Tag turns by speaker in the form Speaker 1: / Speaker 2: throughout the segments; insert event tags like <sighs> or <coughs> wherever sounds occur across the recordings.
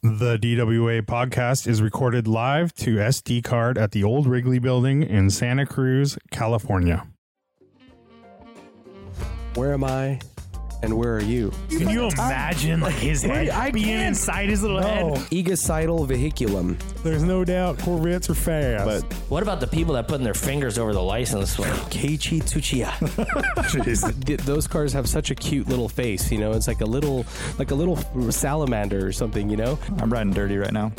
Speaker 1: The DWA podcast is recorded live to SD card at the old Wrigley building in Santa Cruz, California.
Speaker 2: Where am I and where are you?
Speaker 3: Can you imagine like his head
Speaker 4: I
Speaker 3: being
Speaker 4: can't.
Speaker 3: inside his little head?
Speaker 2: Egocidal vehiculum.
Speaker 1: Oh, There's no doubt Corvettes are fast.
Speaker 4: But
Speaker 5: What about the people that putting their fingers over the license plate?
Speaker 2: Keiichi Tsuchiya. <laughs> Th- Those cars have such a cute little face, you know. It's like a little, like a little salamander or something, you know.
Speaker 4: I'm riding dirty right now.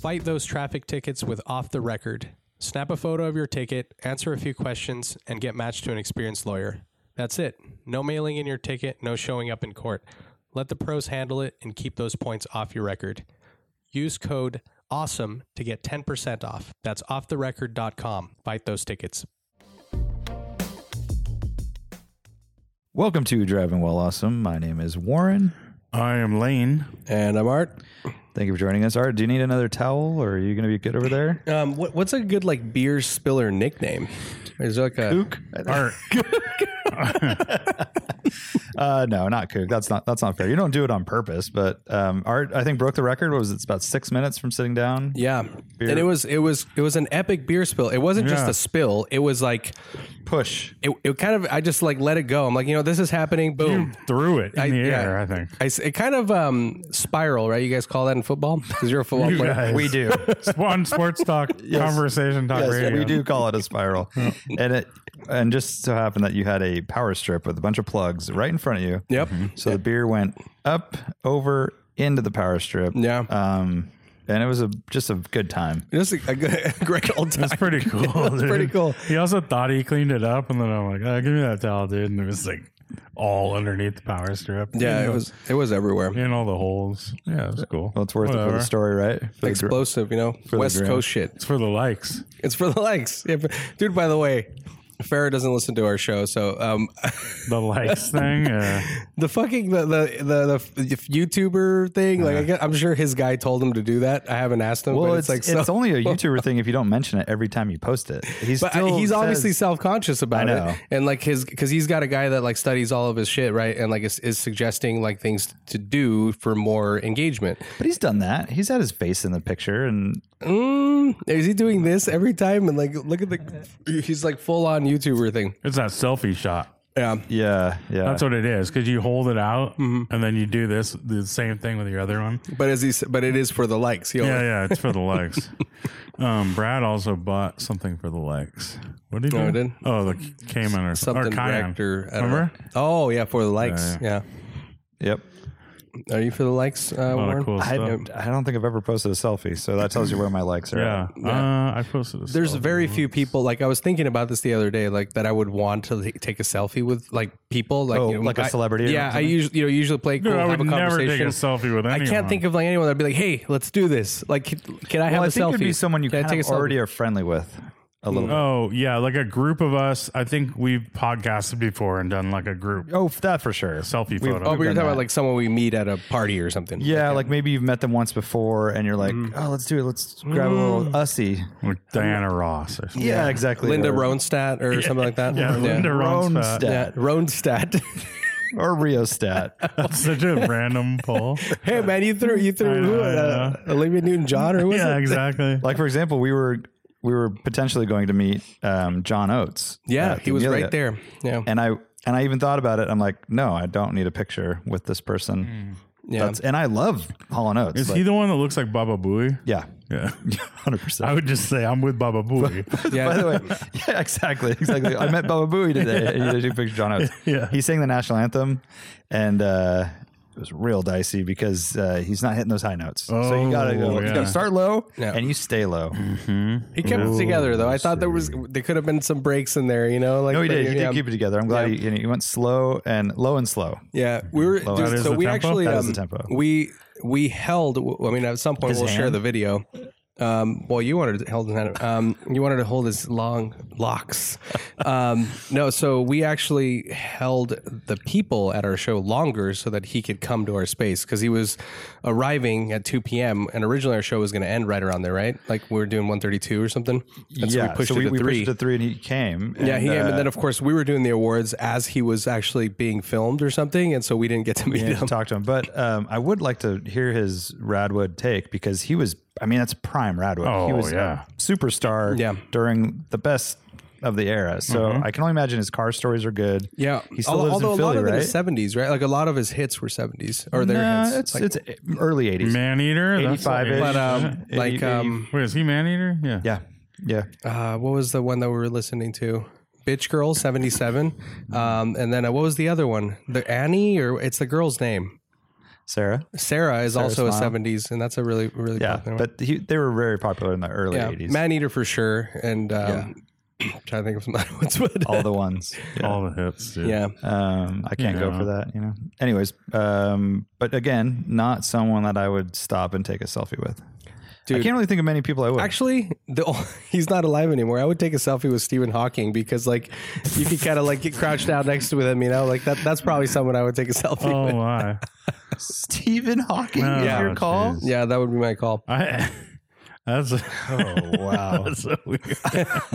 Speaker 6: Fight those traffic tickets with Off the Record. Snap a photo of your ticket, answer a few questions, and get matched to an experienced lawyer. That's it. No mailing in your ticket, no showing up in court. Let the pros handle it and keep those points off your record. Use code AWESOME to get 10% off. That's offtherecord.com. Fight those tickets.
Speaker 4: Welcome to Driving Well Awesome. My name is Warren.
Speaker 1: I am Lane.
Speaker 6: And I'm Art.
Speaker 4: Thank you for joining us. Art, do you need another towel or are you going to be good
Speaker 3: <laughs>
Speaker 4: over there?
Speaker 6: Um, what, what's a good like beer spiller nickname? Is like a
Speaker 4: <laughs>
Speaker 1: Art.
Speaker 4: Uh, no, not Cook. That's not that's not fair. You don't do it on purpose, but um, Art, I think broke the record. What was it? It's about six minutes from sitting down.
Speaker 7: Yeah. And it was it was it was an epic beer spill. It wasn't just
Speaker 1: Yeah.
Speaker 7: a spill. It was like
Speaker 4: Push.
Speaker 7: it, it kind of I just like let it go. I'm like, you know, this is happening. Boom.
Speaker 1: Threw it in
Speaker 7: I-
Speaker 1: the
Speaker 7: yeah.
Speaker 1: air, I think.
Speaker 7: I s it kind of um spiral, right? You guys call that in football? Cuz you're a football
Speaker 1: You
Speaker 7: player.
Speaker 1: guys.
Speaker 3: <laughs>
Speaker 4: We do.
Speaker 1: Spawn Sports Talk Conversation Talk
Speaker 4: <laughs> Yes,
Speaker 1: Radio.
Speaker 4: we do call it
Speaker 7: <laughs>
Speaker 4: a spiral. and it and just so happened that you had a power strip with a bunch of plugs right in front of you. Mm-hmm.
Speaker 7: Yep.
Speaker 4: So the beer went up, over, into the power strip.
Speaker 7: Yeah.
Speaker 4: Um, and it was a just a good time.
Speaker 7: Just a, a good <laughs> a great old time.
Speaker 1: That's <laughs>
Speaker 4: <laughs>
Speaker 1: pretty cool. That's
Speaker 7: pretty cool.
Speaker 1: He also thought he cleaned it up, and then I'm like, oh, "Give me that towel, dude!" And it was like all underneath the power strip.
Speaker 7: Yeah,
Speaker 1: in
Speaker 7: it was it was everywhere.
Speaker 1: in all the holes. Yeah, it was cool.
Speaker 4: Well, it's worth it for
Speaker 1: Whatever.
Speaker 4: the story, right? For the gr-
Speaker 7: Explosive, you know.
Speaker 4: the
Speaker 7: West
Speaker 4: gram.
Speaker 7: Coast shit.
Speaker 1: It's for the likes.
Speaker 7: It's for the likes. Yeah, but- dude, by the way, Farrah doesn't listen to our show, so um <laughs>
Speaker 1: The likes thing. Uh,
Speaker 7: The fucking the the the, the f- YouTuber thing, like I
Speaker 1: Uh-huh.
Speaker 7: get, I'm sure his guy told him to do that. I haven't asked him,
Speaker 4: well,
Speaker 7: but
Speaker 4: it's,
Speaker 7: it's, like
Speaker 4: it's
Speaker 7: so,
Speaker 4: only
Speaker 7: <laughs>
Speaker 4: a YouTuber thing if you don't mention it every time you post it. He's
Speaker 7: but uh,
Speaker 4: still
Speaker 7: he's
Speaker 4: says-
Speaker 7: obviously self conscious about
Speaker 4: I know.
Speaker 7: it, and like his because he's got a guy that like studies all of his shit, right, and like is, is suggesting like things to do for more engagement.
Speaker 4: but he's done that. He's had his face in the picture, and
Speaker 7: Mm, is he doing this every time? And like, look at the he's like full on YouTuber thing.
Speaker 1: it's that selfie shot.
Speaker 7: Yeah,
Speaker 4: yeah, yeah.
Speaker 1: That's what it is because you hold it out
Speaker 7: Mm-hmm.
Speaker 1: and then you do this the same thing with your other one.
Speaker 7: but is he? s- But it is for the likes. He
Speaker 1: Yeah,
Speaker 7: only-
Speaker 1: yeah, it's for the
Speaker 7: <laughs>
Speaker 1: likes. um, Brad also bought something for the likes. What did he
Speaker 7: Oh,
Speaker 1: do?
Speaker 7: I did?
Speaker 1: Oh, the Cayman or
Speaker 7: Something
Speaker 1: or Cayenne.
Speaker 7: wrecked or I don't know.
Speaker 1: remember?
Speaker 7: Oh yeah, for the likes.
Speaker 1: Yeah,
Speaker 7: Yeah,
Speaker 4: yep.
Speaker 7: are you for the likes? Uh,
Speaker 1: A lot
Speaker 7: Warren?
Speaker 1: of cool
Speaker 4: I,
Speaker 1: stuff.
Speaker 4: I don't think I've ever posted a selfie, so that tells you where my likes are.
Speaker 1: Yeah,
Speaker 4: at.
Speaker 1: Uh, I posted. A
Speaker 7: There's
Speaker 1: selfie.
Speaker 7: very few people. Like I was thinking about this the other day, like that I would want to like, take a selfie with, like people, like
Speaker 4: Oh,
Speaker 7: you know,
Speaker 4: like a
Speaker 7: I-
Speaker 4: celebrity or
Speaker 7: Yeah, I
Speaker 4: something?
Speaker 7: usually you know usually play cool,
Speaker 1: Dude, I
Speaker 7: have
Speaker 1: would
Speaker 7: a
Speaker 1: never take a
Speaker 7: conversation.
Speaker 1: selfie with anyone.
Speaker 7: I can't think of like anyone that'd be like, hey, let's do this. Like, can, can I have
Speaker 4: Well,
Speaker 7: a
Speaker 4: I think
Speaker 7: selfie?
Speaker 4: it'd be someone you
Speaker 7: can I
Speaker 4: kind
Speaker 7: take
Speaker 4: of
Speaker 7: a selfie?
Speaker 4: already are friendly with a little bit.
Speaker 1: Oh yeah, like a group of us. I think we've podcasted before and done like a group
Speaker 4: Oh, that for sure.
Speaker 1: selfie
Speaker 4: We've-
Speaker 1: photo.
Speaker 7: Oh, but you're talking
Speaker 4: done that.
Speaker 7: about like someone we meet at a party or something.
Speaker 4: Yeah, like maybe you've met them once before, and you're like, "Oh, let's do it. Let's grab a little ussy."
Speaker 1: With Diana Ross or something.
Speaker 4: Mm. Yeah, exactly.
Speaker 7: Linda
Speaker 4: or,
Speaker 7: Ronstadt or something like that.
Speaker 1: Yeah, Linda Ronstadt.
Speaker 4: Ronstadt.
Speaker 7: Yeah, Ronstadt. <laughs>
Speaker 4: or Riostat. <laughs>
Speaker 1: That's such a random
Speaker 7: <laughs>
Speaker 1: poll.
Speaker 7: hey man, you threw you threw
Speaker 1: I know,
Speaker 7: who,
Speaker 1: I
Speaker 7: uh, Olivia Newton John or who was
Speaker 1: yeah,
Speaker 7: it?
Speaker 1: exactly.
Speaker 4: like for example, we were we were potentially going to meet um, John Oates.
Speaker 7: Yeah,
Speaker 4: at
Speaker 7: he was
Speaker 4: Amelia.
Speaker 7: right there. Yeah,
Speaker 4: and I and I even thought about it. I'm like, no, I don't need a picture with this person.
Speaker 7: yeah.
Speaker 4: That's and I love Hall and Oates.
Speaker 1: Is
Speaker 4: like-
Speaker 1: he the one that looks like Baba Booey?
Speaker 4: yeah, <laughs>
Speaker 1: Yeah.
Speaker 4: hundred percent.
Speaker 1: <laughs> I would just say I'm with Baba
Speaker 7: <laughs>
Speaker 1: Booey.
Speaker 7: yeah.
Speaker 4: <laughs> By the way, yeah, exactly, exactly. I met Baba Booey today, and you took a picture of John Oates.
Speaker 1: <laughs> Yeah.
Speaker 4: he sang the national anthem, and uh, it was real dicey because uh, he's not hitting those high notes. so you gotta go,
Speaker 1: Oh,
Speaker 4: you
Speaker 1: yeah.
Speaker 4: gotta start low
Speaker 7: Yeah.
Speaker 4: and you stay low.
Speaker 7: He kept it together though. I thought there was there could have been some breaks in there, you know. Like
Speaker 4: No, he
Speaker 7: but,
Speaker 4: did. He
Speaker 7: yeah,
Speaker 4: did keep it together. I'm glad
Speaker 7: Yeah.
Speaker 4: he, you know, he went slow and low and slow.
Speaker 7: Yeah, we were.
Speaker 4: Low.
Speaker 7: dude,
Speaker 4: That
Speaker 1: is
Speaker 7: so
Speaker 1: the
Speaker 7: we
Speaker 1: tempo?
Speaker 7: actually
Speaker 4: That
Speaker 7: um,
Speaker 4: is the tempo.
Speaker 7: we we held. I mean, at some point
Speaker 4: His
Speaker 7: we'll share
Speaker 4: hand?
Speaker 7: the video. Um, well, you wanted to hold his hand. Um, you wanted to hold his long locks. Um, no, so we actually held the people at our show longer so that he could come to our space because he was arriving at 2 p.m. and originally our show was going to end right around there, right? Like we were doing 132 or something. And so we pushed it to three.
Speaker 4: pushed it to three, and he came.
Speaker 7: yeah, he
Speaker 4: and,
Speaker 7: came,
Speaker 4: uh,
Speaker 7: and then of course we were doing the awards as he was actually being filmed or something, and so we didn't get to <laughs> meet
Speaker 4: we need
Speaker 7: him.
Speaker 4: to talk to him. But um, I would like to hear his Radwood take because he was, I mean, that's prime Radwood. he
Speaker 1: Oh,
Speaker 4: was
Speaker 1: yeah.
Speaker 4: a superstar
Speaker 7: Yeah.
Speaker 4: during the best of the era. So
Speaker 1: Mm-hmm.
Speaker 4: I can only imagine his car stories are good.
Speaker 7: Yeah,
Speaker 4: He still
Speaker 7: Al-
Speaker 4: lives
Speaker 7: although
Speaker 4: in
Speaker 7: a lot
Speaker 4: Philly,
Speaker 7: of
Speaker 4: right?
Speaker 7: it is 70s, right? Like a lot of his hits were 70s or their
Speaker 4: Nah,
Speaker 7: hits.
Speaker 4: it's,
Speaker 7: Like-
Speaker 4: it's early 80s.
Speaker 1: Man eater, that's
Speaker 4: 85
Speaker 1: like- uh,
Speaker 4: -ish. <laughs>
Speaker 7: but um,
Speaker 4: Yeah.
Speaker 7: like um,
Speaker 1: Wait, is he man eater? Yeah.
Speaker 4: Yeah. Yeah.
Speaker 7: uh, what was the one that we were listening to? Bitch Girl 77. Um, and then uh, what was the other one? The Annie or it's the girl's name.
Speaker 4: Sarah.
Speaker 7: Sarah is also
Speaker 4: Smile.
Speaker 7: a 70s and that's a really really
Speaker 4: Yeah.
Speaker 7: popular one.
Speaker 4: But he, they were very popular in the early
Speaker 7: yeah,
Speaker 4: 80s.
Speaker 7: Man Eater for sure and um <clears throat> trying to think of some other ones but
Speaker 4: All the
Speaker 1: <laughs>
Speaker 4: ones. Yeah.
Speaker 1: All the hits. dude.
Speaker 7: <laughs> yeah.
Speaker 4: Um, I can't go
Speaker 1: know.
Speaker 4: for that, you know. Anyways, um, but again, not someone that I would stop and take a selfie with. I
Speaker 7: Dude.
Speaker 4: can't really think of many people I would.
Speaker 7: Actually, the, <laughs> he's not alive anymore. I would take a selfie with Stephen Hawking because, like, you could kind of like get crouched down next to him, you know, like that. That's probably someone I would take a selfie
Speaker 1: Oh
Speaker 7: with.
Speaker 1: my.
Speaker 4: Stephen Hawking
Speaker 1: Oh,
Speaker 4: is your call.
Speaker 1: jeez.
Speaker 7: Yeah, that would be my call.
Speaker 1: I, <laughs> that's
Speaker 4: Oh wow!
Speaker 1: <laughs> that's so weird.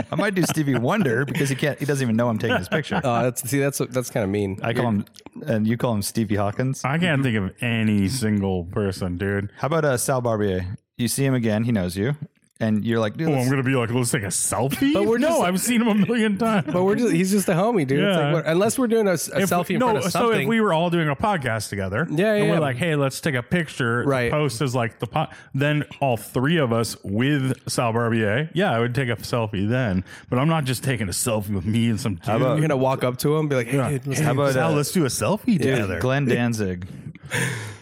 Speaker 4: I might do Stevie Wonder because he can't. He doesn't even know I'm taking his picture.
Speaker 1: <laughs>
Speaker 7: Oh, that's see, that's that's kind of mean.
Speaker 4: I call him, and you call him Stevie Hawkins.
Speaker 1: I can't think of any single person, dude.
Speaker 4: How about uh, Sal Barbier? You see him again. He knows you, and you're like, dude,
Speaker 1: Oh, I'm
Speaker 4: let's-
Speaker 1: gonna be like, let's take a selfie.
Speaker 7: But we're
Speaker 1: no,
Speaker 7: just-
Speaker 1: I've seen him a million times.
Speaker 7: But we're just, he's just a homie, dude. It's
Speaker 1: Yeah.
Speaker 7: like, what, unless we're doing a, s- a
Speaker 1: If-
Speaker 7: selfie in
Speaker 1: no,
Speaker 7: front of
Speaker 1: so
Speaker 7: something.
Speaker 1: if we were all doing a podcast together,
Speaker 7: Yeah,
Speaker 1: and
Speaker 7: yeah,
Speaker 1: we're
Speaker 7: yeah.
Speaker 1: like, hey, let's take a picture. the
Speaker 7: Right.
Speaker 1: post is like the po- then all three of us with Sal Barbier. Yeah, I would take a selfie then, but I'm not just taking a selfie with me and some dude.
Speaker 7: you're gonna walk up to him, and be like, "Hey, dude, what's
Speaker 1: Hey,
Speaker 7: up?"
Speaker 4: about,
Speaker 1: Sal,
Speaker 4: uh,
Speaker 1: let's do a selfie
Speaker 4: dude,
Speaker 1: together?
Speaker 4: Glenn Danzig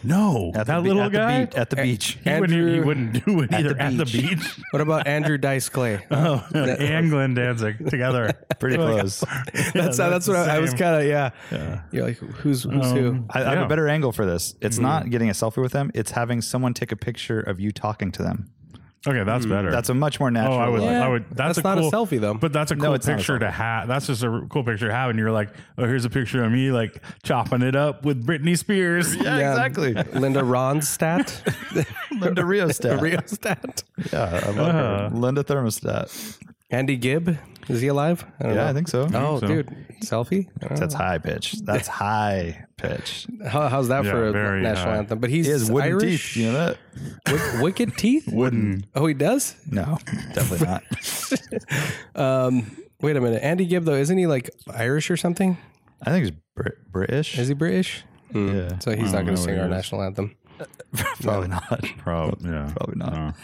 Speaker 1: no,
Speaker 4: at
Speaker 1: that
Speaker 4: the, be-
Speaker 1: little
Speaker 4: at
Speaker 1: guy
Speaker 4: the beach, at the beach.
Speaker 1: <laughs> He wouldn't, he
Speaker 7: Andrew-
Speaker 1: wouldn't do it either at the
Speaker 4: <laughs>
Speaker 1: beach.
Speaker 7: What about Andrew Dice Clay?
Speaker 1: <laughs> Oh, and Glenn Danzig together.
Speaker 4: <laughs> Pretty close.
Speaker 7: that's
Speaker 1: Yeah,
Speaker 7: that's what I, I was
Speaker 1: the Um,
Speaker 7: kind of yeah. You're like, who's who's who?
Speaker 4: I, I have
Speaker 1: Yeah. Mm-hmm.
Speaker 4: a better angle for this. It's not getting a selfie with them. It's having someone take a picture of you talking to them.
Speaker 1: same. Okay, that's better.
Speaker 4: Hmm. That's a much more
Speaker 1: Oh,
Speaker 4: natural.
Speaker 1: I would.
Speaker 4: look.
Speaker 1: I would. That's,
Speaker 7: That's
Speaker 1: a
Speaker 7: not a
Speaker 1: cool-
Speaker 7: selfie, though.
Speaker 1: But that's a cool
Speaker 4: it's not a
Speaker 1: picture to have. That's just a r- cool picture to have, and you're like, oh, here's a picture of me like chopping it up with Britney Spears.
Speaker 7: <laughs>
Speaker 4: Yeah,
Speaker 7: Yeah.
Speaker 4: exactly.
Speaker 1: <laughs>
Speaker 7: Linda Ronstadt, <laughs>
Speaker 4: <laughs> Linda Riostat.
Speaker 7: Riostat,
Speaker 4: yeah, I love her. Linda Thermostat.
Speaker 7: Andy Gibb. Is he alive? I don't
Speaker 4: Yeah,
Speaker 1: Uh-huh.
Speaker 4: I think so.
Speaker 7: Oh,
Speaker 1: so.
Speaker 7: dude, selfie. I don't know.
Speaker 1: Mm.
Speaker 4: That's high pitch.
Speaker 1: <laughs>
Speaker 4: That's high pitch.
Speaker 7: How, how's that
Speaker 1: Yeah,
Speaker 7: for a
Speaker 1: very
Speaker 7: national
Speaker 1: high.
Speaker 7: anthem? But he's
Speaker 4: He has wooden
Speaker 7: Irish.
Speaker 4: teeth. You know that?
Speaker 7: Wick- wicked teeth.
Speaker 1: Wouldn't.
Speaker 7: Oh, he does.
Speaker 4: No, definitely
Speaker 1: <laughs>
Speaker 4: not.
Speaker 7: Um, wait a minute. Andy Gibb though, isn't he like Irish or something?
Speaker 4: I think he's Brit- British.
Speaker 7: Is he British? Hmm.
Speaker 4: Yeah.
Speaker 1: Mm.
Speaker 7: So he's not going to
Speaker 1: know
Speaker 7: sing
Speaker 1: what
Speaker 7: our
Speaker 1: he is.
Speaker 7: national anthem.
Speaker 4: Probably not. <laughs>
Speaker 1: Probably. Yeah.
Speaker 4: Probably not.
Speaker 1: Oh.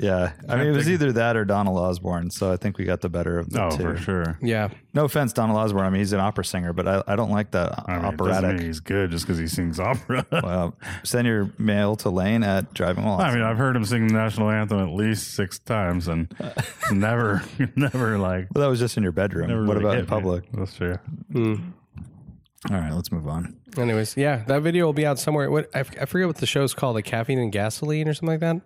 Speaker 4: Yeah. I mean, it was either that or Donald Osborne. So I think we got the better of the
Speaker 1: No,
Speaker 4: two.
Speaker 1: Oh, for sure.
Speaker 7: Yeah.
Speaker 4: No offense, Donald Osborne. I mean, he's an opera singer, but I, I don't like the
Speaker 1: I mean, it doesn't mean
Speaker 4: operatic.
Speaker 1: he's good just because he sings opera. <laughs>
Speaker 4: Well, send your mail to Lane at Driving While
Speaker 1: I mean, I've heard him sing the national anthem at least six times,
Speaker 7: <laughs>
Speaker 1: and never, <laughs> never like.
Speaker 4: Well, that was just in your bedroom.
Speaker 1: Never
Speaker 4: what
Speaker 1: really
Speaker 4: about in
Speaker 1: hit me.
Speaker 4: public?
Speaker 1: That's true.
Speaker 4: Oh. All right, let's move on.
Speaker 7: Anyways, yeah, that video will be out somewhere. What I, f- I forget what the show's called, like caffeine and gasoline or something like that.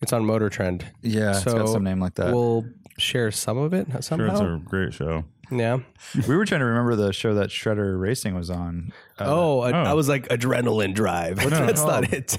Speaker 7: It's on Motor Trend.
Speaker 4: Yeah, it's got some name like that.
Speaker 7: We'll share some of it
Speaker 1: Sure,
Speaker 7: somehow.
Speaker 1: it's a great show.
Speaker 7: yeah.
Speaker 4: we were trying to remember the show that Shredder Racing was on. Uh,
Speaker 7: Oh, I, I was like adrenaline drive. <laughs> That's not it.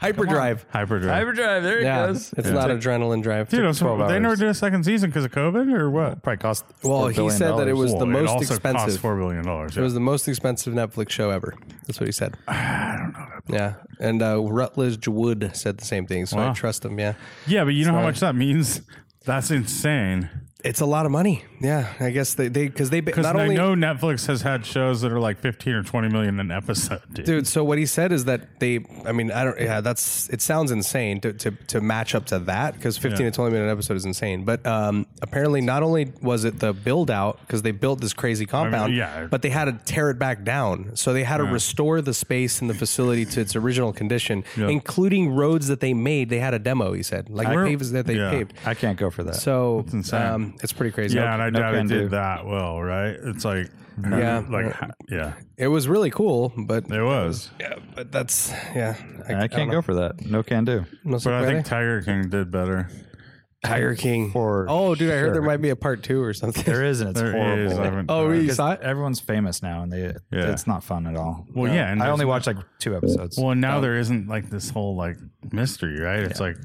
Speaker 7: Hyperdrive.
Speaker 1: Hyperdrive.
Speaker 4: Hyperdrive. There
Speaker 7: Yeah, it's not adrenaline drive.
Speaker 1: Dude,
Speaker 7: Took
Speaker 1: I'm so-
Speaker 7: 12
Speaker 1: they never
Speaker 7: hours.
Speaker 1: did a second season because of COVID or what?
Speaker 4: Probably cost.
Speaker 7: Well,
Speaker 4: $4
Speaker 7: he said that it
Speaker 4: billion.
Speaker 7: was the
Speaker 1: Well, it
Speaker 7: most
Speaker 1: also Costs
Speaker 7: expensive.
Speaker 1: Four billion dollars.
Speaker 7: It was the most expensive Netflix show ever. That's what
Speaker 1: <sighs>
Speaker 7: he said. I don't know. Yeah, and uh, Rutledge Wood said the same thing, so I trust him. Yeah,
Speaker 1: Yeah, but you know how much that means? That's insane.
Speaker 7: it's a lot of money. Yeah, I guess they they because they
Speaker 1: Because
Speaker 7: not
Speaker 1: I
Speaker 7: only
Speaker 1: know Netflix has had shows that are like 15 or 20 million an episode, dude.
Speaker 7: dude. So what he said is that they. I mean, I don't. Yeah, that's it. Sounds insane to to, to match up to that because fifteen
Speaker 1: Yeah.
Speaker 7: to twenty minute episode is insane. But um, apparently, not only was it the build out because they built this crazy compound,
Speaker 1: yeah.
Speaker 7: but they had to tear it back down. So they had to restore the space and the facility to its original condition, including roads that they made. They had a demo. He said, like paves that they
Speaker 1: yeah.
Speaker 7: paved.
Speaker 4: I can't go for that.
Speaker 7: So
Speaker 1: insane.
Speaker 7: um, it's pretty crazy.
Speaker 1: yeah, and I doubt
Speaker 4: can
Speaker 1: it did
Speaker 4: do.
Speaker 1: that well, right? It's like,
Speaker 7: Yeah.
Speaker 1: like, ha- yeah,
Speaker 7: It was really cool, but
Speaker 1: it was.
Speaker 7: yeah, but that's yeah.
Speaker 4: I, can't go for that. No can do.
Speaker 7: No
Speaker 1: But I
Speaker 7: surprise.
Speaker 1: think Tiger King did better.
Speaker 7: Tiger King.
Speaker 4: For
Speaker 7: oh, dude, I heard there
Speaker 4: sure.
Speaker 7: might be a part two or something. <laughs>
Speaker 4: There is, and it's
Speaker 1: There
Speaker 4: horrible.
Speaker 1: is, I haven't-
Speaker 7: Oh,
Speaker 1: uh,
Speaker 7: really? You
Speaker 4: 'Cause
Speaker 7: saw it?
Speaker 4: Everyone's famous now, and they
Speaker 1: Yeah.
Speaker 4: it's not fun at all.
Speaker 1: Well, yeah, and
Speaker 4: I only
Speaker 1: there's-
Speaker 4: watched like two episodes.
Speaker 1: Well, and now there isn't like this whole like mystery, right? It's like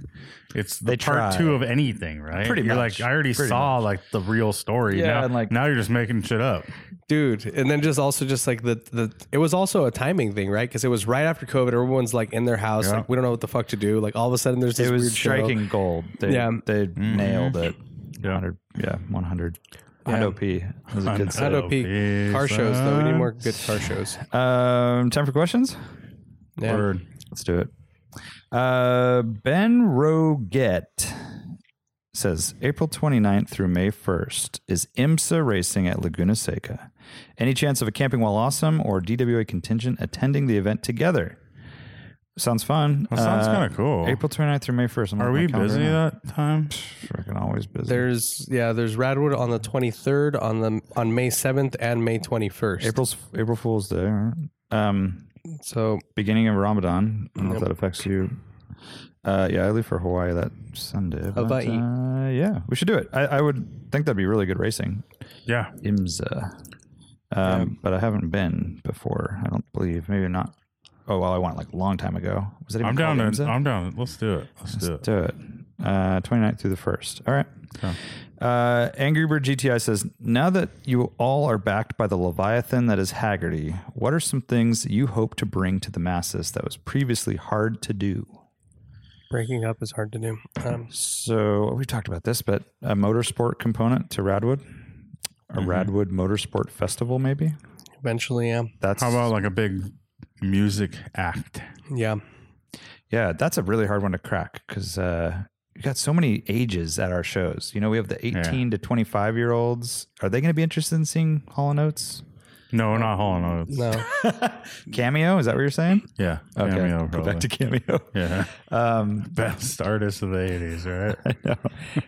Speaker 1: it's the
Speaker 4: They
Speaker 1: part
Speaker 4: try.
Speaker 1: two of anything, right?
Speaker 4: Pretty
Speaker 1: you're
Speaker 4: much.
Speaker 1: like I already
Speaker 4: Pretty
Speaker 1: saw like the real story.
Speaker 4: Yeah,
Speaker 1: now,
Speaker 4: and, like-
Speaker 1: now you're just making shit up.
Speaker 7: dude and then just also just like the the it was also a timing thing right because it was right after covid everyonene's like in their house
Speaker 1: Yeah.
Speaker 7: like we don't know what the fuck to do like all of a sudden there's this
Speaker 4: it was
Speaker 7: weird show.
Speaker 4: striking gold. They,
Speaker 7: Yeah.
Speaker 4: they nailed it.
Speaker 1: Yeah.
Speaker 4: 100, yeah, one hundred. Hondo P was a good
Speaker 7: I
Speaker 4: set.
Speaker 7: don't know, Pete. car shows though we need more good car shows
Speaker 4: Um, time for questions.
Speaker 7: yeah
Speaker 1: Word.
Speaker 4: Let's do it. Uh, ben Roget says April 29th through May 1st is IMSA racing at Laguna Seca. Any chance of a Camping While Awesome or DWA contingent attending the event together? Sounds fun.
Speaker 1: That sounds
Speaker 4: Uh,
Speaker 1: kinda cool.
Speaker 4: April 29th through May 1st. I'm
Speaker 1: Are
Speaker 4: on my
Speaker 1: we
Speaker 4: calendar
Speaker 1: busy
Speaker 4: now.
Speaker 1: that time?
Speaker 4: Freaking always busy.
Speaker 7: there's yeah there's radwood on the 23rd on the on may 7th and may 21st
Speaker 4: April's April Fool's Day. right? Um,
Speaker 7: so
Speaker 4: beginning of Ramadan. I don't know if that affects you. Uh, yeah, I leave for Hawaii that Sunday. but,
Speaker 7: Hawaii.
Speaker 4: uh, yeah, we should do it. I, I would think that'd be really good racing.
Speaker 1: Yeah.
Speaker 4: IMSA. Um, But I haven't been before. I don't believe. Maybe not. Oh, well, I went like a long time ago. Was it even
Speaker 1: I'm down
Speaker 4: called
Speaker 1: to
Speaker 4: IMSA?
Speaker 1: I'm down. Let's do it. Let's do it.
Speaker 4: do it. Uh, 29th through the 1st. All right. Uh, Angry Bird GTI says, now that you all are backed by the Leviathan that is Haggerty, what are some things you hope to bring to the masses that was previously hard to do?
Speaker 7: breaking up is hard to do um,
Speaker 4: So we talked about this, but a motorsport component to Radwood, a
Speaker 1: Mm-hmm.
Speaker 4: Radwood Motorsport Festival, maybe?
Speaker 7: eventually yeah
Speaker 4: That's
Speaker 1: How about like a big music act?
Speaker 7: yeah
Speaker 4: Yeah, that's a really hard one to crack because uh, you got so many ages at our shows. You know, we have the 18 to 25 year olds. Are they going to be interested in seeing Hall and Oates
Speaker 1: No, not Hall and Oates.
Speaker 7: no
Speaker 4: cameo? Is that what you're saying?
Speaker 1: Yeah. <laughs> Cameo,
Speaker 4: go back
Speaker 1: probably.
Speaker 4: to cameo.
Speaker 1: <laughs>
Speaker 4: <laughs>
Speaker 1: yeah.
Speaker 4: Um,
Speaker 1: Best artist of the 80s, right?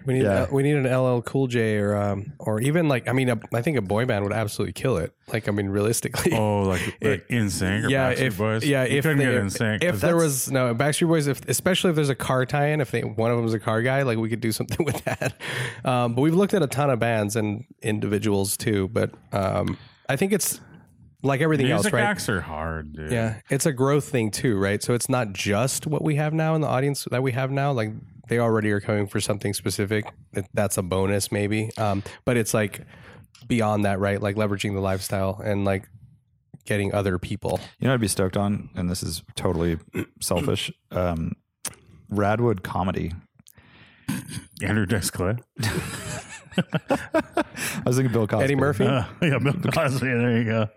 Speaker 7: we need
Speaker 4: Yeah.
Speaker 7: uh, we need an ll cool j or um or even like i mean a, i think a boy band would absolutely kill it like i mean realistically <laughs>
Speaker 1: Oh, like, like
Speaker 7: It-
Speaker 1: in sync or
Speaker 7: yeah,
Speaker 1: Backstreet
Speaker 7: if,
Speaker 1: Boys.
Speaker 7: Yeah,
Speaker 1: you
Speaker 7: if
Speaker 1: couldn't
Speaker 7: they,
Speaker 1: get in sync.
Speaker 7: If there was no Backstreet Boys, if especially if there's a car tie-in, if they one of them's a car guy, like we could do <laughs> something with that. Um, but we've looked at a ton of bands and individuals too. But um, I think it's like everything
Speaker 1: music
Speaker 7: else, right?
Speaker 1: acts are hard, dude.
Speaker 7: Yeah, it's a growth thing too, right? So it's not just what we have now in the audience that we have now. Like they already are coming for something specific. That- That's a bonus, maybe. Um, but it's like beyond that, right? Like leveraging the lifestyle and like getting other people.
Speaker 4: you know, what I'd be stoked on, and this is totally <clears throat> selfish. Um, Radwood comedy.
Speaker 1: Andrew Dice Clay.
Speaker 4: I was thinking Bill Cosby.
Speaker 7: Eddie Murphy.
Speaker 1: Uh, <laughs> yeah, Bill Cosby. There you go.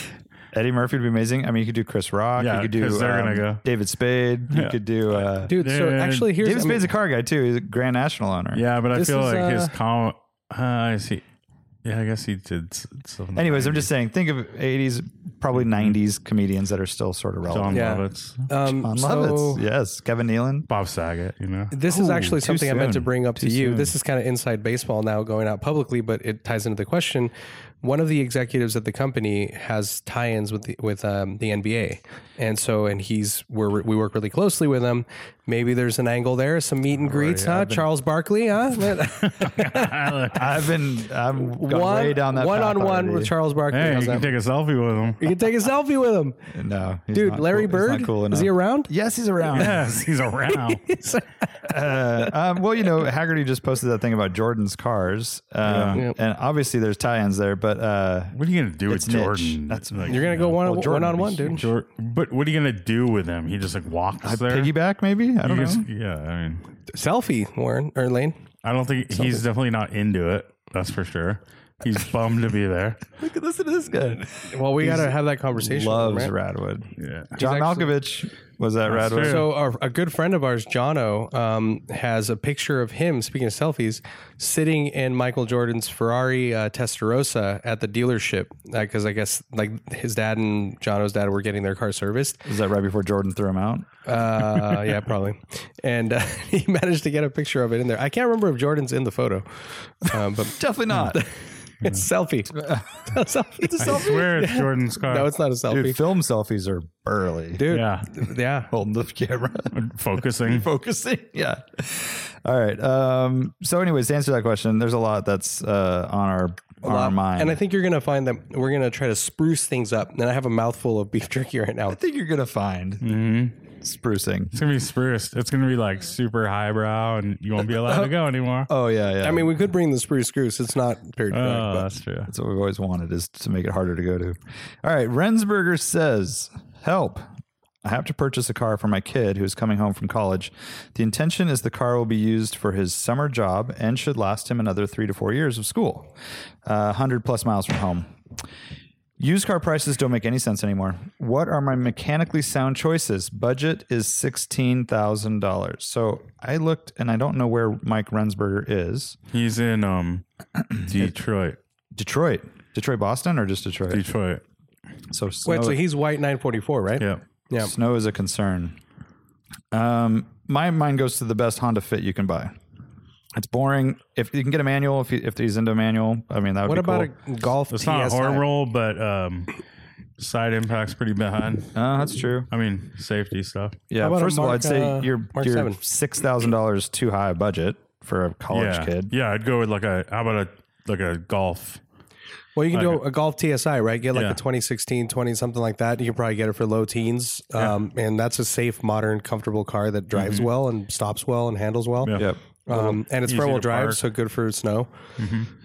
Speaker 4: <laughs> Eddie Murphy would be amazing. I mean, you could do Chris Rock.
Speaker 1: Yeah,
Speaker 4: you could do um,
Speaker 1: 'cause they're gonna go.
Speaker 4: David Spade. You
Speaker 1: Yeah.
Speaker 4: could do uh,
Speaker 7: Dude, so
Speaker 1: Dude,
Speaker 7: actually, here's
Speaker 4: David
Speaker 7: I mean,
Speaker 4: Spade's a car guy too. He's a Grand National owner.
Speaker 1: Yeah, but I
Speaker 7: This
Speaker 1: feel
Speaker 7: is,
Speaker 1: like his
Speaker 7: uh,
Speaker 1: com. Uh, I see. Yeah, I guess he did s- something.
Speaker 4: Anyways, I'm just saying. Think of 80s, probably 90s comedians that are still sort of
Speaker 1: John
Speaker 4: relevant.
Speaker 7: Yeah.
Speaker 1: Lovitz,
Speaker 7: um,
Speaker 4: John
Speaker 7: so
Speaker 4: Lovitz. yes, Kevin Nealon.
Speaker 1: Bob Saget. You know,
Speaker 7: This is
Speaker 4: Ooh,
Speaker 7: actually
Speaker 4: too
Speaker 7: something I meant to
Speaker 4: soon.
Speaker 7: bring up to
Speaker 4: Too
Speaker 7: you.
Speaker 4: soon.
Speaker 7: This is kind of inside baseball now going out publicly, but it ties into the question. One of the executives at the company has tie-ins with the, with um, the NBA, and so and he's we're, we work really closely with him. Maybe there's an angle there, some meet and greets, huh? Charles Barkley, <laughs>
Speaker 4: <laughs>
Speaker 7: huh?
Speaker 4: I've been I'm gone way down that
Speaker 7: one
Speaker 4: path
Speaker 7: on one
Speaker 4: already.
Speaker 7: with Charles Barkley.
Speaker 1: hey,
Speaker 7: How's
Speaker 1: you can
Speaker 7: that?
Speaker 1: take a selfie with
Speaker 4: <laughs>
Speaker 1: him.
Speaker 7: you can take a selfie with him,
Speaker 4: No, he's
Speaker 7: dude.
Speaker 4: not
Speaker 7: Larry
Speaker 4: cool- he's not
Speaker 7: Bird,
Speaker 4: cool
Speaker 7: is he
Speaker 4: enough.
Speaker 7: around?
Speaker 4: Yes, he's around.
Speaker 1: Yes, he's
Speaker 4: <laughs>
Speaker 1: around.
Speaker 4: Uh, um, well, you know, Haggerty just posted that thing about Jordan's cars, um,
Speaker 7: Yeah. Yep.
Speaker 4: and obviously there's tie-ins there, but uh,
Speaker 1: what are you gonna do
Speaker 4: It's
Speaker 1: with
Speaker 4: niche.
Speaker 1: Jordan?
Speaker 4: That's-
Speaker 1: like,
Speaker 7: You're gonna go one
Speaker 4: Well, Jordan
Speaker 7: one on
Speaker 4: would
Speaker 7: one,
Speaker 4: be
Speaker 7: dude.
Speaker 1: Jor- but what are you gonna do with him? He just like walks there.
Speaker 4: piggyback maybe? I
Speaker 1: You
Speaker 4: don't know.
Speaker 1: just- yeah, I mean,
Speaker 7: Selfie, Warren or Lane.
Speaker 1: I don't think he's definitely not into it. That's for sure. He's bummed to be there.
Speaker 4: Look at listen to this guy.
Speaker 7: Well, we got to have that conversation. with him,
Speaker 4: Loves
Speaker 7: right?
Speaker 4: Radwood.
Speaker 1: Yeah.
Speaker 4: John
Speaker 7: actually-
Speaker 4: Malkovich was at
Speaker 1: That's
Speaker 4: Radwood.
Speaker 1: true.
Speaker 7: So our, a good friend of ours, Jono, um, has a picture of him. Speaking of selfies, sitting in Michael Jordan's Ferrari uh, Testarossa at the dealership because I guess like his dad and Jono's dad were getting their car serviced.
Speaker 4: Is that right before Jordan threw him out?
Speaker 7: Uh, <laughs> yeah, probably. And uh, <laughs> he managed to get a picture of it in there. I can't remember if Jordan's in the photo, um, but
Speaker 4: Definitely not.
Speaker 7: <laughs> it's selfie. it's a
Speaker 1: I swear
Speaker 4: <laughs>
Speaker 1: it's Jordan's car.
Speaker 7: No, it's not a selfie,
Speaker 4: Dude, film selfies are burly.
Speaker 7: dude
Speaker 1: yeah, <laughs>
Speaker 7: yeah.
Speaker 4: Holding the camera, <laughs>
Speaker 1: focusing.
Speaker 4: focusing. <laughs> Yeah. All right. Um, so, anyways, to answer that question, there's a lot that's uh, on our on our mind.
Speaker 7: And I think you're gonna find that we're gonna try to spruce things up. And I have a mouthful of beef jerky right now.
Speaker 4: I think you're gonna find sprucing.
Speaker 1: It's gonna be spruced. It's gonna be like super highbrow, and you won't be allowed to go anymore.
Speaker 4: <laughs> Oh yeah, yeah.
Speaker 7: I mean, we could bring the spruce goose. It's not periodontic,
Speaker 1: Oh,
Speaker 7: but
Speaker 1: that's true.
Speaker 4: that's what we've always wanted is to make it harder to go to. All right. Rensburger says, "Help." I have to purchase a car for my kid who is coming home from college. The intention is the car will be used for his summer job and should last him another three to four years of school. Uh, 100 plus miles from home. Used car prices don't make any sense anymore. What are my mechanically sound choices? Budget is $16,000. So I looked and I don't know where Mike Rensberger is.
Speaker 1: He's in
Speaker 4: <clears throat>
Speaker 1: um Detroit.
Speaker 4: Detroit. Detroit, Boston, or just Detroit?
Speaker 1: Detroit.
Speaker 4: So
Speaker 7: wait,
Speaker 4: snow,
Speaker 7: so he's white 944, right?
Speaker 1: Yeah.
Speaker 7: yeah.
Speaker 4: snow is a concern. Um, my mind goes to the best Honda Fit you can buy. It's boring. If you can get a manual, if, he, if he's into a manual, I mean, that
Speaker 7: What
Speaker 4: would be
Speaker 7: about
Speaker 4: cool.
Speaker 7: a golf?
Speaker 1: It's not a
Speaker 7: TSI?
Speaker 1: hard roll, but um side impact's pretty bad.
Speaker 4: Uh, that's true.
Speaker 1: I mean, safety stuff.
Speaker 4: Yeah.
Speaker 7: How about a
Speaker 4: First of all,
Speaker 7: Mark,
Speaker 4: I'd say
Speaker 7: uh,
Speaker 4: you're
Speaker 7: Mark
Speaker 4: you're
Speaker 7: seven?
Speaker 4: six thousand dollars too high a budget for a college
Speaker 1: yeah.
Speaker 4: kid.
Speaker 1: Yeah, I'd go with like a how about a like a golf.
Speaker 7: Well, you can do a golf TSI, right? Get like
Speaker 1: Yeah.
Speaker 7: a 2016, 20, something like that. You can probably get it for low teens. Um, And that's a safe, modern, comfortable car that drives well and stops well and handles well.
Speaker 1: Mm-hmm. Yeah.
Speaker 4: Yep.
Speaker 7: Um, and it's
Speaker 1: Easy
Speaker 7: front wheel
Speaker 1: to
Speaker 7: drive,
Speaker 1: park.
Speaker 7: so good for snow.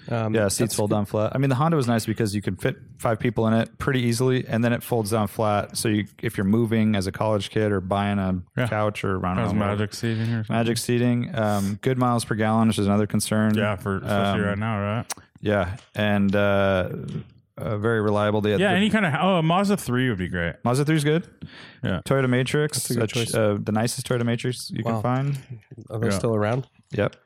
Speaker 7: Um,
Speaker 4: Yeah, seats fold down flat. I mean, the Honda was nice because you can fit five people in it pretty easily, and then it folds down flat. So you, if you're moving as a college kid or buying a
Speaker 1: Yeah.
Speaker 4: couch or around
Speaker 1: How's magic seating here?
Speaker 4: magic seating, um, good miles per gallon, which is another concern.
Speaker 1: Yeah, for especially
Speaker 4: Um,
Speaker 1: right now, right?
Speaker 4: yeah, and uh, uh, very reliable. They had
Speaker 1: Yeah,
Speaker 4: the,
Speaker 1: any kind of oh, a Mazda three would be great.
Speaker 4: Mazda 3 is good.
Speaker 1: Yeah.
Speaker 4: Toyota Matrix,
Speaker 7: a good
Speaker 4: uh, ch-
Speaker 7: choice.
Speaker 4: Uh, the nicest Toyota Matrix you
Speaker 7: Wow.
Speaker 4: can find.
Speaker 7: Are those
Speaker 1: Yeah.
Speaker 7: still around?
Speaker 4: Yep,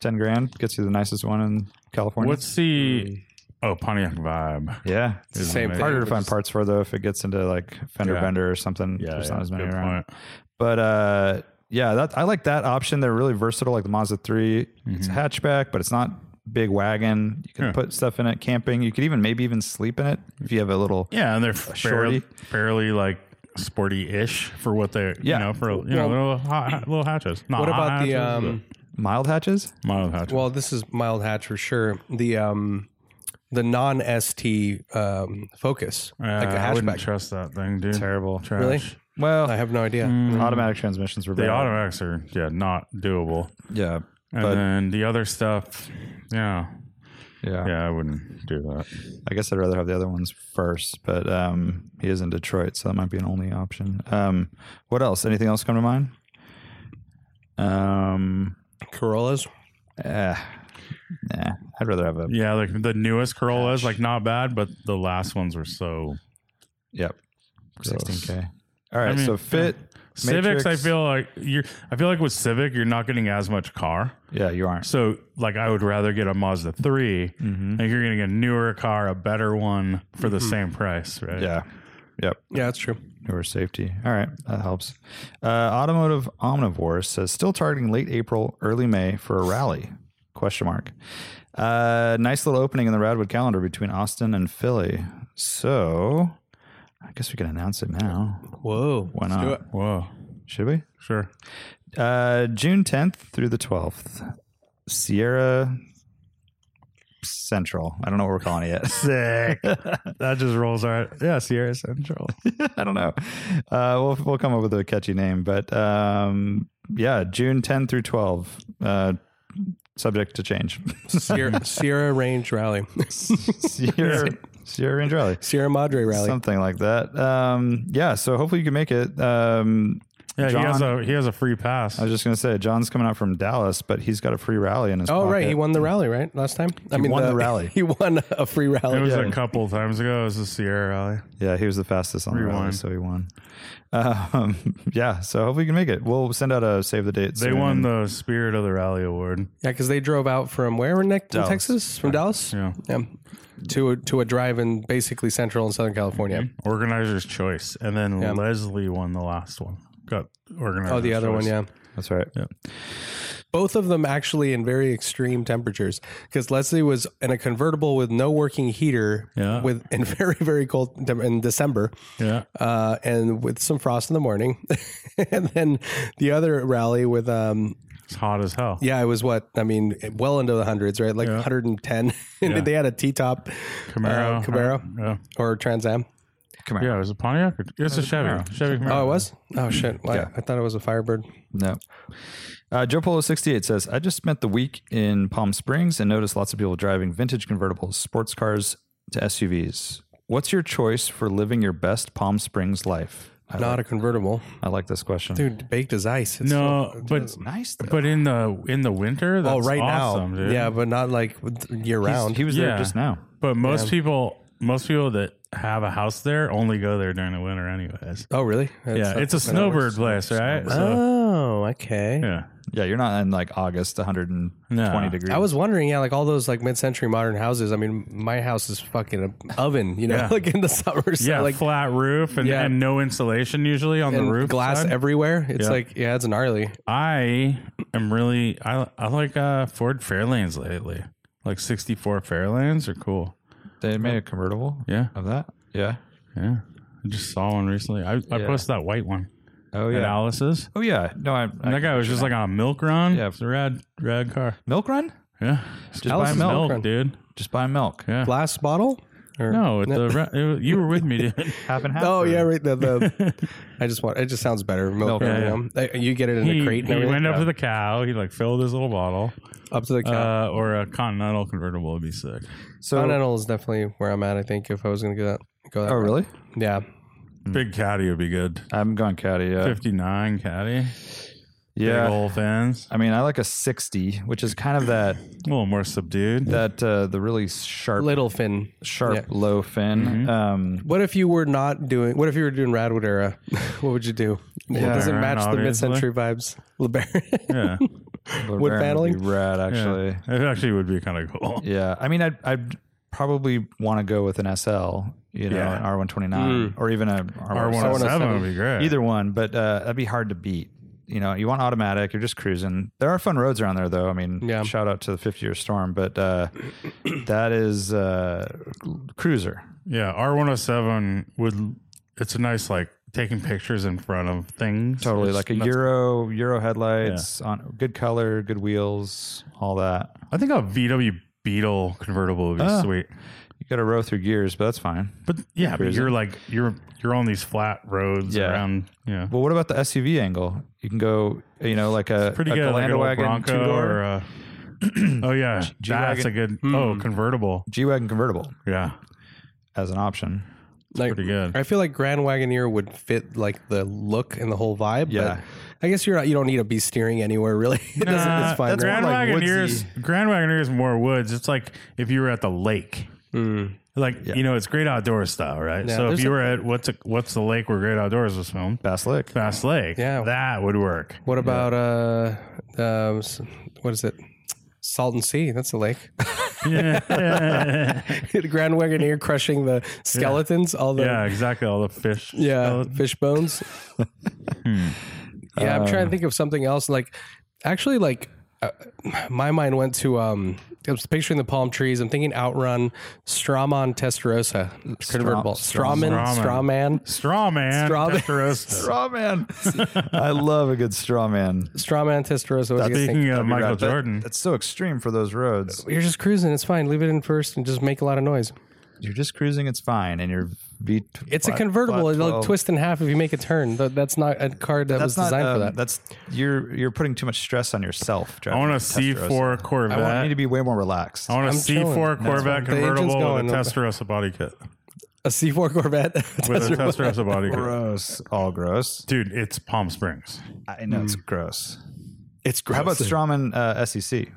Speaker 4: ten grand gets you the nicest one in California.
Speaker 1: What's the oh Pontiac vibe?
Speaker 4: yeah,
Speaker 1: It's
Speaker 7: Same
Speaker 1: amazing.
Speaker 4: harder to find parts for though if it gets into like fender
Speaker 1: Yeah.
Speaker 4: bender or something. There's not as many
Speaker 1: good
Speaker 4: around.
Speaker 1: point.
Speaker 4: But uh, yeah, that I like that option. They're really versatile, like the Mazda 3. It's a hatchback, but it's not big wagon. You can
Speaker 1: Yeah.
Speaker 4: put stuff in it, camping. You could even maybe even sleep in it if you have a little.
Speaker 1: Yeah, and they're
Speaker 4: shorty.
Speaker 1: fairly, fairly like sporty-ish for what they're
Speaker 4: Yeah.
Speaker 1: you know for you know little hot, little hatches. Not
Speaker 7: What
Speaker 1: hot
Speaker 7: about the.
Speaker 1: hatches,
Speaker 7: Um,
Speaker 4: Mild hatches?
Speaker 1: but mild hatches?
Speaker 7: well, this is mild hatch for sure. The. Um, the non ST um, Focus,
Speaker 1: Yeah,
Speaker 7: like a
Speaker 1: I wouldn't
Speaker 7: hatchback.
Speaker 1: trust that thing, dude.
Speaker 4: Terrible.
Speaker 1: Trash.
Speaker 7: Really?
Speaker 4: Well,
Speaker 7: I have no idea.
Speaker 1: Mm.
Speaker 4: automatic transmissions were
Speaker 1: The
Speaker 4: bad.
Speaker 1: automatics are yeah not doable,
Speaker 4: yeah.
Speaker 1: and
Speaker 4: But-
Speaker 1: then the other stuff, yeah,
Speaker 4: yeah,
Speaker 1: yeah, I wouldn't do that.
Speaker 4: I guess I'd rather have the other ones first, but um, he is in Detroit, so that might be an only option. Um, what else? Anything else come to mind? Um,
Speaker 7: Corollas.
Speaker 4: eh, nah, I'd rather have a
Speaker 1: Yeah, like the newest Corollas, like not bad, but the last ones were so
Speaker 4: Yep.
Speaker 1: Gross.
Speaker 4: 16K. All right.
Speaker 1: I mean,
Speaker 4: so fit.
Speaker 1: Civics, I
Speaker 4: Matrix.
Speaker 1: feel like you're. I feel like with Civic, you're not getting as much car.
Speaker 4: Yeah, you aren't.
Speaker 1: So, like, I would rather get a Mazda 3
Speaker 4: Mhm.
Speaker 1: Like, you're gonna get a newer car, a better one for the same price, right?
Speaker 4: Yeah. Yep.
Speaker 7: Yeah, that's true.
Speaker 4: Newer safety. All right. That helps. Uh, automotive omnivore says still targeting late April, early May for a rally. Question mark. Uh, nice little opening in the Radwood calendar between Austin and Philly. So I guess we can announce it now.
Speaker 7: Whoa.
Speaker 4: Why not?
Speaker 1: Whoa.
Speaker 4: Should we?
Speaker 1: Sure.
Speaker 4: Uh, June 10th through the 12th, Sierra Central. I don't know what we're calling it <laughs> yet.
Speaker 1: Sick. <laughs> that just rolls out. Yeah, Sierra Central.
Speaker 4: <laughs> I don't know. Uh, we'll we'll come up with a catchy name, but um, yeah, June 10 through 12. Uh, subject to change. <laughs>
Speaker 1: <laughs>
Speaker 7: Sierra, Sierra Range Rally.
Speaker 4: Sierra, Sierra Range Rally,
Speaker 7: Sierra Madre Rally.
Speaker 4: something like that. Um, yeah, so hopefully you can make it. Um,
Speaker 1: Yeah,
Speaker 4: John-
Speaker 1: he has a he has a free pass.
Speaker 4: I was just gonna say, John's coming out from Dallas, but he's got a free rally in his.
Speaker 7: Oh right, he
Speaker 4: pocket.
Speaker 7: won the rally right last time. I
Speaker 4: He won the rally.
Speaker 7: <laughs> He won a free
Speaker 1: it
Speaker 7: rally.
Speaker 1: was
Speaker 7: Yeah.
Speaker 1: a couple times ago. It was a Sierra rally.
Speaker 4: Yeah, he was the fastest on the
Speaker 1: Rewind.
Speaker 4: rally, so he won. <laughs> Um, yeah, so hopefully you can make it. We'll send out a save the date.
Speaker 1: They
Speaker 4: soon.
Speaker 1: won the Spirit of the Rally award.
Speaker 7: because they drove out from where in, Nec- in
Speaker 4: Dallas.
Speaker 7: Texas, from Dallas,
Speaker 1: Yeah.
Speaker 7: to a, to a drive in basically central and southern California.
Speaker 1: Mm-hmm. Organizer's choice, and then
Speaker 7: Yeah.
Speaker 1: Leslie won the last one. Got organizer.
Speaker 7: Oh, the other one, yeah.
Speaker 4: That's right.
Speaker 7: Both of them actually in very extreme temperatures because Leslie was in a convertible with no working heater,
Speaker 1: Yeah.
Speaker 7: with in <laughs> very very cold tem- in December.
Speaker 1: Yeah.
Speaker 7: uh, <laughs> and with some frost in the morning, and then the other rally with um,
Speaker 1: It's hot as hell.
Speaker 7: Yeah, it was what I mean, well into the hundreds, right? Like
Speaker 1: Yeah.
Speaker 7: <laughs> 110. and
Speaker 1: Yeah.
Speaker 7: they had a T top
Speaker 1: Camaro.
Speaker 7: uh, Camaro
Speaker 1: Yeah.
Speaker 7: or Trans Am.
Speaker 4: Camaro.
Speaker 1: Yeah, it was a Pontiac. Or, it's a Chevy. Chevy Camaro.
Speaker 7: Oh, it was. Oh shit! Wow.
Speaker 4: Yeah.
Speaker 7: I thought it was a Firebird.
Speaker 4: No. Uh, Joe Polo 68 says, I just spent the week in Palm Springs and noticed lots of people driving vintage convertibles, sports cars to SUVs. What's your choice for living your best Palm Springs life? I,
Speaker 7: Not a convertible,
Speaker 4: I like this question.
Speaker 7: dude. Baked as ice. It's
Speaker 1: No,
Speaker 7: so-
Speaker 1: but
Speaker 4: nice. Though.
Speaker 1: but in the in the winter, that's
Speaker 7: oh, right
Speaker 1: awesome,
Speaker 7: now,
Speaker 1: dude.
Speaker 7: yeah, but not like year round.
Speaker 4: he was
Speaker 1: Yeah.
Speaker 4: there just now.
Speaker 1: But most people, most people that have a house there only go there during the winter, anyways.
Speaker 7: oh, really?
Speaker 1: yeah, it's a
Speaker 7: that's how it works.
Speaker 1: snowbird place, right? So,
Speaker 7: Oh, okay.
Speaker 1: yeah,
Speaker 4: Yeah, you're not in like August 120
Speaker 1: No.
Speaker 4: degrees.
Speaker 7: I was wondering, yeah, like all those like mid-century modern houses. I mean, my house is fucking an oven, you know,
Speaker 1: Yeah.
Speaker 7: <laughs> like in the summer. So
Speaker 1: yeah,
Speaker 7: like
Speaker 1: flat roof and,
Speaker 7: Yeah.
Speaker 1: and no insulation usually on the
Speaker 7: and
Speaker 1: roof.
Speaker 7: glass
Speaker 1: side.
Speaker 7: everywhere. It's
Speaker 1: Yeah.
Speaker 7: like, yeah, it's gnarly.
Speaker 1: I am really I I like uh, Ford Fairlanes lately. Like sixty four Fairlanes are cool.
Speaker 4: They made a convertible
Speaker 1: Yeah,
Speaker 4: of that. Yeah.
Speaker 1: yeah. I just saw one recently. I, I
Speaker 4: Yeah.
Speaker 1: posted that white one
Speaker 4: Oh
Speaker 1: at
Speaker 4: yeah.
Speaker 1: Alice's.
Speaker 4: Oh yeah. No, I,
Speaker 1: And
Speaker 4: I
Speaker 1: that guy was just like on a milk run.
Speaker 4: Yeah.
Speaker 1: it's a rad rad car.
Speaker 4: milk run.
Speaker 1: Yeah,
Speaker 4: Just buy milk.
Speaker 1: milk, dude.
Speaker 4: Just buy milk.
Speaker 1: Yeah.
Speaker 7: Glass bottle? Or
Speaker 1: No, at the re- it, was- you were with me, dude.
Speaker 4: Half and half.
Speaker 7: Oh
Speaker 4: or-
Speaker 7: yeah, right.
Speaker 1: <laughs>
Speaker 7: The, the I just want. It just sounds better. Milk,
Speaker 4: Milk,
Speaker 7: you, know? Uh, you get it in
Speaker 1: he
Speaker 7: a crate. and
Speaker 1: he
Speaker 7: everything?
Speaker 1: went up to the cow. He like filled his little bottle.
Speaker 7: up to the cow.
Speaker 1: Uh, or a Continental convertible would be sick.
Speaker 4: So.
Speaker 7: Continental is definitely where I'm at. I think if I was gonna go that, go that.
Speaker 4: Oh
Speaker 7: route.
Speaker 4: really?
Speaker 7: Yeah.
Speaker 1: Big caddy would be good.
Speaker 4: I'm going caddy. Yeah.
Speaker 1: Fifty nine caddy.
Speaker 4: Yeah.
Speaker 1: Big old fans.
Speaker 4: I mean, I like a 60, which is kind of that
Speaker 1: A little more subdued.
Speaker 4: that uh, the really sharp,
Speaker 7: Little fin.
Speaker 4: sharp
Speaker 7: Yeah.
Speaker 4: low fin.
Speaker 1: Mm-hmm.
Speaker 4: Um,
Speaker 7: What if you were not doing? What if you were doing Radwood era? <laughs> what would you do?
Speaker 4: Yeah.
Speaker 7: it doesn't
Speaker 1: LeBaron,
Speaker 7: match the
Speaker 1: obviously.
Speaker 7: mid-century vibes.
Speaker 1: <laughs>
Speaker 7: LeBaron.
Speaker 1: yeah.
Speaker 4: the
Speaker 7: Wood
Speaker 4: Baron
Speaker 7: paneling?
Speaker 4: would be rad, actually.
Speaker 1: yeah.
Speaker 4: Yeah.
Speaker 1: It actually would be kind of cool.
Speaker 4: I mean, I'd, I'd probably want to go with an SL, you know,
Speaker 1: Yeah.
Speaker 4: an
Speaker 7: Mm.
Speaker 4: R129, or even a
Speaker 1: R107
Speaker 4: R107.
Speaker 1: would be great.
Speaker 4: Either one, but uh, that'd be hard to beat. You know, you want automatic. You're just cruising. There are fun roads around there, though. I mean,
Speaker 7: Yeah.
Speaker 4: shout out to the 50 year storm, but uh, that is uh, cruiser.
Speaker 1: Yeah. R107 would, it's a nice like taking pictures in front of things.
Speaker 4: Totally,
Speaker 1: It's-
Speaker 4: like a Euro, Euro headlights on good color, good wheels, all that.
Speaker 1: I think a VW Beetle convertible would be
Speaker 4: Oh.
Speaker 1: sweet.
Speaker 4: You got to row through gears, but that's fine.
Speaker 1: But yeah, but
Speaker 4: Cruising.
Speaker 1: you're like, you're, you're on these flat roads
Speaker 4: Yeah.
Speaker 1: around. Yeah.
Speaker 4: Well, what about the SUV angle? You can go, you know, like a
Speaker 1: Pretty
Speaker 4: a
Speaker 1: good. Like
Speaker 4: Galanto
Speaker 1: an old
Speaker 4: wagon, two
Speaker 1: Bronco or uh,
Speaker 4: door,
Speaker 1: a, <clears throat> oh yeah. That's
Speaker 4: G-Wagon. Hmm.
Speaker 1: a good, oh, convertible.
Speaker 4: G wagon convertible
Speaker 1: Yeah.
Speaker 4: as an option.
Speaker 7: like,
Speaker 1: Pretty good.
Speaker 7: I feel like Grand Wagoneer would fit like the look and the whole vibe.
Speaker 4: Yeah.
Speaker 7: But I guess you're not. You don't need to be steering anywhere really. <laughs> It doesn't.
Speaker 1: Nah,
Speaker 7: it's fine.
Speaker 4: that's
Speaker 1: Grand
Speaker 4: more like
Speaker 1: Wagoneers,
Speaker 4: woodsy.
Speaker 1: Grand Wagoneers more woods. It's like if you were at the lake. Like you know, it's great outdoor style, right? so if
Speaker 7: There's
Speaker 1: you
Speaker 7: a-
Speaker 1: were at what's a, what's the lake where Great Outdoors was filmed,
Speaker 4: Bass Lake.
Speaker 1: Fast Lake,
Speaker 7: Yeah.
Speaker 1: that would
Speaker 7: <laughs>
Speaker 1: work.
Speaker 7: What about uh, uh, s- what is it? Salton Sea. That's a lake. <laughs> the Grand Wagoneer crushing the skeletons. All the
Speaker 1: Yeah,
Speaker 7: yeah,
Speaker 1: exactly. All the fish.
Speaker 7: fish bones.
Speaker 4: Hmm.
Speaker 7: yeah, I'm
Speaker 4: Uh,
Speaker 7: trying to think of something else. Like, actually, like uh, my mind went to um. I was picturing the palm trees. I'm thinking Outrun, Strawman Testarossa convertible,
Speaker 4: Stra-
Speaker 7: Strawman, Strawman,
Speaker 1: straw man.
Speaker 7: Straw man. <laughs>
Speaker 1: Testarossa.
Speaker 4: <laughs>
Speaker 1: <laughs>
Speaker 4: Straw man. I love a good straw man.
Speaker 7: Strawman Testarossa. What do you guys
Speaker 1: Speaking
Speaker 7: think?
Speaker 1: of Michael
Speaker 4: Right, that-
Speaker 1: Jordan,
Speaker 4: That's so extreme for those roads.
Speaker 7: You're just cruising. It's fine. Leave it in first and just make a lot of noise.
Speaker 4: You're just cruising, it's fine. And you're V.
Speaker 7: It's a
Speaker 4: flat-
Speaker 7: convertible.
Speaker 4: flat
Speaker 7: It'll
Speaker 4: 12.
Speaker 7: twist in half if you make a turn. Th- That's not a car that was
Speaker 4: That's not,
Speaker 7: designed
Speaker 4: um,
Speaker 7: for that.
Speaker 4: That's you're you're putting too much stress on yourself.
Speaker 1: I
Speaker 4: driving
Speaker 1: want
Speaker 4: a
Speaker 1: a
Speaker 4: Testarossa.
Speaker 1: C4 Corvette.
Speaker 4: I want I need to be way more relaxed.
Speaker 1: I want a
Speaker 7: I'm
Speaker 1: C four
Speaker 7: chilling.
Speaker 1: Corvette
Speaker 7: That's fine. The engine's
Speaker 1: convertible with
Speaker 7: going.
Speaker 1: a Testarossa body kit.
Speaker 7: <laughs> A C4 Corvette.
Speaker 1: With a Testarossa body
Speaker 7: uh,
Speaker 1: kit.
Speaker 4: gross. All gross.
Speaker 1: Dude, it's Palm Springs.
Speaker 4: I know it's gross.
Speaker 7: Hmm. it's gross.
Speaker 4: How about Strawman uh, SEC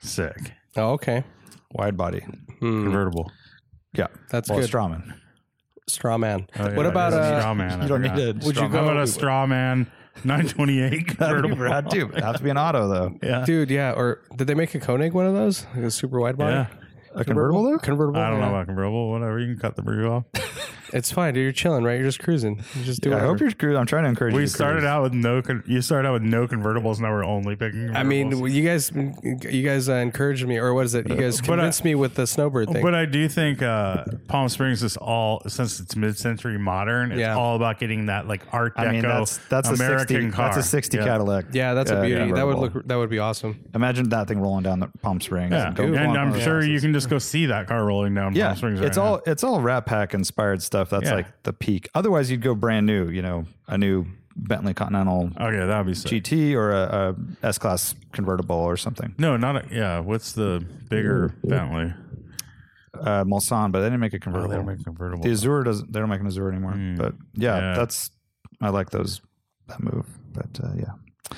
Speaker 1: Sick.
Speaker 7: <laughs> Oh, okay.
Speaker 4: wide body?
Speaker 7: Hmm.
Speaker 1: Convertible.
Speaker 4: Yeah,
Speaker 7: That's
Speaker 4: well,
Speaker 7: good.
Speaker 4: <laughs> Strawman.
Speaker 7: Straw man.
Speaker 1: Oh, yeah,
Speaker 7: what
Speaker 1: it
Speaker 7: about
Speaker 1: is a
Speaker 7: uh,
Speaker 1: straw man? I
Speaker 4: You don't need
Speaker 1: forgot.
Speaker 4: to.
Speaker 7: Would you
Speaker 1: How
Speaker 7: go-
Speaker 1: about a straw man 928
Speaker 4: That'd be
Speaker 1: convertible?
Speaker 4: rad too. It'd Have to be an auto though.
Speaker 1: Yeah.
Speaker 7: dude? Yeah. Or did they make a Koenig one of those? Like a super wide body
Speaker 1: yeah.
Speaker 4: A convertible though.
Speaker 7: convertible.
Speaker 1: I don't know
Speaker 7: yeah.
Speaker 1: about convertible. Whatever. You can cut the roof off.
Speaker 7: It's fine, dude. You're chilling, right? You're just cruising. You just do
Speaker 4: I
Speaker 7: whatever.
Speaker 4: hope you're screwed. I'm trying to encourage you.
Speaker 1: We
Speaker 4: to
Speaker 1: started
Speaker 4: cruise.
Speaker 1: out with no. Con- you started out with no convertibles. Now we're only picking.
Speaker 7: I
Speaker 1: convertibles.
Speaker 7: mean, you guys, you guys uh, encouraged me, or what is it? You guys
Speaker 1: Uh, I-
Speaker 7: convinced me with the snowbird thing.
Speaker 1: But I do think uh, Palm Springs is all since it's mid-century modern. It's
Speaker 7: Yeah.
Speaker 1: all about getting that like Art Deco
Speaker 4: I mean, that's that's
Speaker 1: American
Speaker 4: a 60,
Speaker 1: car.
Speaker 4: That's a 60
Speaker 1: yeah.
Speaker 4: Cadillac.
Speaker 7: yeah, that's
Speaker 4: uh,
Speaker 7: a beauty. That would
Speaker 4: convertible.
Speaker 7: look. That would be awesome.
Speaker 4: Imagine that thing rolling down the Palm Springs.
Speaker 1: Yeah,
Speaker 4: go
Speaker 1: and
Speaker 4: along
Speaker 1: I'm
Speaker 4: those
Speaker 1: sure you
Speaker 4: houses.
Speaker 1: can just go see that car rolling down
Speaker 4: Yeah,
Speaker 1: Palm Springs.
Speaker 4: it's
Speaker 1: right
Speaker 4: all it's all Rat Pack inspired stuff. That's
Speaker 1: Yeah.
Speaker 4: like the peak. Otherwise, you'd go brand new. You know, a new Bentley Continental
Speaker 1: Now. Okay, that'd be sick.
Speaker 4: GT or a, a S Class convertible or something.
Speaker 1: No, not a, yeah. What's the bigger Bentley?
Speaker 4: Uh, Mulsanne, but they didn't make
Speaker 1: Oh,
Speaker 4: a
Speaker 1: they
Speaker 4: convertible.
Speaker 1: don't make convertible.
Speaker 4: the Azure doesn't. They don't make an Azure anymore. But yeah,
Speaker 1: Yeah.
Speaker 4: that's I like those that move. But uh, yeah.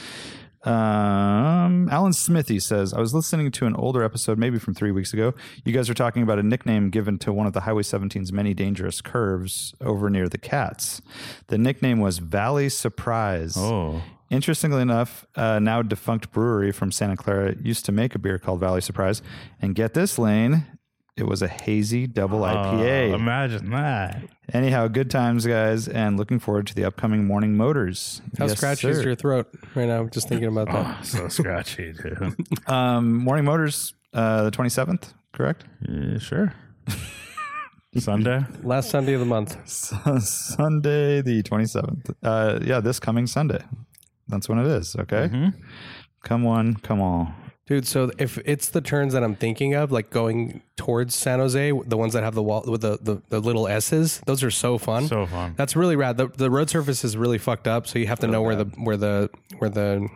Speaker 4: Um, Alan Smithy says, I was listening to an older episode, maybe from three weeks ago. You guys were talking about a nickname given to one of the Highway 17's many dangerous curves over near the Cats. The nickname was Valley Surprise.
Speaker 1: oh,
Speaker 4: Interestingly enough, uh, now defunct brewery from Santa Clara used to make a beer called Valley Surprise. And get this, Lane, it was a hazy
Speaker 7: Uh,
Speaker 4: double IPA.
Speaker 1: uh, imagine that.
Speaker 4: Anyhow, good times, guys, and looking forward to the upcoming morning motors.
Speaker 7: How scratchy is your throat right now? Just thinking about
Speaker 1: <sighs>
Speaker 7: that.
Speaker 1: So scratchy,
Speaker 7: <laughs>
Speaker 1: dude.
Speaker 4: um, morning motors? Uh, the twenty seventh, correct?
Speaker 1: yeah, sure.
Speaker 7: <laughs>
Speaker 1: Sunday.
Speaker 7: Last Sunday of the month.
Speaker 4: <laughs> Sunday, the twenty seventh. Uh, yeah, this coming Sunday. That's when it is. Okay.
Speaker 7: Mm-hmm.
Speaker 4: Come on, come on.
Speaker 7: Dude, so if it's the turns that I'm thinking of, like going towards San Jose, the ones that have the wall with the, the, the little S's, those are so fun.
Speaker 1: So fun.
Speaker 7: That's really rad. The, the road surface is really fucked up, so you have to know where the where the where the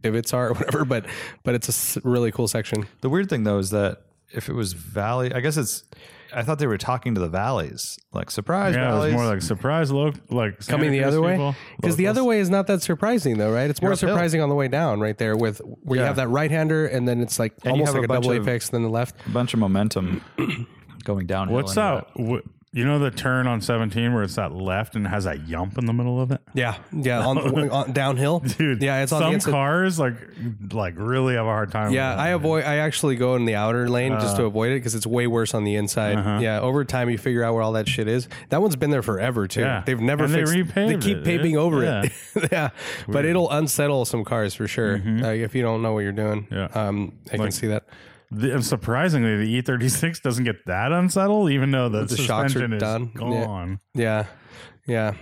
Speaker 7: divots are or whatever. But but it's a s- really cool section.
Speaker 4: The weird thing though is that if it was Valley, I guess it's. I thought they were talking to the valleys, like surprise
Speaker 1: Yeah, it was
Speaker 4: valleys.
Speaker 1: more like surprise. Look, like Santa
Speaker 7: Coming the
Speaker 1: Cruz
Speaker 7: other way,
Speaker 1: people.
Speaker 7: because the other way is not that surprising though, right? It's more
Speaker 4: uphill.
Speaker 7: surprising on the way down, right there with where you have that right hander, and then it's like
Speaker 4: you
Speaker 7: almost
Speaker 4: have
Speaker 7: like
Speaker 4: a
Speaker 7: a,
Speaker 4: bunch
Speaker 7: double
Speaker 4: of-
Speaker 7: apex, then the left.
Speaker 4: a bunch of momentum <clears throat> going downhill.
Speaker 1: What's
Speaker 4: anyway.
Speaker 1: that? What, you know the turn on 17 where it's that left and has that yump in the middle of it?
Speaker 7: Yeah, yeah, on, on downhill,
Speaker 1: Dude,
Speaker 7: Yeah, it's on
Speaker 1: some
Speaker 7: the inside.
Speaker 1: cars like like really have a hard time.
Speaker 7: Yeah,
Speaker 1: with
Speaker 7: I
Speaker 1: that.
Speaker 7: avoid. I actually go in the outer lane just
Speaker 1: Ah.
Speaker 7: to avoid it because it's way worse on the inside.
Speaker 1: Uh-huh.
Speaker 7: Yeah, over time you figure out where all that shit is. That one's been there forever too.
Speaker 1: Yeah.
Speaker 7: They've never
Speaker 1: And they
Speaker 7: fixed. they
Speaker 1: repaved
Speaker 7: keep
Speaker 1: it.
Speaker 7: paving over
Speaker 1: Yeah. Mm-hmm.
Speaker 7: it. <laughs> yeah, but it'll unsettle some cars for sure uh, if you don't know what you're doing.
Speaker 1: Yeah.
Speaker 7: um, I can see that.
Speaker 1: The- and surprisingly, the E36 doesn't get that unsettled, even though the,
Speaker 7: The shocks are
Speaker 1: suspension is
Speaker 7: done. Yeah.
Speaker 1: gone.
Speaker 7: Yeah, yeah.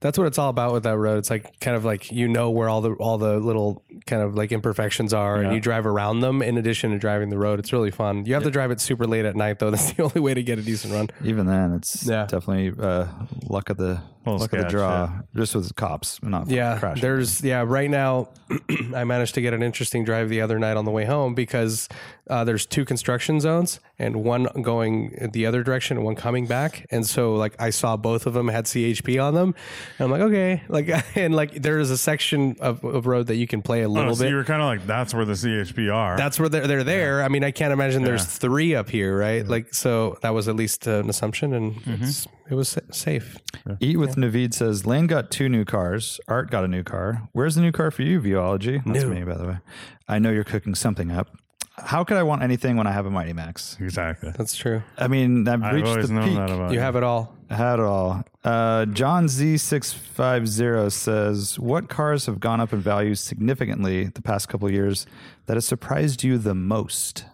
Speaker 7: That's what it's all about with that road. It's like kind of like you know where all the all the little kind of like imperfections are, and you drive around them. In addition to driving the road, it's really fun. You have to drive it super late at night though. <laughs> That's the only way to get a decent run.
Speaker 4: Even then, it's
Speaker 7: Yeah.
Speaker 4: definitely uh, luck of the
Speaker 1: Little
Speaker 4: luck of the
Speaker 1: sketch,
Speaker 4: draw.
Speaker 1: yeah.
Speaker 4: Just with cops, not
Speaker 7: Yeah,
Speaker 4: crashing.
Speaker 7: there's yeah. Right now, <clears throat> I managed to get an interesting drive the other night on the way home because uh, there's two construction zones and one going the other direction and one coming back. And so like I saw both of them had CHP on them, and I'm like okay, <laughs> like and like there is a section of, of road that you can play a
Speaker 1: Oh,
Speaker 7: little
Speaker 1: so
Speaker 7: bit.
Speaker 1: you were kind of like, that's where the CHP are.
Speaker 7: That's where they're they're there. I mean, I can't imagine there's three up here, right? Like so that was at least uh, an assumption, and it's, it was sa- safe.
Speaker 4: Eat with Naveed says Lane got two new cars. Art got a new car. Where's the new car for you, Viology? That's me, by the way. I know you're cooking something up. How could I want anything when I have a Mighty Max?
Speaker 1: exactly.
Speaker 7: That's true.
Speaker 4: I mean, I've
Speaker 1: I've
Speaker 4: reached
Speaker 1: always
Speaker 4: the
Speaker 1: known
Speaker 4: peak.
Speaker 1: that about
Speaker 7: You
Speaker 1: you.
Speaker 7: have it all.
Speaker 4: At all. Uh, John Z650 says, What cars have gone up in value significantly the past couple of years that has surprised you the most?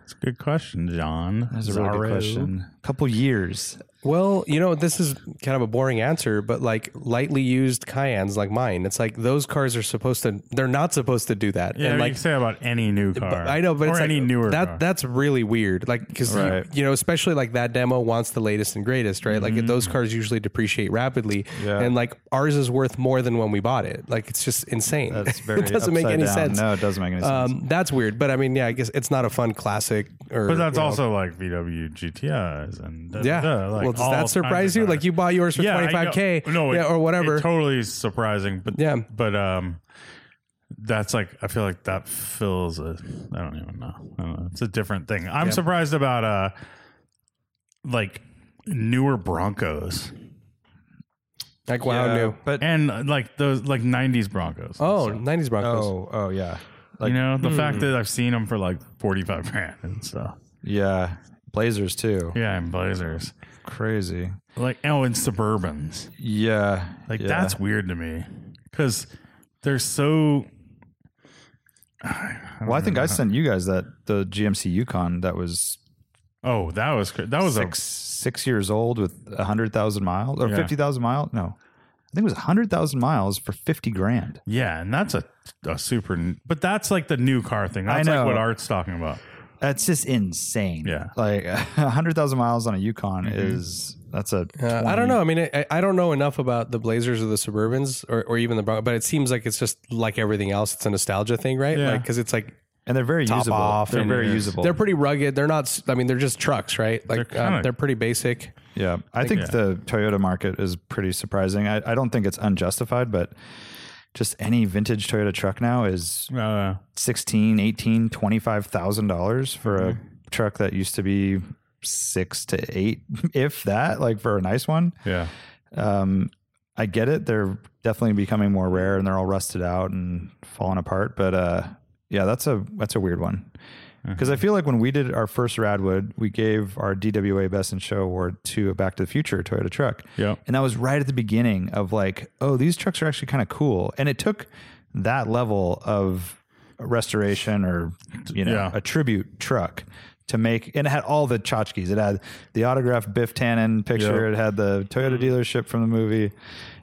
Speaker 1: That's a good question, John.
Speaker 4: That's a really good question. Couple years.
Speaker 7: Well, you know, this is kind of a boring answer, but like lightly used Cayennes like mine, it's like those cars are supposed to, they're not supposed to do that.
Speaker 1: Yeah,
Speaker 7: and
Speaker 1: like, you
Speaker 7: like,
Speaker 1: can say about any new car.
Speaker 7: I know, but
Speaker 1: or
Speaker 7: it's like,
Speaker 1: any newer
Speaker 7: that
Speaker 1: car.
Speaker 7: that's really weird. Like, because
Speaker 4: Right.
Speaker 7: you, know, especially like that demo wants the latest and greatest, right? Like
Speaker 1: Mm-hmm.
Speaker 7: those cars usually depreciate rapidly,
Speaker 4: Yeah.
Speaker 7: and like ours is worth more than when we bought it. Like it's just insane.
Speaker 4: That's very
Speaker 7: <laughs> it doesn't make
Speaker 4: upside
Speaker 7: any
Speaker 4: down.
Speaker 7: sense.
Speaker 4: No, it doesn't make any sense.
Speaker 7: Um, that's weird, but I mean, yeah, I guess it's not a fun classic. Or
Speaker 1: but that's
Speaker 7: you know.
Speaker 1: also like VW GTIs and da,
Speaker 7: yeah.
Speaker 1: da, da, like
Speaker 7: well, does
Speaker 1: all
Speaker 7: that
Speaker 1: kinds
Speaker 7: surprise
Speaker 1: of
Speaker 7: you?
Speaker 1: cars.
Speaker 7: Like you bought yours for
Speaker 1: I
Speaker 7: twenty five k,
Speaker 1: know. No,
Speaker 7: yeah,
Speaker 1: it-
Speaker 7: or whatever.
Speaker 1: It totally is surprising, but
Speaker 7: Yeah.
Speaker 1: but um, that's like I feel like that fills a. I don't even know. I don't know. It's a different thing. I'm surprised about uh, like newer Broncos
Speaker 7: Like wow, new.
Speaker 4: But
Speaker 1: and uh, like those like '90s Broncos.
Speaker 7: Oh, 90s Broncos.
Speaker 4: oh, oh yeah.
Speaker 1: you know the fact that I've seen them for like 45 grand and stuff.
Speaker 4: Yeah. Blazers too.
Speaker 1: Yeah, and Blazers.
Speaker 4: Crazy.
Speaker 1: Like oh, and Suburbans.
Speaker 4: Yeah.
Speaker 1: Like
Speaker 4: yeah.
Speaker 1: that's weird to me because they're so.
Speaker 4: Well,
Speaker 7: <laughs>
Speaker 4: I think I sent you guys that the GMC Yukon that was
Speaker 1: Oh, that was cra- that was
Speaker 4: six six years old with a hundred thousand miles or
Speaker 1: Yeah.
Speaker 4: fifty thousand miles. No, I think it was a hundred thousand miles for fifty grand.
Speaker 1: a yeah, and that's a a super. n- But that's like the new car thing.
Speaker 4: I
Speaker 1: That's
Speaker 4: know.
Speaker 1: like what Art's talking about.
Speaker 4: That's just insane.
Speaker 1: Yeah. Mm-hmm.
Speaker 4: like <laughs> a hundred thousand miles on a Yukon is that's a.
Speaker 7: Uh, I don't know. I mean, I, I don't know enough about the Blazers or the Suburbans or, or even the Bronco, but it seems like it's just like everything else. It's a nostalgia thing, right?
Speaker 1: Yeah.
Speaker 7: Like, because it's like
Speaker 4: and they're very
Speaker 7: top
Speaker 4: usable.
Speaker 7: off.
Speaker 4: they're
Speaker 7: and
Speaker 4: very usable.
Speaker 7: They're pretty rugged. They're not. s- I mean, they're just trucks, right? Like
Speaker 1: They're
Speaker 7: um,
Speaker 1: kinda-
Speaker 7: they're pretty basic.
Speaker 4: yeah, I think the Toyota market is pretty surprising. I, I don't think it's unjustified, but just any vintage Toyota truck now is
Speaker 1: Uh,
Speaker 4: sixteen, eighteen, twenty-five thousand dollars for a truck that used to be six to eight, <laughs> if that, like for a nice one.
Speaker 1: yeah,
Speaker 4: Um, I get it; they're definitely becoming more rare, and they're all rusted out and falling apart. But uh, yeah, that's a that's a weird one because I feel like when we did our first Radwood, we gave our DWA Best in Show award to a Back to the Future Toyota truck.
Speaker 1: Yep.
Speaker 4: and that was right at the beginning of like, oh, these trucks are actually kind of cool, and it took that level of restoration or you know
Speaker 1: Yeah.
Speaker 4: a tribute truck to make and it had all the tchotchkes. It had the autographed Biff Tannen picture. It had the Toyota dealership from the movie.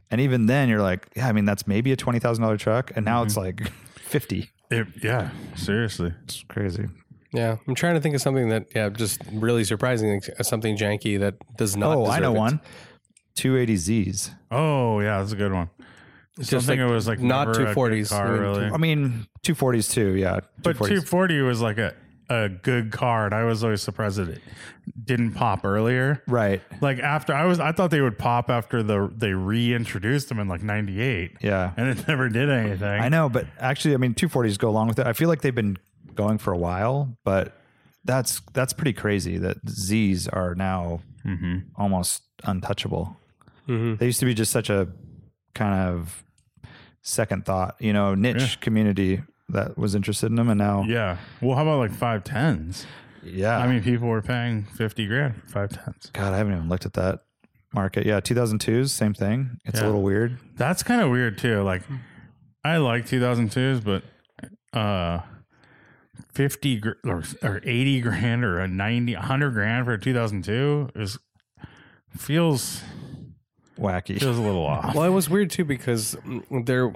Speaker 4: And even then you're like, yeah, I mean that's maybe a twenty thousand dollar truck. And now it's
Speaker 1: Mm-hmm.
Speaker 4: like <laughs> fifty.
Speaker 1: it, yeah. Seriously,
Speaker 4: It's crazy.
Speaker 7: Yeah, I'm trying to think of something that yeah, just really surprising, like, something janky that does not.
Speaker 4: Oh, I
Speaker 7: deserve
Speaker 4: know
Speaker 7: it.
Speaker 4: one. Two eighty Z's.
Speaker 1: Oh yeah, that's a good one. Something
Speaker 7: like
Speaker 1: it was like
Speaker 7: not
Speaker 1: never a good
Speaker 7: 240s, I
Speaker 1: car
Speaker 7: mean,
Speaker 1: really.
Speaker 4: I mean two forties too, yeah.
Speaker 1: But
Speaker 4: 240s.
Speaker 1: two forty was like a a good car, and I was always surprised that it didn't pop earlier.
Speaker 4: Right.
Speaker 1: Like after I was, I thought they would pop after the they reintroduced them in like '98.
Speaker 4: Yeah.
Speaker 1: and it <laughs> never did anything.
Speaker 4: I know, but actually I mean two forties go along with it. I feel like they've been going for a while, but that's that's pretty crazy that Z's are now
Speaker 1: Mm-hmm.
Speaker 4: almost untouchable. They used to be just such a kind of second thought, you know, niche community that was interested in them, and now
Speaker 1: Yeah. Well, how about like five tens?
Speaker 4: yeah.
Speaker 1: I mean, people were paying fifty grand for five tens.
Speaker 4: God, I haven't even looked at that market. Yeah, 2002s, same thing. It's a
Speaker 1: Yeah.
Speaker 4: little weird.
Speaker 1: That's kind of weird too. Like, I like 2002s, but uh, 50 gr- or, or 80 grand or a 90, 100 grand for a 2002 is feels
Speaker 4: Wacky.
Speaker 1: feels a
Speaker 4: <laughs>
Speaker 1: little off.
Speaker 7: Well, it was weird too because mm, they're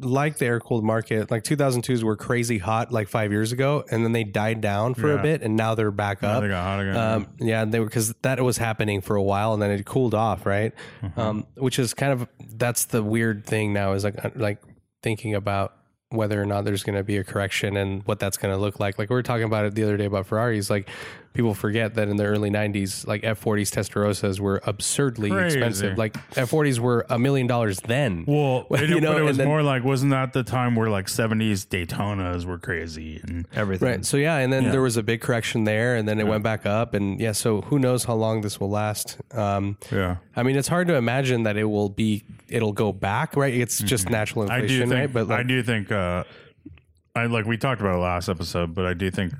Speaker 7: like the air cooled market. Like 2002s were crazy hot like five years ago, and then they died down for
Speaker 1: Yeah.
Speaker 7: a bit, and now they're back
Speaker 1: Now
Speaker 7: up.
Speaker 1: they got hot again.
Speaker 7: Um, yeah, they were because that was happening for a while, and then it cooled off, right?
Speaker 1: Mm-hmm.
Speaker 7: Um, which is kind of that's the weird thing now is like uh, like thinking about whether or not there's going to be a correction and what that's going to look like. Like we were talking about it the other day about Ferraris. Like people forget that in the early '90s, like F40s Testarossas were absurdly
Speaker 1: Crazy.
Speaker 7: expensive. Like F40s were a million dollars then. <laughs>
Speaker 1: well, it,
Speaker 7: you know,
Speaker 1: but it
Speaker 7: and
Speaker 1: was
Speaker 7: then-
Speaker 1: more like wasn't that the time where like 70s Daytonas were crazy and
Speaker 4: Everything.
Speaker 7: Right. So yeah, and then there was a big correction there, and then it went back up, and yeah. So who knows how long this will last? Um,
Speaker 1: yeah.
Speaker 7: I mean, it's hard to imagine that it will be. It'll go back, right? It's just natural
Speaker 1: Mm-hmm. I do
Speaker 7: inflation,
Speaker 1: think,
Speaker 7: right? But like,
Speaker 1: I do think, uh, I like we talked about it last episode, but I do think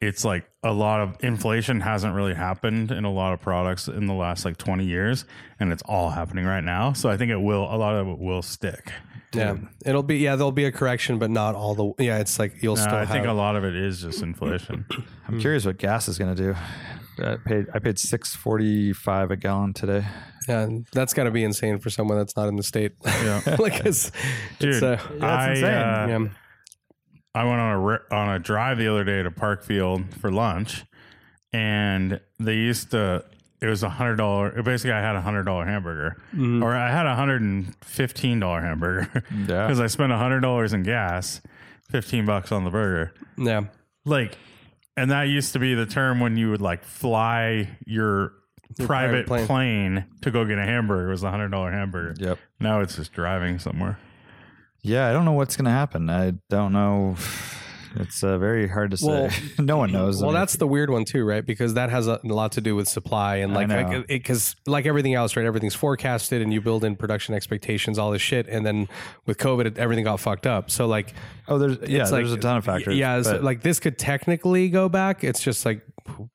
Speaker 1: it's like a lot of inflation hasn't really happened in a lot of products in the last like 20 years, and it's all happening right now. So I think it will, a lot of it will stick.
Speaker 7: yeah, it'll be yeah, there'll be a correction, but not all the yeah. It's like you'll
Speaker 1: Uh,
Speaker 7: still
Speaker 1: I think a
Speaker 7: have-
Speaker 1: lot of it is just inflation.
Speaker 4: I'm curious what gas is going to do. I paid I paid 6.45 a gallon today.
Speaker 7: yeah, that's got to be insane for someone that's not in the state. Yeah, <laughs> like it's,
Speaker 1: Dude,
Speaker 7: it's uh,
Speaker 1: I,
Speaker 4: insane.
Speaker 1: uh,
Speaker 7: yeah.
Speaker 1: I went on a ri- on a drive the other day to Parkfield for lunch, and they used to. It was a hundred dollar. Basically, I had a hundred dollar hamburger, or I had a hundred and fifteen dollar hamburger <laughs>
Speaker 4: Yeah.
Speaker 1: because I spent a hundred dollars in gas, fifteen bucks on the burger.
Speaker 7: yeah.
Speaker 1: Like, and that used to be the term when you would like fly your, private,
Speaker 7: private plane.
Speaker 1: plane. to go get a hamburger. It was a hundred dollar hamburger.
Speaker 4: Yep.
Speaker 1: Now it's just driving somewhere.
Speaker 4: Yeah, I don't know what's going to happen. I don't know. It's uh, very hard to say. <laughs>
Speaker 7: Well- <laughs>
Speaker 4: no one knows. I
Speaker 7: Well,
Speaker 4: mean,
Speaker 7: that's the weird one too, right? Because that has a lot to do with supply and like
Speaker 4: know.
Speaker 7: because like everything else, right? Everything's forecasted, and you build in production expectations, all this shit, and then with COVID, it, everything got fucked up. So like,
Speaker 4: oh, there's yeah,
Speaker 7: it's like-
Speaker 4: there's a ton of factors.
Speaker 7: <laughs> Yeah, it's
Speaker 4: but-
Speaker 7: like this could technically go back. It's just like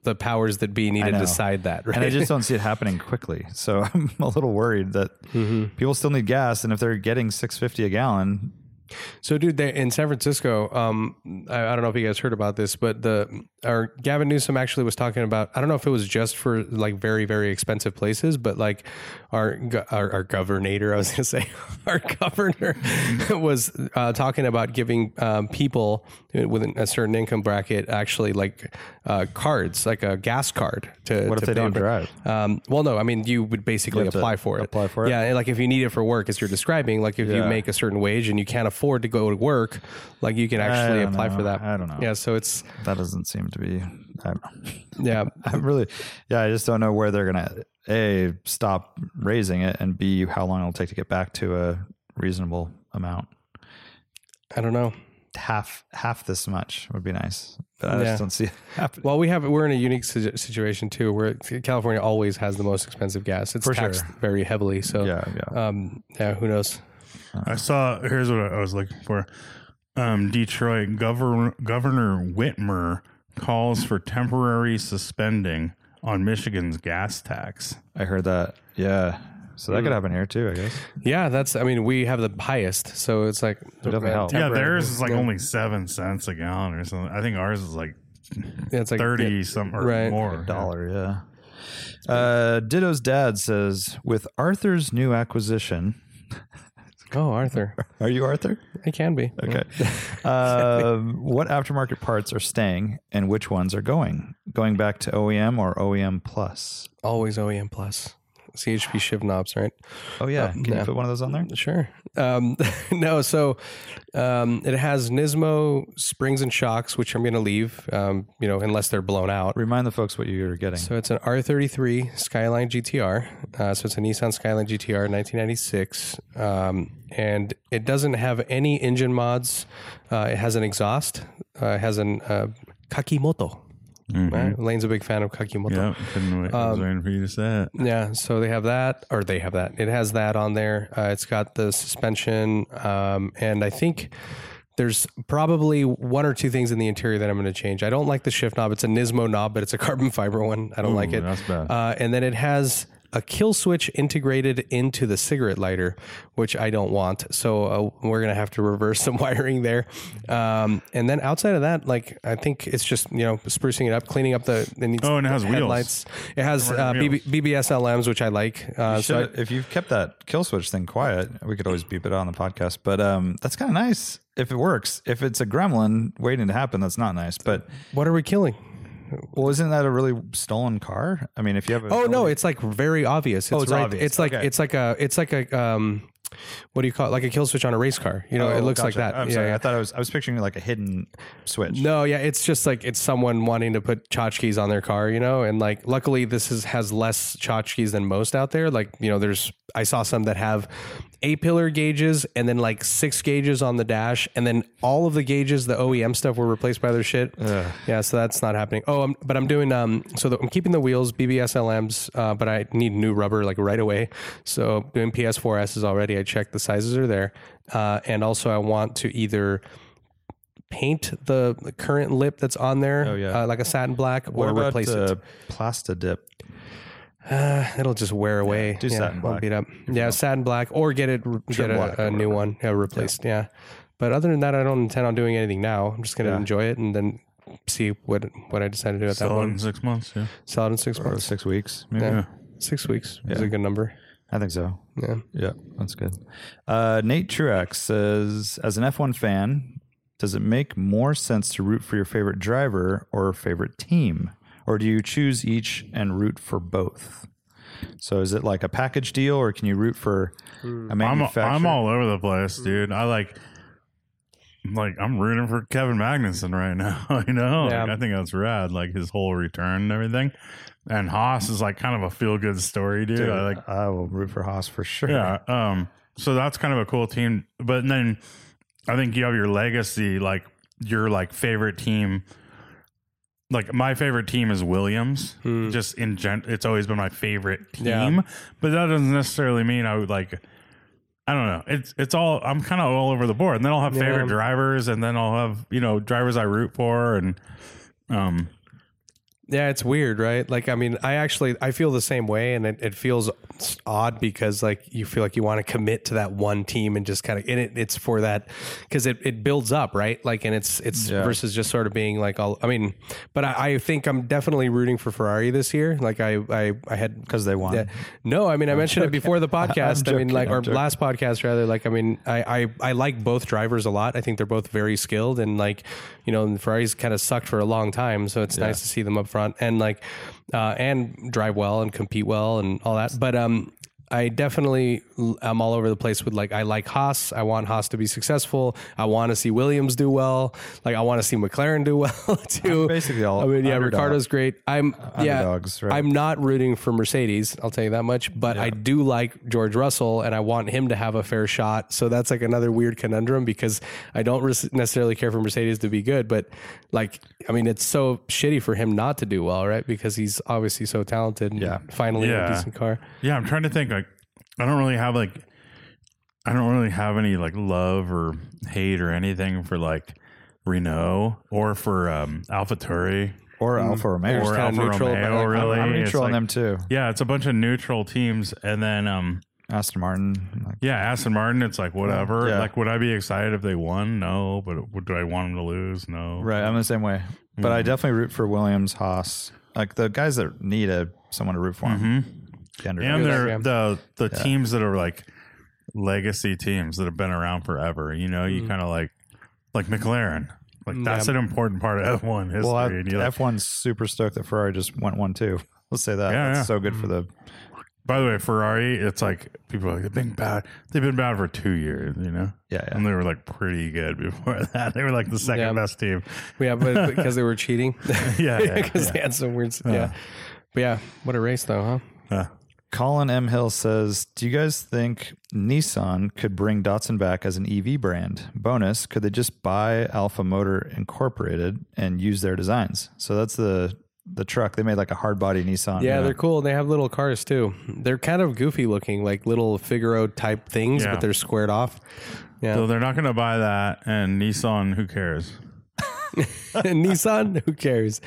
Speaker 7: the powers that be need to
Speaker 4: I know.
Speaker 7: decide that. Right?
Speaker 4: And I just don't see it happening quickly. So <laughs> I'm a little worried that
Speaker 7: Mm-hmm.
Speaker 4: people still need gas, and if they're getting 650 a gallon,
Speaker 7: So, dude, they, in San Francisco, um, I, I don't know if you guys heard about this, but the our Gavin Newsom actually was talking about. I don't know if it was just for like very very expensive places, but like our go- our, our governor, I was gonna say, <laughs> our governor <laughs> was uh, talking about giving um, people with a certain income bracket actually like uh, cards, like a gas card. To
Speaker 4: What if
Speaker 7: to
Speaker 4: they
Speaker 7: pay
Speaker 4: don't
Speaker 7: for-
Speaker 4: drive?
Speaker 7: Um, well, no, I mean you would basically
Speaker 4: have to
Speaker 7: apply for it.
Speaker 4: apply for it?
Speaker 7: Yeah, and like if you need it for work, as you're describing, like if you
Speaker 4: Yeah.
Speaker 7: make a certain wage and you can't afford to go to work, like you can actually
Speaker 4: don't
Speaker 7: apply
Speaker 4: know.
Speaker 7: for that.
Speaker 4: I don't know.
Speaker 7: Yeah, so it's
Speaker 4: that doesn't seem to be. I <laughs> don't know.
Speaker 7: yeah,
Speaker 4: I'm really, yeah, I just don't know where they're gonna a stop raising it, and b how long it'll take to get back to a reasonable amount.
Speaker 7: I don't know.
Speaker 4: Half half this much would be nice, but I
Speaker 7: Yeah.
Speaker 4: just don't see it happening.
Speaker 7: Well, we have we're in a unique si- situation too, where California always has the most expensive gas. It's
Speaker 4: For
Speaker 7: taxed
Speaker 4: sure.
Speaker 7: very heavily. So
Speaker 4: yeah, yeah.
Speaker 7: um, yeah, who knows?
Speaker 1: I saw. Here's what I was looking for. Um, Detroit Governor Governor Whitmer calls for temporary suspending on Michigan's gas tax.
Speaker 4: I heard that. Yeah, so that could happen here too. I guess
Speaker 7: Yeah, that's. I mean, we have the highest, so it's like
Speaker 4: definitely help.
Speaker 1: Yeah,
Speaker 7: temporary.
Speaker 1: theirs is like only seven cents a gallon or something. I think ours is like
Speaker 7: Yeah, it's like
Speaker 1: thirty something or
Speaker 7: right.
Speaker 1: more.
Speaker 4: dollar. Yeah. Uh, Ditto's dad says, with Arthur's new acquisition.
Speaker 7: Oh, Arthur,
Speaker 4: Are you Arthur?
Speaker 7: it can be.
Speaker 4: Okay. <laughs> um, what aftermarket parts are staying and which ones are going? Going back to OEM or OEM Plus?
Speaker 7: Always OEM plus CHP shift knobs, right?
Speaker 4: Oh, yeah.
Speaker 7: Uh,
Speaker 4: Can
Speaker 7: yeah.
Speaker 4: you put one of those on there?
Speaker 7: Sure. Um, <laughs> no, so um, it has Nismo springs and shocks, which I'm going to leave, um, you know, unless they're blown out.
Speaker 4: Remind the folks what you're getting.
Speaker 7: So it's an R33 Skyline GTR. Uh, so it's a Nissan Skyline GTR 1996. Um, and it doesn't have any engine mods. Uh, it has an exhaust, uh, it has an uh, Kakimoto. Right? Lane's a big fan of Kakimoto.
Speaker 1: Yeah, couldn't wait.
Speaker 7: Um,
Speaker 1: I was waiting for you to say it.
Speaker 7: Yeah, so they have that, or they have that. It has that on there. Uh, it's got the suspension, um, and I think there's probably one or two things in the interior that I'm going to change. I don't like the shift knob. It's a Nismo knob, but it's a <laughs> carbon fiber one. I don't like it.
Speaker 1: that's bad.
Speaker 7: Uh, and then it has a kill switch integrated into the cigarette lighter, which I don't want. So uh, we're gonna have to reverse <laughs> some wiring there. Um, and then outside of that, like I think it's just you know sprucing it up, cleaning up the. It needs
Speaker 1: Oh, and it has wheels.
Speaker 7: headlights. It has uh, BB, BBS LMs, which I like. Uh, so
Speaker 4: Should- if you've kept that kill switch thing quiet, we could always beep it out on the podcast. But um, that's kind of nice if it works. If it's a gremlin waiting to happen, that's not nice. But
Speaker 7: what are we killing?
Speaker 4: well, isn't that a really stolen car? I mean, if you have a
Speaker 7: Oh no, it's like very obvious. It's,
Speaker 4: Oh, it's
Speaker 7: right.
Speaker 4: obvious.
Speaker 7: It's like
Speaker 4: Okay.
Speaker 7: it's like a it's like a um, what do you call it? Like a kill switch on a race car. You know,
Speaker 4: Oh,
Speaker 7: it looks like
Speaker 4: gotcha.
Speaker 7: that.
Speaker 4: I'm
Speaker 7: yeah,
Speaker 4: sorry.
Speaker 7: yeah.
Speaker 4: I thought I was I was picturing like a hidden switch.
Speaker 7: No, yeah, it's just like it's someone wanting to put tchotchkes on their car, you know, and like luckily this is has less tchotchkes than most out there. Like, you know, there's I saw some that have a pillar gauges and then like six gauges on the dash, and then all of the gauges, the OEM stuff, were replaced by other shit. Yeah, so that's not happening. Oh, I'm, but I'm doing um, so the, I'm keeping the wheels BBS LMs, uh, but I need new rubber like right away. So doing PS4S's already. I checked the sizes are there, uh, and also I want to either paint the the current lip that's on there,
Speaker 4: Oh, yeah.
Speaker 7: uh, like a satin black,
Speaker 4: What
Speaker 7: or
Speaker 4: about uh,
Speaker 7: replace
Speaker 4: the
Speaker 7: it.
Speaker 4: Plastidip?
Speaker 7: <laughs> It'll just wear away.
Speaker 4: do
Speaker 7: won't
Speaker 4: satin black.
Speaker 7: Beat up. Yeah, satin black, or get it get a,
Speaker 4: black or
Speaker 7: a new one, yeah, replaced. Yeah. but other than that, I don't intend on doing anything now. I'm just gonna enjoy it and then see what what I decide to do at that
Speaker 1: Sell it in
Speaker 7: one.
Speaker 1: six months. Yeah.
Speaker 7: Solid in six
Speaker 4: Or
Speaker 7: months.
Speaker 4: six weeks, maybe.
Speaker 7: Yeah. Six weeks is a good number.
Speaker 4: I think so.
Speaker 7: Yeah.
Speaker 4: Yeah, that's good. Uh, Nate Truex says, as an F1 fan, does it make more sense to root for your favorite driver or favorite team, or do you choose each and root for both? So is it like a package deal, or can you root for
Speaker 7: Hmm.
Speaker 4: a
Speaker 1: I'm
Speaker 4: manufacturer?
Speaker 1: I'm all over the place, dude. I like like I'm rooting for Kevin Magnuson right now. <laughs> You know, Like,
Speaker 7: Yeah.
Speaker 1: I think that's rad. Like his whole return and everything. And Haas is like kind of a feel good story, dude.
Speaker 4: Dude,
Speaker 1: I like
Speaker 4: I will root for Haas for sure.
Speaker 1: yeah. Um. So that's kind of a cool team. But then I think you have your legacy, like your like favorite team. Like my favorite team is Williams. Just in gen, it's always been my favorite team. But that doesn't necessarily mean I would like. I don't know. It's it's all I'm kind of all over the board. And then I'll have favorite drivers, and then I'll have you know drivers I root for, and um,
Speaker 7: Yeah, it's weird, right? Like, I mean, I actually I feel the same way, and it, it feels odd because like you feel like you want to commit to that one team and just kind of and it, it's for that because it, it builds up, right? Like, and it's it's versus just sort of being like all. I mean, but I, I think I'm definitely rooting for Ferrari this year. Like, I I, I had
Speaker 4: because they won.
Speaker 7: yeah. No, I mean, I mentioned it before
Speaker 4: <laughs>
Speaker 7: the podcast. I mean, like, or last podcast, rather. Like, I mean, I, I, I like both drivers a lot. I think they're both very skilled. And, like, you know, and Ferrari's kind of sucked for a long time. So it's nice to see them up front and, like, uh, and drive well and compete well and all that. But, um, I definitely l- am all over the place with like I like Haas. I want Haas to be successful. I want to see Williams do well. Like I want to see McLaren do <laughs> well too.
Speaker 4: basically all
Speaker 7: I mean, yeah,
Speaker 4: underdog.
Speaker 7: Ricardo's great. I'm yeah.
Speaker 4: Underdogs, right?
Speaker 7: I'm not rooting for Mercedes. I'll tell you that much. But I do like George Russell, and I want him to have a fair shot. So that's like another weird conundrum because I don't res- necessarily care for Mercedes to be good, but like I mean, it's so shitty for him not to do well, right? Because he's obviously so talented. And
Speaker 4: Yeah.
Speaker 7: finally
Speaker 1: Yeah.
Speaker 7: a decent car.
Speaker 1: Yeah, I'm trying to think. Like, I don't really have like, I don't really have any like love or hate or anything for like Renault or for um, AlphaTauri
Speaker 4: Or
Speaker 7: Mm.
Speaker 4: Alfa Romeo.
Speaker 1: or Alfa
Speaker 7: neutral, but,
Speaker 1: Romeo.
Speaker 7: like, I'm-
Speaker 1: really,
Speaker 4: I'm
Speaker 1: It's
Speaker 4: neutral on
Speaker 1: like-
Speaker 4: them too.
Speaker 1: Yeah, it's a bunch of neutral teams, and then um,
Speaker 4: Aston Martin. Like,
Speaker 1: yeah, Aston Martin. It's like whatever.
Speaker 4: Yeah.
Speaker 1: Like, would I be excited if they won? No, but would, do I want them to lose? No.
Speaker 4: Right, I'm the same way. But
Speaker 1: Mm-hmm.
Speaker 4: I definitely root for Williams, Haas, like the guys that need a someone to root for.
Speaker 1: Mm-hmm.
Speaker 4: 'em. Gender-
Speaker 1: And
Speaker 7: Yeah.
Speaker 1: they're the the teams that are like legacy teams that have been around forever. You know,
Speaker 7: Mm.
Speaker 1: you kind of like like McLaren. Like that's an important part of F1 history.
Speaker 4: well, I,
Speaker 1: and you like,
Speaker 4: F1's super stoked that Ferrari just went one too. Let's say that.
Speaker 1: Yeah,
Speaker 4: That's
Speaker 1: yeah. Mm-hmm.
Speaker 4: so good for the.
Speaker 1: By the way, Ferrari, it's like people are like they've been bad. They've been bad for two years, you know.
Speaker 4: Yeah, yeah.
Speaker 1: And they were like pretty good <laughs> before that. They were like the second
Speaker 7: Yeah.
Speaker 1: best team.
Speaker 7: Yeah,
Speaker 1: <laughs>
Speaker 7: but because they were cheating. <laughs>
Speaker 1: Yeah, yeah,
Speaker 7: because they had some weird. s- yeah, but yeah, what a race though, huh?
Speaker 4: Colin M. Hill says, Do you guys think Nissan could bring Datsun back as an EV brand? Bonus, could they just buy Alpha Motor Incorporated and use their designs? So that's the the truck. They made like a hard body Nissan.
Speaker 7: Yeah,
Speaker 4: you know?
Speaker 7: they're cool. and They have little cars too. They're kind of goofy looking, like little Figaro type things,
Speaker 1: Yeah.
Speaker 7: but they're squared off.
Speaker 1: So they're not going to buy that. And Nissan, who cares?
Speaker 7: <laughs> Nissan, who cares,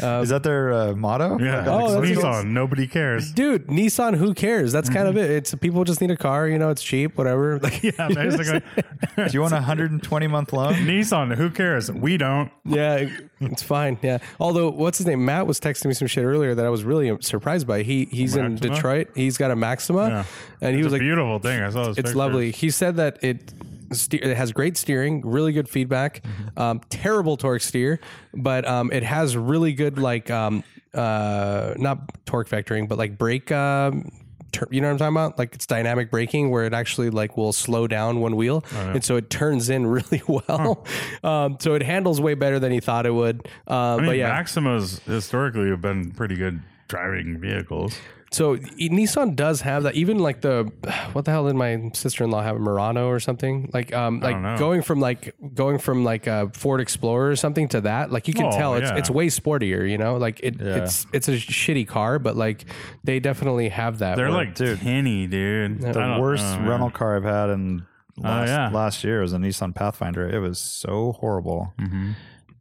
Speaker 4: Is that their uh, motto?
Speaker 1: Yeah,
Speaker 4: Like,
Speaker 7: Oh, that's-
Speaker 1: Nissan, nobody
Speaker 7: <laughs>
Speaker 1: cares.
Speaker 7: dude? Nissan, who cares? That's kind of it. It's people just need a car. You know, it's cheap, whatever. Like, yeah,
Speaker 1: Mm-hmm. <laughs> Yeah, basically.
Speaker 4: Do you want a 120 month loan?
Speaker 1: Nissan, who cares? We don't.
Speaker 7: it's fine. Yeah. Although, what's his name? Matt was texting me some shit earlier that I was really surprised by. He he's in
Speaker 1: Maxima?
Speaker 7: Detroit. He's got a Maxima,
Speaker 1: Yeah.
Speaker 7: and he
Speaker 1: It's
Speaker 7: was
Speaker 1: a
Speaker 7: like,
Speaker 1: beautiful thing. I saw this.
Speaker 7: It's
Speaker 1: picture.
Speaker 7: lovely. He said that it ste- it has great steering, really good feedback,
Speaker 1: Mm-hmm.
Speaker 7: um, terrible torque steer, but um, it has really good like um, uh, not torque vectoring, but like brake. Um, tur- you know what I'm talking about? Like it's dynamic braking where it actually like will slow down one wheel,
Speaker 1: Oh,
Speaker 7: and so it turns in <laughs> really well. Um, so it handles way better than he thought it would. Uh,
Speaker 1: I mean,
Speaker 7: but yeah,
Speaker 1: Maximas historically have been pretty good driving vehicles.
Speaker 7: So e- Nissan does have that. Even like the what the hell did my sister in law have a Murano or something? Like um
Speaker 1: don't know.
Speaker 7: like going from like going from like a Ford Explorer or something to that. Like you can
Speaker 1: Oh,
Speaker 7: tell it's
Speaker 1: yeah.
Speaker 7: it's way sportier. You know, like it it's it's a shitty car, but like they definitely have that.
Speaker 1: They're
Speaker 7: where-
Speaker 1: like tinny, dude. <laughs> I
Speaker 4: the
Speaker 1: don't
Speaker 4: worst
Speaker 1: know, Oh, man. Oh,
Speaker 4: rental car I've had in last,
Speaker 1: yeah.
Speaker 4: last year was a Nissan Pathfinder. It was so horrible.
Speaker 1: Mm-hmm.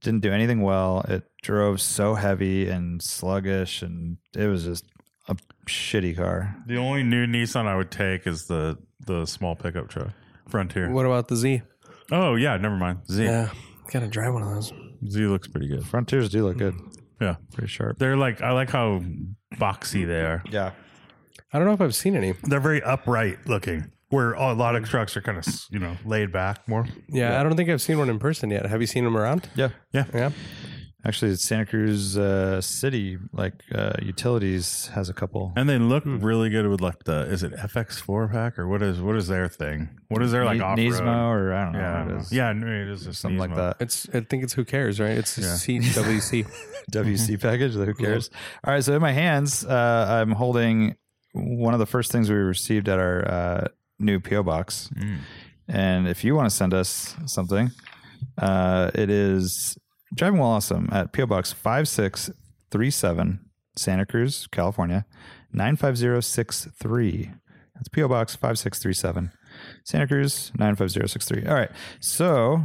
Speaker 4: Didn't do anything well. It drove so heavy and sluggish, and it was just a shitty car.
Speaker 1: The only new Nissan I would take is the the small pickup truck Frontier.
Speaker 7: What about the Z?
Speaker 1: Oh yeah, never mind. Z
Speaker 7: Yeah, gotta drive one of those.
Speaker 1: Z looks pretty good.
Speaker 4: Frontiers do look good,
Speaker 1: Yeah,
Speaker 4: pretty sharp.
Speaker 1: they're like I like how boxy they are.
Speaker 4: Yeah,
Speaker 7: I don't know if I've seen any.
Speaker 1: They're very upright looking. Where a lot of trucks are kind of you know laid back more.
Speaker 7: Yeah, I don't think I've seen one in person yet. Have you seen them around?
Speaker 4: yeah,
Speaker 1: Yeah.
Speaker 7: Yeah.
Speaker 4: Actually, Santa Cruz uh, City, like uh, utilities, has a couple.
Speaker 1: And they look
Speaker 4: Hmm.
Speaker 1: really good with like the is it FX four pack or what is what is their thing? What is their like
Speaker 4: Ne-
Speaker 1: off
Speaker 4: Nismo, or I don't know
Speaker 1: Yeah,
Speaker 4: what it is.
Speaker 1: yeah, no, it is just
Speaker 4: something like
Speaker 1: Nismo.
Speaker 4: that.
Speaker 7: It's I think it's who cares, right?
Speaker 1: <laughs>
Speaker 7: It's CWC.
Speaker 4: WC package. Who cares? All right. So in my hands, uh, I'm holding one of the first things we received at our uh, new PO box. And if you want to send us something, uh, it is driving well awesome at PO box five six three seven Santa Cruz, California nine five zero six three. That's PO box five six three seven, Santa Cruz nine five zero six three. All right, so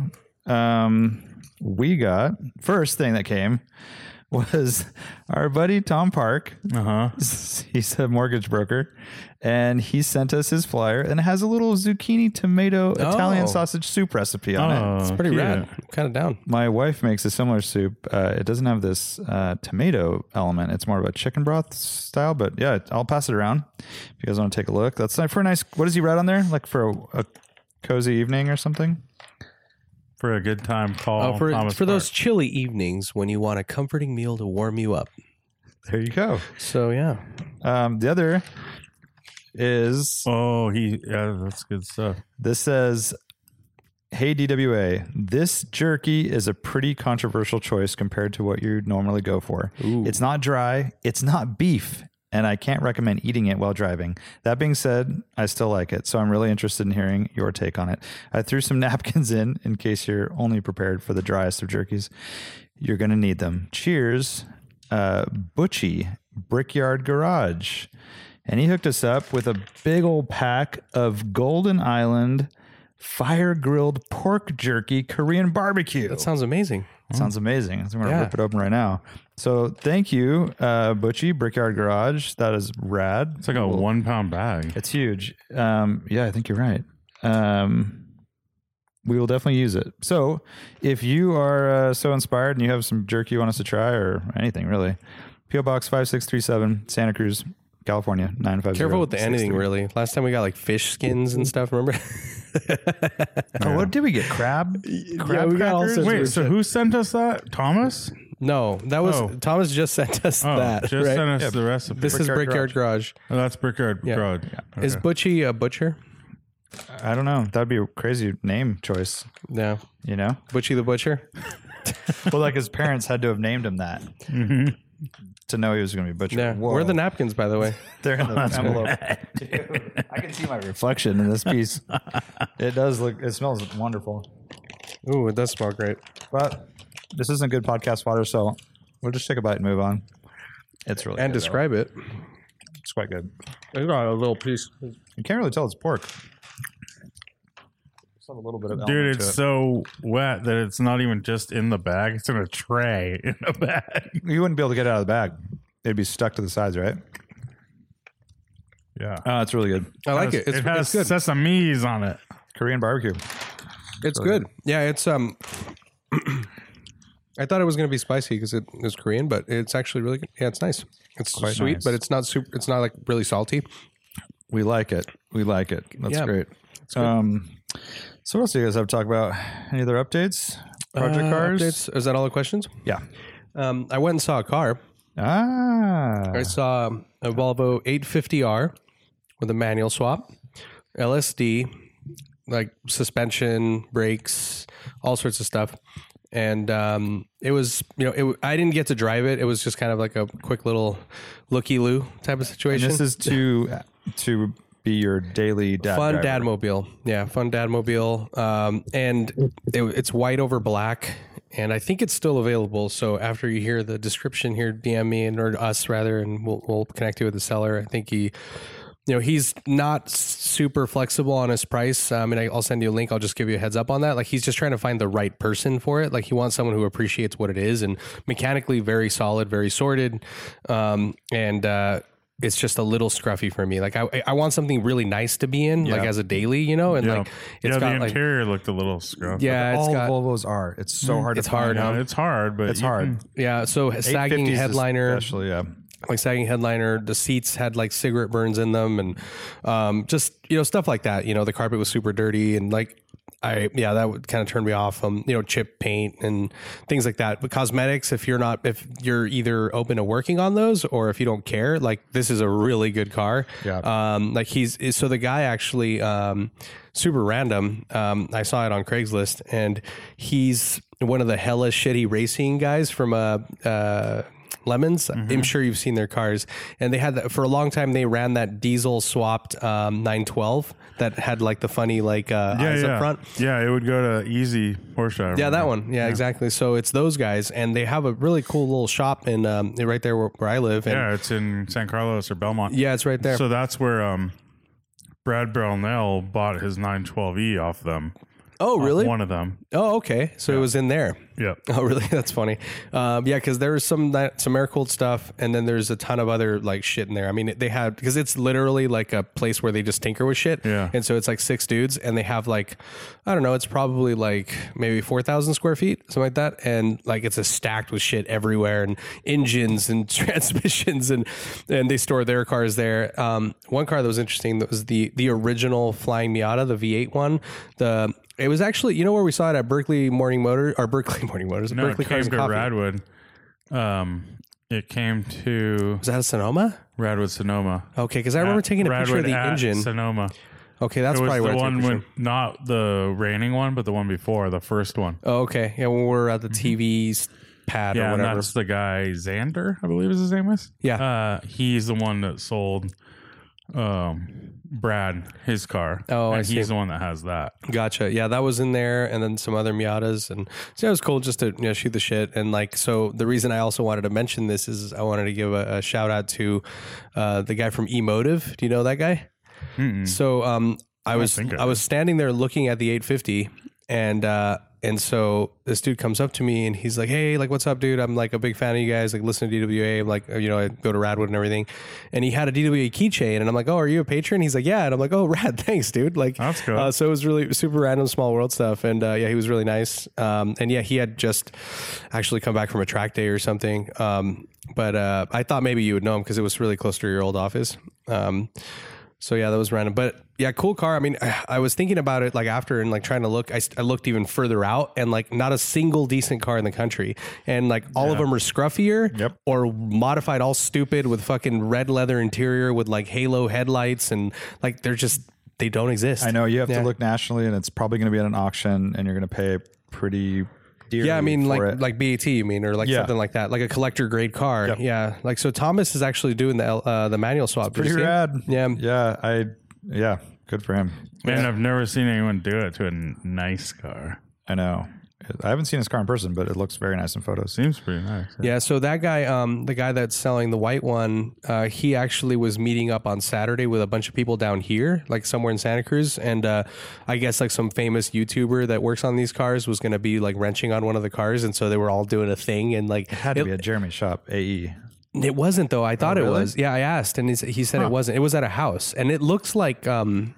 Speaker 4: um, we got first thing that came was <laughs> our buddy Tom Park.
Speaker 1: Uh huh.
Speaker 4: <laughs> He's a mortgage broker, and he sent us his flyer, and it has a little zucchini tomato Italian sausage soup recipe on it.
Speaker 1: it's
Speaker 7: Pretty rad. I'm kind of down.
Speaker 4: My wife makes a similar soup. Uh, it doesn't have this uh, tomato element. It's more of a chicken broth style. But yeah, I'll pass it around if you guys want to take a look. That's nice for a nice. What does he write on there? Like for a, a cozy evening or something.
Speaker 1: For a good time, call
Speaker 7: Uh, for
Speaker 1: Thomas
Speaker 7: for those
Speaker 1: Park.
Speaker 7: chilly evenings when you want a comforting meal to warm you up.
Speaker 4: There you go.
Speaker 7: So yeah,
Speaker 4: Um, the other is
Speaker 1: Oh, he. Yeah, that's good stuff.
Speaker 4: This says, Hey DWA, this jerky is a pretty controversial choice compared to what you normally go for. It's not dry, it's not beef, and I can't recommend eating it while driving. That being said, I still like it, so I'm really interested in hearing your take on it. I threw some <laughs> napkins in in case you're only prepared for the driest of jerkies. You're going to need them. Cheers, uh, Butchie, Brickyard Garage and he hooked us up with a big old pack of Golden Island fire grilled pork jerky Korean barbecue.
Speaker 7: that sounds amazing.
Speaker 4: Sounds amazing. I'm going to
Speaker 7: Yeah.
Speaker 4: rip it open right now. So thank you, uh, Butchie Brickyard Garage. That is rad.
Speaker 1: It's like a one pound bag.
Speaker 4: It's huge. Um, yeah, I think you're right. Um, we will definitely use it. So, if you are uh, so inspired and you have some jerky you want us to try or anything really, PO Box five six three seven, Santa Cruz, California nine five zero.
Speaker 7: Careful with the anything, really. Last time we got like fish skins and stuff. Remember? <laughs>
Speaker 4: Oh, what did we get? Crab? Crab
Speaker 7: we got all
Speaker 4: crackers?
Speaker 7: sorts
Speaker 1: Wait, so who sent us that? Thomas?
Speaker 7: no, that was
Speaker 1: Oh.
Speaker 7: Thomas just sent us
Speaker 1: Oh,
Speaker 7: that.
Speaker 1: just
Speaker 7: right?
Speaker 1: sent us the recipe.
Speaker 7: this is Brickyard Garage.
Speaker 1: oh, that's Brickyard Uh,
Speaker 7: Yeah.
Speaker 1: Garage. Okay.
Speaker 7: Is Butchie a butcher?
Speaker 4: I don't know. That'd be a crazy name choice,
Speaker 7: No,
Speaker 4: you know?
Speaker 7: Butchie the butcher.
Speaker 4: well, like his parents had to have named him that Mm-hmm. to know he was going to be butchered.
Speaker 7: Yeah.
Speaker 4: Whoa.
Speaker 7: Where are the napkins, by the way?
Speaker 4: They're <laughs> in the envelope. Dude, I can see my reflection in this piece. it does look, it smells wonderful.
Speaker 7: Ooh, it does smell great.
Speaker 4: But this isn't good podcast water, so we'll just take a bite and move on. It's really
Speaker 7: And
Speaker 4: good, though.
Speaker 7: describe it.
Speaker 4: It's quite good.
Speaker 7: I got a little piece.
Speaker 4: You can't really tell it's pork. Just have a little bit of
Speaker 1: Dude,
Speaker 4: element to
Speaker 1: it's
Speaker 4: it.
Speaker 1: so wet that it's not even just in the bag. It's in a tray <laughs> in a bag.
Speaker 4: you wouldn't be able to get it out of the bag. It'd be stuck to the sides, right?
Speaker 1: Yeah.
Speaker 4: Uh, it's really good.
Speaker 7: I like it. It's,
Speaker 1: it has
Speaker 7: it's good.
Speaker 1: sesames on it.
Speaker 4: Korean barbecue.
Speaker 7: It's good. Yeah, it's um. <clears throat> I thought it was going to be spicy because it is Korean, but it's actually really good. Yeah, it's nice. It's sweet,
Speaker 4: nice.
Speaker 7: but it's not super. It's not like really salty.
Speaker 4: We like it. We like it. That's
Speaker 7: Yeah.
Speaker 4: great. Um, so what else do you guys have to talk about? Any other updates? Project
Speaker 7: Uh,
Speaker 4: cars?
Speaker 7: updates? Is that all the questions?
Speaker 4: Yeah.
Speaker 7: Um, I went and saw a car.
Speaker 4: Ah.
Speaker 7: I saw a Volvo 850R with a manual swap, LSD, like suspension, brakes, all sorts of stuff. And um, it was, you know, it, w- I didn't get to drive it. It was just kind of like a quick little looky loo type of
Speaker 4: And
Speaker 7: situation.
Speaker 4: this is to to be your daily dad
Speaker 7: fun
Speaker 4: driver.
Speaker 7: dad mobile. Yeah, fun dad mobile. Um, and it, it's white over black. And I think it's still available. So after you hear the description here, DM me and or us rather, and we'll, we'll connect you with the seller. I think he, you know, he's not s- super flexible on his price. Um, and I- I'll send you a link. I'll just give you a heads up on that. Like he's just trying to find the right person for it. Like he wants someone who appreciates what it is and mechanically very solid, very sorted. Um, and, uh, it's just a little scruffy for me. Like I, I want something really nice to be in, like as a daily, you know, and
Speaker 1: Yeah.
Speaker 7: like it's
Speaker 1: yeah,
Speaker 7: got
Speaker 1: the
Speaker 7: like
Speaker 1: interior looked a little scruff.
Speaker 7: yeah, it's
Speaker 4: All
Speaker 7: got
Speaker 4: Volvos are. It's so hard
Speaker 7: Mm. it's
Speaker 4: to find.
Speaker 7: hard,
Speaker 1: Yeah,
Speaker 7: huh? Mm-hmm.
Speaker 1: it's hard, but
Speaker 4: It's
Speaker 1: you
Speaker 4: hard.
Speaker 7: yeah. So uh, sagging
Speaker 4: 850s
Speaker 7: headliner,
Speaker 4: Especially, yeah.
Speaker 7: like sagging headliner. The seats had like cigarette burns in them, and um, just you know stuff like that. You know, the carpet was super dirty, and like I yeah, that would kind of turn me off. Um, you know, chip paint and things like that. But cosmetics, if you're not, if you're either open to working on those, or if you don't care, like this is a really good car.
Speaker 4: Yeah.
Speaker 7: Um, like he's so the guy actually um, super random. Um, I saw it on Craigslist, and he's one of the hella shitty racing guys from uh, uh, Lemons.
Speaker 1: Mm-hmm.
Speaker 7: I'm sure you've seen their cars, and they had that for a long time. They ran that diesel swapped um, 912 that had like the funny like uh,
Speaker 1: Yeah,
Speaker 7: eyes
Speaker 1: yeah.
Speaker 7: up front.
Speaker 1: Yeah, it would go to easy horse driver.
Speaker 7: Yeah, that one. Yeah, exactly. So it's those guys, and they have a really cool little shop in um, right there where, where I live. And
Speaker 1: Yeah, it's in San Carlos or Belmont.
Speaker 7: yeah, it's right there.
Speaker 1: So that's where um, Brad Brownell bought his 912E E off them.
Speaker 7: oh,
Speaker 1: Off
Speaker 7: really?
Speaker 1: uh, One of them.
Speaker 7: Oh, okay. So it was in there. <laughs>
Speaker 1: Yep.
Speaker 7: Oh, really? That's funny. Um, yeah, because there was some that some Maricold stuff, and then there's a ton of other like shit in there. I mean, it- they had because it's literally like a place where they just tinker with shit.
Speaker 1: Yeah.
Speaker 7: And so it's like six dudes, and they have like, I don't know, it's probably like maybe four thousand square feet, something like that, and like it's a stacked with shit everywhere, and engines and <laughs> transmissions, and and they store their cars there. Um, one car that was interesting that was the the original flying Miata, the V8 one, the it was actually, you know, where we saw it at Berkeley Morning Motor or Berkeley <laughs> Morning Motors,
Speaker 1: No,
Speaker 7: Berkeley
Speaker 1: it came
Speaker 7: Cars
Speaker 1: to
Speaker 7: and Coffee.
Speaker 1: Radwood. Um, it came to
Speaker 7: Was that a Sonoma?
Speaker 1: Radwood Sonoma.
Speaker 7: Okay, because I remember taking a picture of
Speaker 1: Radwood
Speaker 7: the
Speaker 1: at
Speaker 7: engine.
Speaker 1: Sonoma.
Speaker 7: okay, that's
Speaker 1: it was
Speaker 7: probably where
Speaker 1: the
Speaker 7: I took a
Speaker 1: one
Speaker 7: picture.
Speaker 1: when, not the raining one, but the one before, the first one.
Speaker 7: Oh, okay, yeah, when we were at the TV's pad
Speaker 1: Mm-hmm.
Speaker 7: or
Speaker 1: yeah, and
Speaker 7: whatever.
Speaker 1: that's the guy Xander, I believe is his name is.
Speaker 7: Yeah.
Speaker 1: uh, he's the one that sold um, Brad his car.
Speaker 7: Oh, I
Speaker 1: and
Speaker 7: see.
Speaker 1: He's the one that has that.
Speaker 7: Gotcha. Yeah, that was in there, and then some other Miatas, and so yeah, it was cool just to you know, shoot the shit. And like, so the reason I also wanted to mention this is I wanted to give a, a shout out to uh, the guy from Emotive. Do you know that guy? So um, I was
Speaker 1: think Hmm. I
Speaker 7: I was standing there looking at the 850, and uh, and so this dude comes up to me and he's like, "Hey, like, what's up, dude? I'm like a big fan of you guys. Like, listen to DWA. I'm like, you know, I go to Radwood and everything." And he had a DWA keychain, and I'm like, "Oh, are you a patron?" He's like, "Yeah," and I'm like, "Oh, <laughs> rad, thanks, dude." Like,
Speaker 1: That's cool.
Speaker 7: uh, so it was really super random, small world stuff, and uh, yeah, he was really nice. Um, and yeah, he had just actually come back from a track day or something. Um, but uh, I thought maybe you would know him because it was really close to your old office. Um, so yeah, that was random, but yeah, cool car. I mean, I, I was thinking about it like after and like trying to look. I, s- I looked even further out, and like not a single decent car in the country, and like all of them are scruffier
Speaker 1: Yep.
Speaker 7: or modified, all stupid with fucking red leather interior with like halo headlights, and like they're just they don't exist.
Speaker 4: I know you have
Speaker 7: Yeah.
Speaker 4: to look nationally, and it's probably going to be at an auction, and you're going to pay pretty dear.
Speaker 7: Yeah, I mean like like BAT, you mean, or like
Speaker 4: Yeah.
Speaker 7: something like that, like a collector grade car. Yeah, like so Thomas is actually doing the L- uh, the manual swap. Did you
Speaker 4: pretty
Speaker 7: see it?
Speaker 4: rad.
Speaker 7: Yeah.
Speaker 4: yeah, I yeah, good for him.
Speaker 1: Man, I've never seen anyone do it to a n- nice car.
Speaker 4: I know. I haven't seen his car in person, but it looks very nice in photos.
Speaker 1: Seems pretty nice.
Speaker 7: Yeah, so that guy, um, the guy that's selling the white one, uh, he actually was meeting up on Saturday with a bunch of people down here, like somewhere in Santa Cruz, and uh, I guess like some famous YouTuber that works on these cars was going to be like wrenching on one of the cars, and so they were all doing a thing, and like
Speaker 4: It had to be at Jeremy shop E. AE.
Speaker 7: It wasn't though. I thought it
Speaker 4: Oh, really?
Speaker 7: was. Yeah, I asked, and he, s- he said it wasn't. It was at a house, and it looks like um,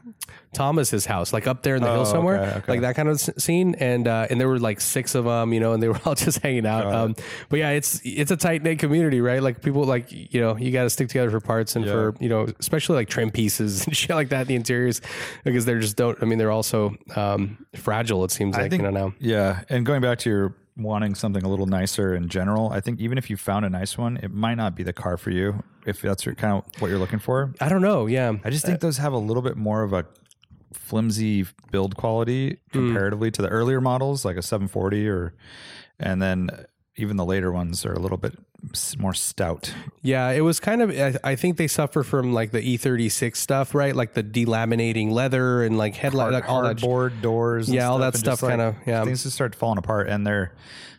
Speaker 7: Thomas's house, like up there in the hill somewhere,
Speaker 4: Oh, okay, okay.
Speaker 7: like that kind of s- scene. And uh, and there were like six of them, you know, and they were <laughs> all just hanging out. Um, but yeah, it's it's a tight knit community, right? Like people, like you know, you got to stick together for parts and for you know, especially like trim pieces <laughs> and shit like that, the interiors, because they're just don't. I mean, they're also um, fragile. It seems like you know now.
Speaker 4: Yeah, and going back to your wanting something a little nicer in general, I think even if you found a nice one, it might not be the car for you if that's your, kind of what you're looking for.
Speaker 7: I don't know. Yeah,
Speaker 4: I just think those have a little bit more of a flimsy build quality
Speaker 7: Hmm.
Speaker 4: comparatively to the earlier models, like a 740 or, and then even the later ones are a little bit s- more stout.
Speaker 7: Yeah, it was kind of. I, I think they suffer from like the E36 stuff, right? Like the delaminating leather and like headlight, like all that.
Speaker 4: Hardboard doors, and
Speaker 7: Yeah, all that
Speaker 4: and just,
Speaker 7: stuff kinda-
Speaker 4: like,
Speaker 7: yeah.
Speaker 4: things just start falling apart, and they're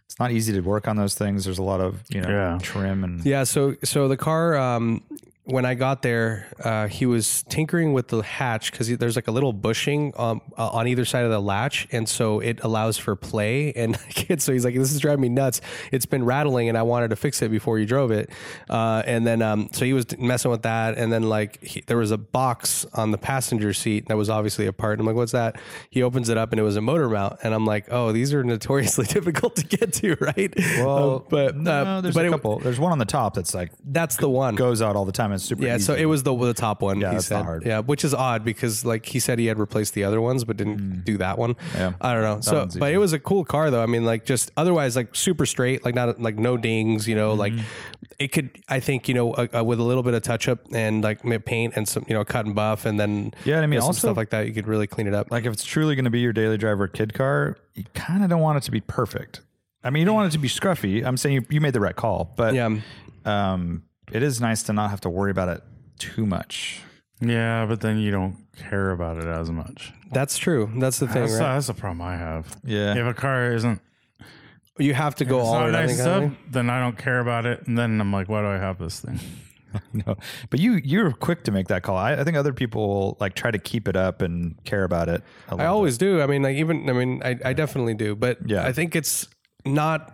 Speaker 4: it's not easy to work on those things. There's a lot of you know
Speaker 1: Yeah.
Speaker 4: trim and
Speaker 7: Yeah, so so the car. Um, when I got there, uh, he was tinkering with the hatch because there's like a little bushing um, uh, on either side of the latch, and so it allows for play. <laughs> And kid, so he's like, "This is driving me nuts. It's been rattling, and I wanted to fix it before you drove it." Uh, and then um, so he was messing with that, and then like he, there was a box on the passenger seat that was obviously a part. And I'm like, "What's that?" He opens it up, and it was a motor mount, and I'm like, "Oh, these are notoriously <laughs> difficult to get to, <laughs> right?"
Speaker 4: well,
Speaker 7: Um, but
Speaker 4: no,
Speaker 7: uh,
Speaker 4: there's
Speaker 7: but
Speaker 4: a
Speaker 7: it-
Speaker 4: couple. there's one on the top that's like
Speaker 7: that's the one.
Speaker 4: goes out all the time. and It's super.
Speaker 7: yeah, so
Speaker 4: easy.
Speaker 7: it was the the top one. he
Speaker 4: that's
Speaker 7: said.
Speaker 4: not hard.
Speaker 7: Yeah, which is odd because like he said he had replaced the other ones, but didn't do that one.
Speaker 4: Mm. Yeah.
Speaker 7: I don't know. So,
Speaker 4: one's
Speaker 7: but it was a cool car though. I mean, like just otherwise like super straight, like not like no dings. You know, like
Speaker 4: Mm-hmm.
Speaker 7: it could. I think you know uh, uh, with a little bit of touch up and like ma- paint and some you know cut and buff and then
Speaker 4: Yeah, and I mean,
Speaker 7: you know, some
Speaker 4: also-
Speaker 7: stuff like that. You could really clean it up.
Speaker 4: like if it's truly going to be your daily driver kid car, you kind of don't want it to be perfect. I mean, you don't want it to be scruffy. I'm saying you, you made the right call, but
Speaker 7: yeah.
Speaker 4: um, it is nice to not have to worry about it too much. <laughs>
Speaker 1: Yeah, but then you don't care about it as much.
Speaker 7: That's true. That's the thing,
Speaker 1: That's,
Speaker 7: right?
Speaker 1: that's the problem I have.
Speaker 4: Yeah.
Speaker 1: If a car isn't
Speaker 7: You have to go
Speaker 1: it's
Speaker 7: all
Speaker 1: not
Speaker 7: or nothing.
Speaker 1: nice
Speaker 7: kind of
Speaker 1: stuff,
Speaker 7: thing.
Speaker 1: then I don't care about it. And then I'm like, why do I have this thing?
Speaker 4: No, but you you're quick to make that call. I, I think other people will, like try to keep it up and care about it. a
Speaker 7: I
Speaker 4: little
Speaker 7: always do. I mean, like even I mean, I, I definitely do. But
Speaker 4: Yeah.
Speaker 7: I think it's not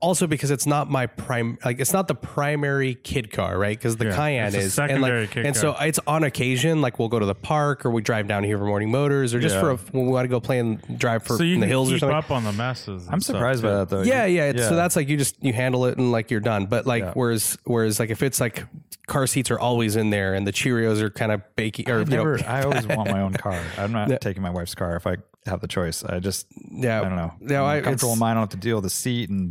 Speaker 7: also because it's not my prime like it's not the primary kid car right because the
Speaker 1: Yeah,
Speaker 7: cayenne
Speaker 1: it's a
Speaker 7: is and
Speaker 1: secondary
Speaker 7: like
Speaker 1: kid
Speaker 7: and so
Speaker 1: car.
Speaker 7: it's on occasion like we'll go to the park or we drive down here for morning motors or just for a, when we want to go play and drive for
Speaker 1: so you
Speaker 7: in the
Speaker 1: can
Speaker 7: hills
Speaker 1: keep
Speaker 7: or something
Speaker 1: up on the messes. and
Speaker 4: I'm
Speaker 1: stuff,
Speaker 4: surprised by
Speaker 1: too.
Speaker 4: that though.
Speaker 7: yeah,
Speaker 4: You-
Speaker 7: yeah, it's- So that's like you just you handle it and like you're done. But like
Speaker 4: Yeah.
Speaker 7: whereas whereas like if it's like car seats are always in there and the Cheerios are kind of baking or
Speaker 4: I
Speaker 7: you
Speaker 4: never.
Speaker 7: know
Speaker 4: I always want my own car. I'm not taking my wife's car if I have the choice. I just.
Speaker 7: Yeah.
Speaker 4: I don't know.
Speaker 7: No, I-
Speaker 4: I'm comfortable
Speaker 7: it's-
Speaker 4: in mine. I don't have to deal with the seat and.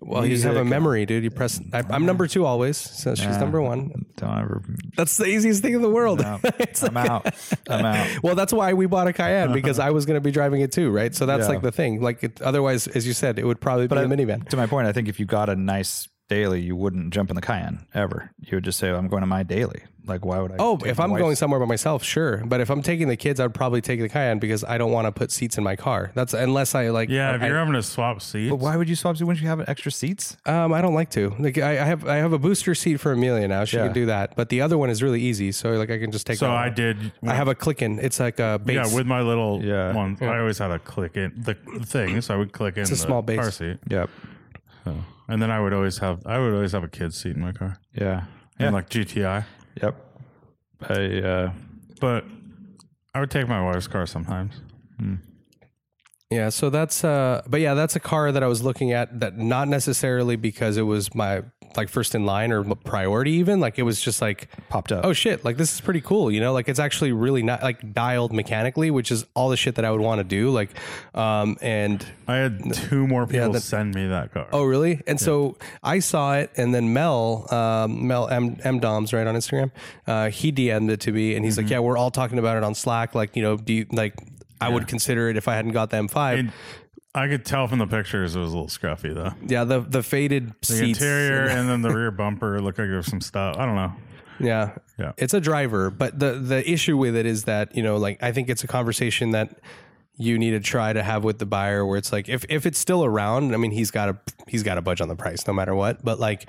Speaker 7: well you have a memory, dude. You press I, I'm number two always, so she's number one.
Speaker 4: Don't ever.
Speaker 7: That's the easiest thing in the world.
Speaker 4: No,
Speaker 7: <laughs>
Speaker 4: I'm out. I'm out.
Speaker 7: Well, that's why we bought a Cayenne
Speaker 4: <laughs>
Speaker 7: because I was going to be driving it too, right? So that's
Speaker 4: Yeah.
Speaker 7: like the thing. Like it, otherwise, as you said, it would probably be a
Speaker 4: I-
Speaker 7: minivan.
Speaker 4: To my point, I think if you got a nice daily, you wouldn't jump in the Cayenne ever. You would just say, "I'm going to my daily." Like, why would I?
Speaker 7: Oh,
Speaker 4: take
Speaker 7: if
Speaker 4: my
Speaker 7: I'm
Speaker 4: wife's-
Speaker 7: going somewhere by myself, sure. But if I'm taking the kids, I'd probably take the Cayenne because I don't want to put seats in my car. That's unless I like.
Speaker 1: Yeah, if
Speaker 7: I-
Speaker 1: you're having to swap seats,
Speaker 4: But why would you swap? seats? Wouldn't you have extra seats?
Speaker 7: Um, I don't like to. Like I, I have I have a booster seat for Amelia now. She
Speaker 4: Yeah.
Speaker 7: can do that. But the other one is really easy. So like I can just take.
Speaker 1: so
Speaker 7: that
Speaker 1: I
Speaker 7: one.
Speaker 1: did.
Speaker 7: I have a clicking. It's like a base.
Speaker 1: yeah, with my little
Speaker 4: Yeah.
Speaker 1: one, I always had a click in the thing, so I would click in
Speaker 7: a
Speaker 1: the
Speaker 7: small base.
Speaker 1: car seat,
Speaker 4: Yep.
Speaker 1: and then I would always have I would always have a kid's seat in my car,
Speaker 4: Yeah.
Speaker 1: and like GTI.
Speaker 4: Yep. I. Uh,
Speaker 1: But I would take my wife's car sometimes.
Speaker 7: yeah. So that's uh. But yeah, that's a car that I was looking at. That not necessarily because it was my like first in line or priority. Even like it was just like
Speaker 4: Popped up.
Speaker 7: Oh shit! Like this is pretty cool. You know, like it's actually really not like dialed mechanically, which is all the shit that I would want to do. Like, um, and
Speaker 1: I had two more people
Speaker 7: that-
Speaker 1: send me that car.
Speaker 7: Oh, really? And so I saw it, and then Mel, um, Mel M, M Doms, right on Instagram, uh, he DM'd it to me, and he's
Speaker 1: Mm-hmm.
Speaker 7: like, "Yeah, we're all talking about it on Slack. Like, you know, do you, like I would consider it if I hadn't got the M5.
Speaker 1: And I could tell from the pictures it was a little scruffy though.
Speaker 7: yeah, the the faded
Speaker 1: The
Speaker 7: seats,
Speaker 1: interior and
Speaker 4: <laughs>
Speaker 1: then the rear bumper looked like there was some stuff. I don't know.
Speaker 7: Yeah.
Speaker 1: Yeah.
Speaker 7: It's a driver, but the the issue with it is that, you know, like I think it's a conversation that you need to try to have with the buyer where it's like if if it's still around, I mean, he's got a he's got a budge on the price no matter what, but like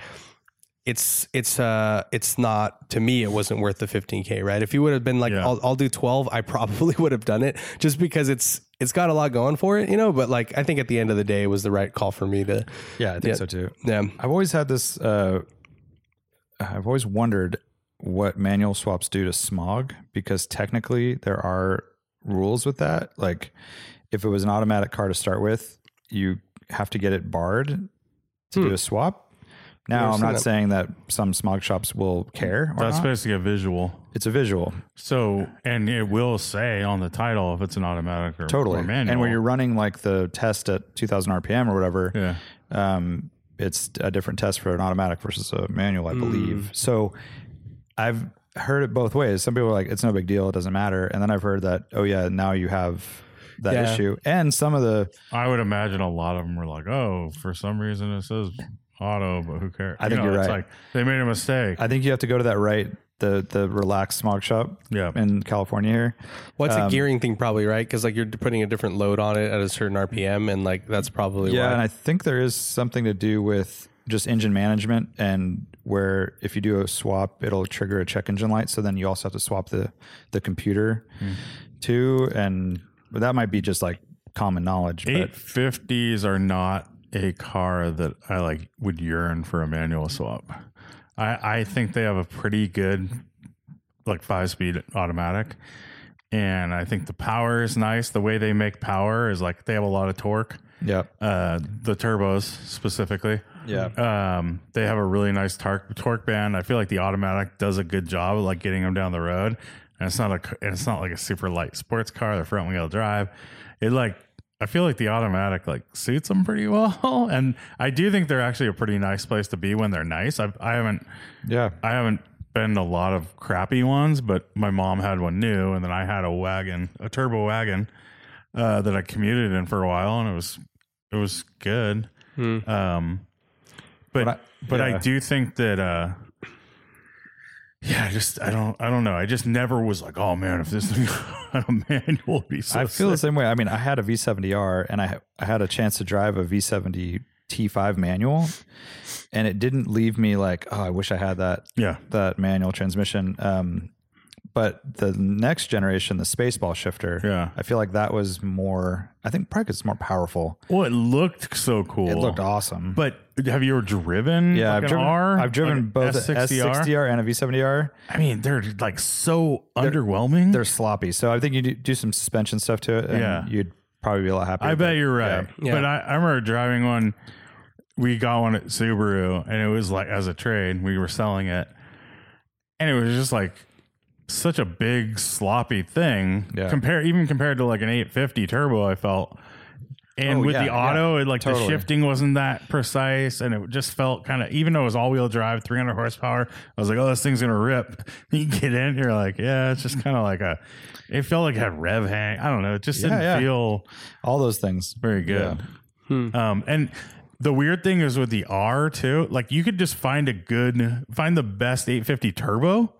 Speaker 7: it's it's uh it's not to me it wasn't worth the 15k right if you would have been like
Speaker 1: Yeah.
Speaker 7: I'll, I'll do 12 i probably <laughs> would have done it just because it's it's got a lot going for it you know but like i think at the end of the day it was the right call for me to
Speaker 4: yeah, I think
Speaker 7: yeah.
Speaker 4: so too.
Speaker 7: yeah
Speaker 4: I've always had this. Uh, I've always wondered what manual swaps do to smog because technically there are rules with that. Like, if it was an automatic car to start with, you have to get it barred to
Speaker 1: Hmm.
Speaker 4: do a swap. Now, I'm
Speaker 7: seen
Speaker 4: not
Speaker 7: that.
Speaker 4: saying that some smog shops will care. Or
Speaker 1: That's
Speaker 4: not.
Speaker 1: supposed to get visual.
Speaker 4: It's a visual,
Speaker 1: So, and it will say on the title if it's an automatic or,
Speaker 4: totally.
Speaker 1: or manual.
Speaker 4: And when you're running like the test at 2,000 RPM or whatever,
Speaker 1: yeah,
Speaker 4: um, it's a different test for an automatic versus a manual, I believe. So I've heard it both ways. Some people are like, it's no big deal, it doesn't matter. And then I've heard that, oh, yeah, now you have that
Speaker 7: Yeah.
Speaker 4: issue. And some of the,
Speaker 1: I would imagine a lot of them were like, "Oh, for some reason it says auto, but who cares?"
Speaker 4: I think you're
Speaker 1: it's
Speaker 4: right.
Speaker 1: Like they made a mistake.
Speaker 4: I think you have to go to that right, the the relaxed smog shop
Speaker 1: Yeah.
Speaker 4: in California here.
Speaker 7: Well,
Speaker 1: Um,
Speaker 7: it's a gearing thing, probably, right? Because like you're putting a different load on it at a certain RPM, and like that's probably
Speaker 4: Yeah,
Speaker 7: why.
Speaker 4: and I think there is something to do with just engine management and where if you do a swap, it'll trigger a check engine light. So then you also have to swap the the computer
Speaker 1: Hmm.
Speaker 4: too, and but that might be just like common knowledge. But
Speaker 1: Eight fifties are not a car that I like would yearn for a manual swap. I I think they have a pretty good like five speed automatic. And I think the power is nice. The way they make power is like they have a lot of torque.
Speaker 4: yeah,
Speaker 1: Uh, the turbos specifically.
Speaker 4: yeah,
Speaker 1: Um, they have a really nice tar- torque band. I feel like the automatic does a good job of like getting them down the road. And it's not a, c- and it's not like a super light sports car. They're front wheel drive. It like, I feel like the automatic like suits them pretty <laughs> well. And I do think they're actually a pretty nice place to be when they're nice. I, I haven't,
Speaker 4: yeah.
Speaker 1: I haven't been to a lot of crappy ones, but my mom had one new, and then I had a wagon, a turbo wagon, uh, that I commuted in for a while, and it was it was good. Um, but but,
Speaker 4: But
Speaker 1: I,
Speaker 4: I- yeah.
Speaker 1: do think that uh, yeah, I just I don't I don't know. I just never was like, oh man, if this thing <laughs> had a manual, it'd be so.
Speaker 4: I feel the
Speaker 1: sick."
Speaker 4: same way. I mean, I had a V70R, and I I had a chance to drive a V70 T5 manual, and it didn't leave me like, oh, I wish I had that
Speaker 1: yeah.
Speaker 4: that manual transmission. Um, But the next generation, the Spaceball shifter,
Speaker 1: Yeah.
Speaker 4: I feel like that was more. I think probably 'cause it's more powerful.
Speaker 1: Well, it looked so cool.
Speaker 4: It looked awesome.
Speaker 1: But have you ever driven?
Speaker 4: yeah,
Speaker 1: like
Speaker 4: I've
Speaker 1: an
Speaker 4: driven.
Speaker 1: R?
Speaker 4: I've driven
Speaker 1: Like
Speaker 4: both S
Speaker 1: S60R?
Speaker 4: sixty R and a V seventy R.
Speaker 1: I mean, they're like so underwhelming.
Speaker 4: They're sloppy, so I think you do, do some suspension stuff to it. And
Speaker 1: Yeah.
Speaker 4: you'd probably be a lot happier.
Speaker 1: I bet you're
Speaker 4: Yeah.
Speaker 1: right. But I, I remember driving one. We got one at Subaru, and it was like as a trade. We were selling it, and it was just like such a big sloppy thing.
Speaker 4: Yeah.
Speaker 1: Compare even compared to like an 850 turbo, I felt. And
Speaker 4: Oh,
Speaker 1: with
Speaker 4: yeah,
Speaker 1: the
Speaker 4: yeah.
Speaker 1: auto, it, like
Speaker 4: Totally.
Speaker 1: the shifting wasn't that precise, and it just felt kind of. Even though it was all wheel drive, 300 horsepower, I was like, "Oh, this thing's gonna rip." <laughs> You get in, you're like, "Yeah, it's just kind of like a." It felt like it had rev hang. I don't know. It just
Speaker 4: Yeah,
Speaker 1: didn't
Speaker 4: yeah.
Speaker 1: feel
Speaker 4: all those things.
Speaker 1: very good. Um, and the weird thing is with the R too, like you could just find a good, find the best 850 turbo.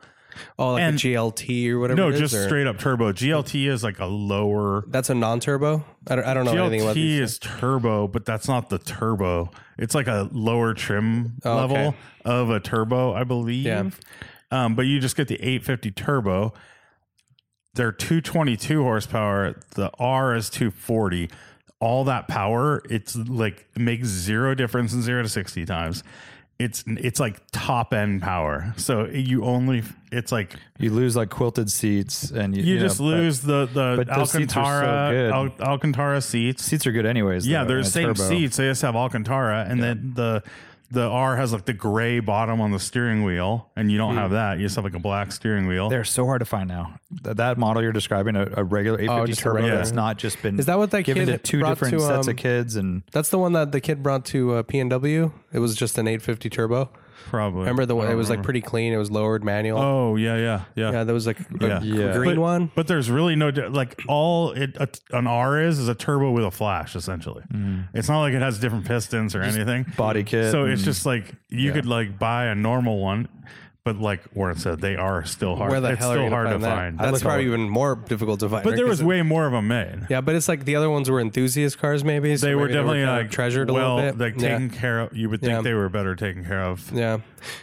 Speaker 7: Oh, like
Speaker 1: And-
Speaker 7: a GLT or whatever.
Speaker 1: No,
Speaker 7: it is,
Speaker 1: just
Speaker 7: or-
Speaker 1: straight up turbo. GLT is like a lower.
Speaker 7: That's a non-turbo. I don't, I don't know anything about
Speaker 1: GLT
Speaker 7: these.
Speaker 1: is turbo, but that's not the turbo. It's like a lower trim
Speaker 7: Oh, okay.
Speaker 1: level of a turbo, I believe.
Speaker 7: Yeah.
Speaker 1: Um, but you just get the 850 turbo. They're 222 horsepower. The R is 240. All that power, it's like makes zero difference in zero to 60 times. It's it's like top end power. So you only it's like
Speaker 4: You lose like quilted seats, and you,
Speaker 1: you
Speaker 4: you know,
Speaker 1: just
Speaker 4: but
Speaker 1: lose the the
Speaker 4: but those seats are so
Speaker 1: Alcantara
Speaker 4: good.
Speaker 1: Al- Alcantara seats.
Speaker 4: Seats are good anyways.
Speaker 1: Yeah,
Speaker 4: though,
Speaker 1: they're
Speaker 4: in
Speaker 1: the
Speaker 4: a
Speaker 1: same
Speaker 4: turbo.
Speaker 1: seats. They just have Alcantara, and then the the R has like the gray bottom on the steering wheel, and you don't
Speaker 7: Hmm.
Speaker 1: have that. You just have like a black steering wheel.
Speaker 4: They're so hard to find now. Th- that model you're describing, a, a regular 850
Speaker 7: Oh, just a
Speaker 4: turbo,
Speaker 7: regular.
Speaker 4: that's not just been
Speaker 7: Is that what that
Speaker 4: given
Speaker 7: kid
Speaker 4: to two
Speaker 7: brought
Speaker 4: different
Speaker 7: to,
Speaker 4: sets
Speaker 7: um,
Speaker 4: of kids and
Speaker 7: That's the one that the kid brought to uh, W. It was just an 850 turbo.
Speaker 1: probably
Speaker 7: Remember the
Speaker 1: I
Speaker 7: one?
Speaker 1: don't
Speaker 7: It was like
Speaker 1: remember.
Speaker 7: pretty clean. It was lowered manual.
Speaker 1: Oh yeah, yeah, yeah.
Speaker 7: Yeah, that was like a
Speaker 1: Yeah.
Speaker 4: Yeah.
Speaker 7: green
Speaker 1: but,
Speaker 7: one.
Speaker 1: but there's really no di- like all it a, an R is is a turbo with a flash essentially.
Speaker 7: Hmm.
Speaker 1: It's not like it has different pistons or anything.
Speaker 4: body kit.
Speaker 1: So it's
Speaker 4: and-
Speaker 1: just like you could like buy a normal one, but like Warren said, they are still hard.
Speaker 7: Where the
Speaker 1: it's
Speaker 7: hell are
Speaker 1: still
Speaker 7: you
Speaker 1: hard
Speaker 7: gonna find
Speaker 1: to
Speaker 7: that?
Speaker 1: find.
Speaker 7: That's probably even more difficult to find.
Speaker 1: but
Speaker 7: right?
Speaker 1: there
Speaker 7: 'Cause
Speaker 1: was
Speaker 7: it-
Speaker 1: way more of them made.
Speaker 7: Yeah, but it's like the other ones were enthusiast cars, maybe. so
Speaker 1: They were
Speaker 7: maybe
Speaker 1: definitely
Speaker 7: kinda
Speaker 1: like
Speaker 7: treasured a
Speaker 1: well,
Speaker 7: little bit.
Speaker 1: like
Speaker 7: yeah.
Speaker 1: taken care of. You would think
Speaker 7: Yeah.
Speaker 1: they were better taken care of.
Speaker 7: yeah,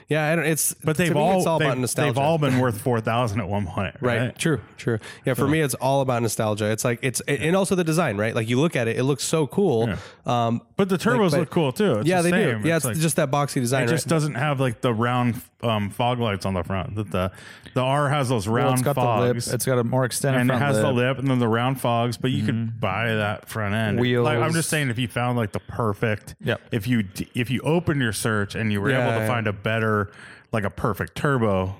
Speaker 7: yeah. I don't, it's
Speaker 1: But
Speaker 7: to
Speaker 1: they've
Speaker 7: me,
Speaker 1: all,
Speaker 7: it's all
Speaker 1: they've,
Speaker 7: about nostalgia.
Speaker 1: they've all been
Speaker 7: <laughs>
Speaker 1: worth four thousand at one point,
Speaker 7: Right.
Speaker 1: right?
Speaker 7: True. True. Yeah. For me, it's all about nostalgia. It's like it's and also the design, right? Like you look at it, it looks so cool. Um,
Speaker 1: But the turbos
Speaker 7: but-
Speaker 1: look cool too. It's
Speaker 7: yeah,
Speaker 1: the
Speaker 7: they
Speaker 1: same.
Speaker 7: do. Yeah, it's,
Speaker 1: like-
Speaker 7: just that boxy design.
Speaker 1: It just
Speaker 7: right?
Speaker 1: doesn't have like the round um, fog lights on the front. That the the R has those round
Speaker 4: well, it's got the
Speaker 1: fogs.
Speaker 4: lip. It's got a more extended
Speaker 1: and it
Speaker 4: front
Speaker 1: has
Speaker 4: lip.
Speaker 1: the lip and then the round fogs, but you
Speaker 7: Mm-hmm.
Speaker 1: could buy that front end.
Speaker 4: Wheels.
Speaker 1: Like, I'm just saying, if you found like the perfect,
Speaker 4: Yep.
Speaker 1: if you d- if you opened your search and you were
Speaker 7: Yeah,
Speaker 1: able to
Speaker 7: yeah.
Speaker 1: find a better, like a perfect turbo,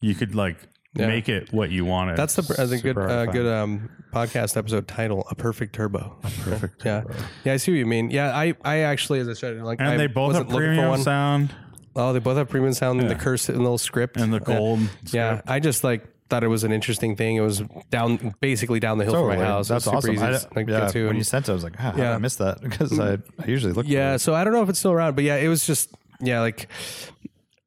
Speaker 1: you could like
Speaker 7: Yeah.
Speaker 1: make it what you wanted.
Speaker 7: That's the uh, the good
Speaker 4: Super
Speaker 7: uh,
Speaker 4: fun.
Speaker 7: good um, podcast episode title: "A Perfect Turbo." A perfect. Turbo. Yeah, yeah. I see what you mean. Yeah, I I actually, as I said, like
Speaker 1: and
Speaker 7: I
Speaker 1: they both
Speaker 7: wasn't
Speaker 1: have
Speaker 7: looking for
Speaker 1: premium
Speaker 7: one.
Speaker 1: sound
Speaker 7: Oh, they both have premium sound. and The curse and the little script
Speaker 1: and the
Speaker 7: Yeah.
Speaker 1: gold.
Speaker 7: Yeah, I just like thought it was an interesting thing. It was down basically down the hill from my
Speaker 4: Totally.
Speaker 7: house. It was
Speaker 4: That's
Speaker 7: Oh, super
Speaker 4: awesome.
Speaker 7: easy
Speaker 4: I,
Speaker 7: to, like,
Speaker 4: yeah,
Speaker 7: get to
Speaker 4: when
Speaker 7: and-
Speaker 4: you sent it, I was like, ah, how did
Speaker 7: Yeah.
Speaker 4: I missed that <laughs> because I, I usually look.
Speaker 7: Yeah, so I don't know if it's still around, but yeah, it was just yeah, like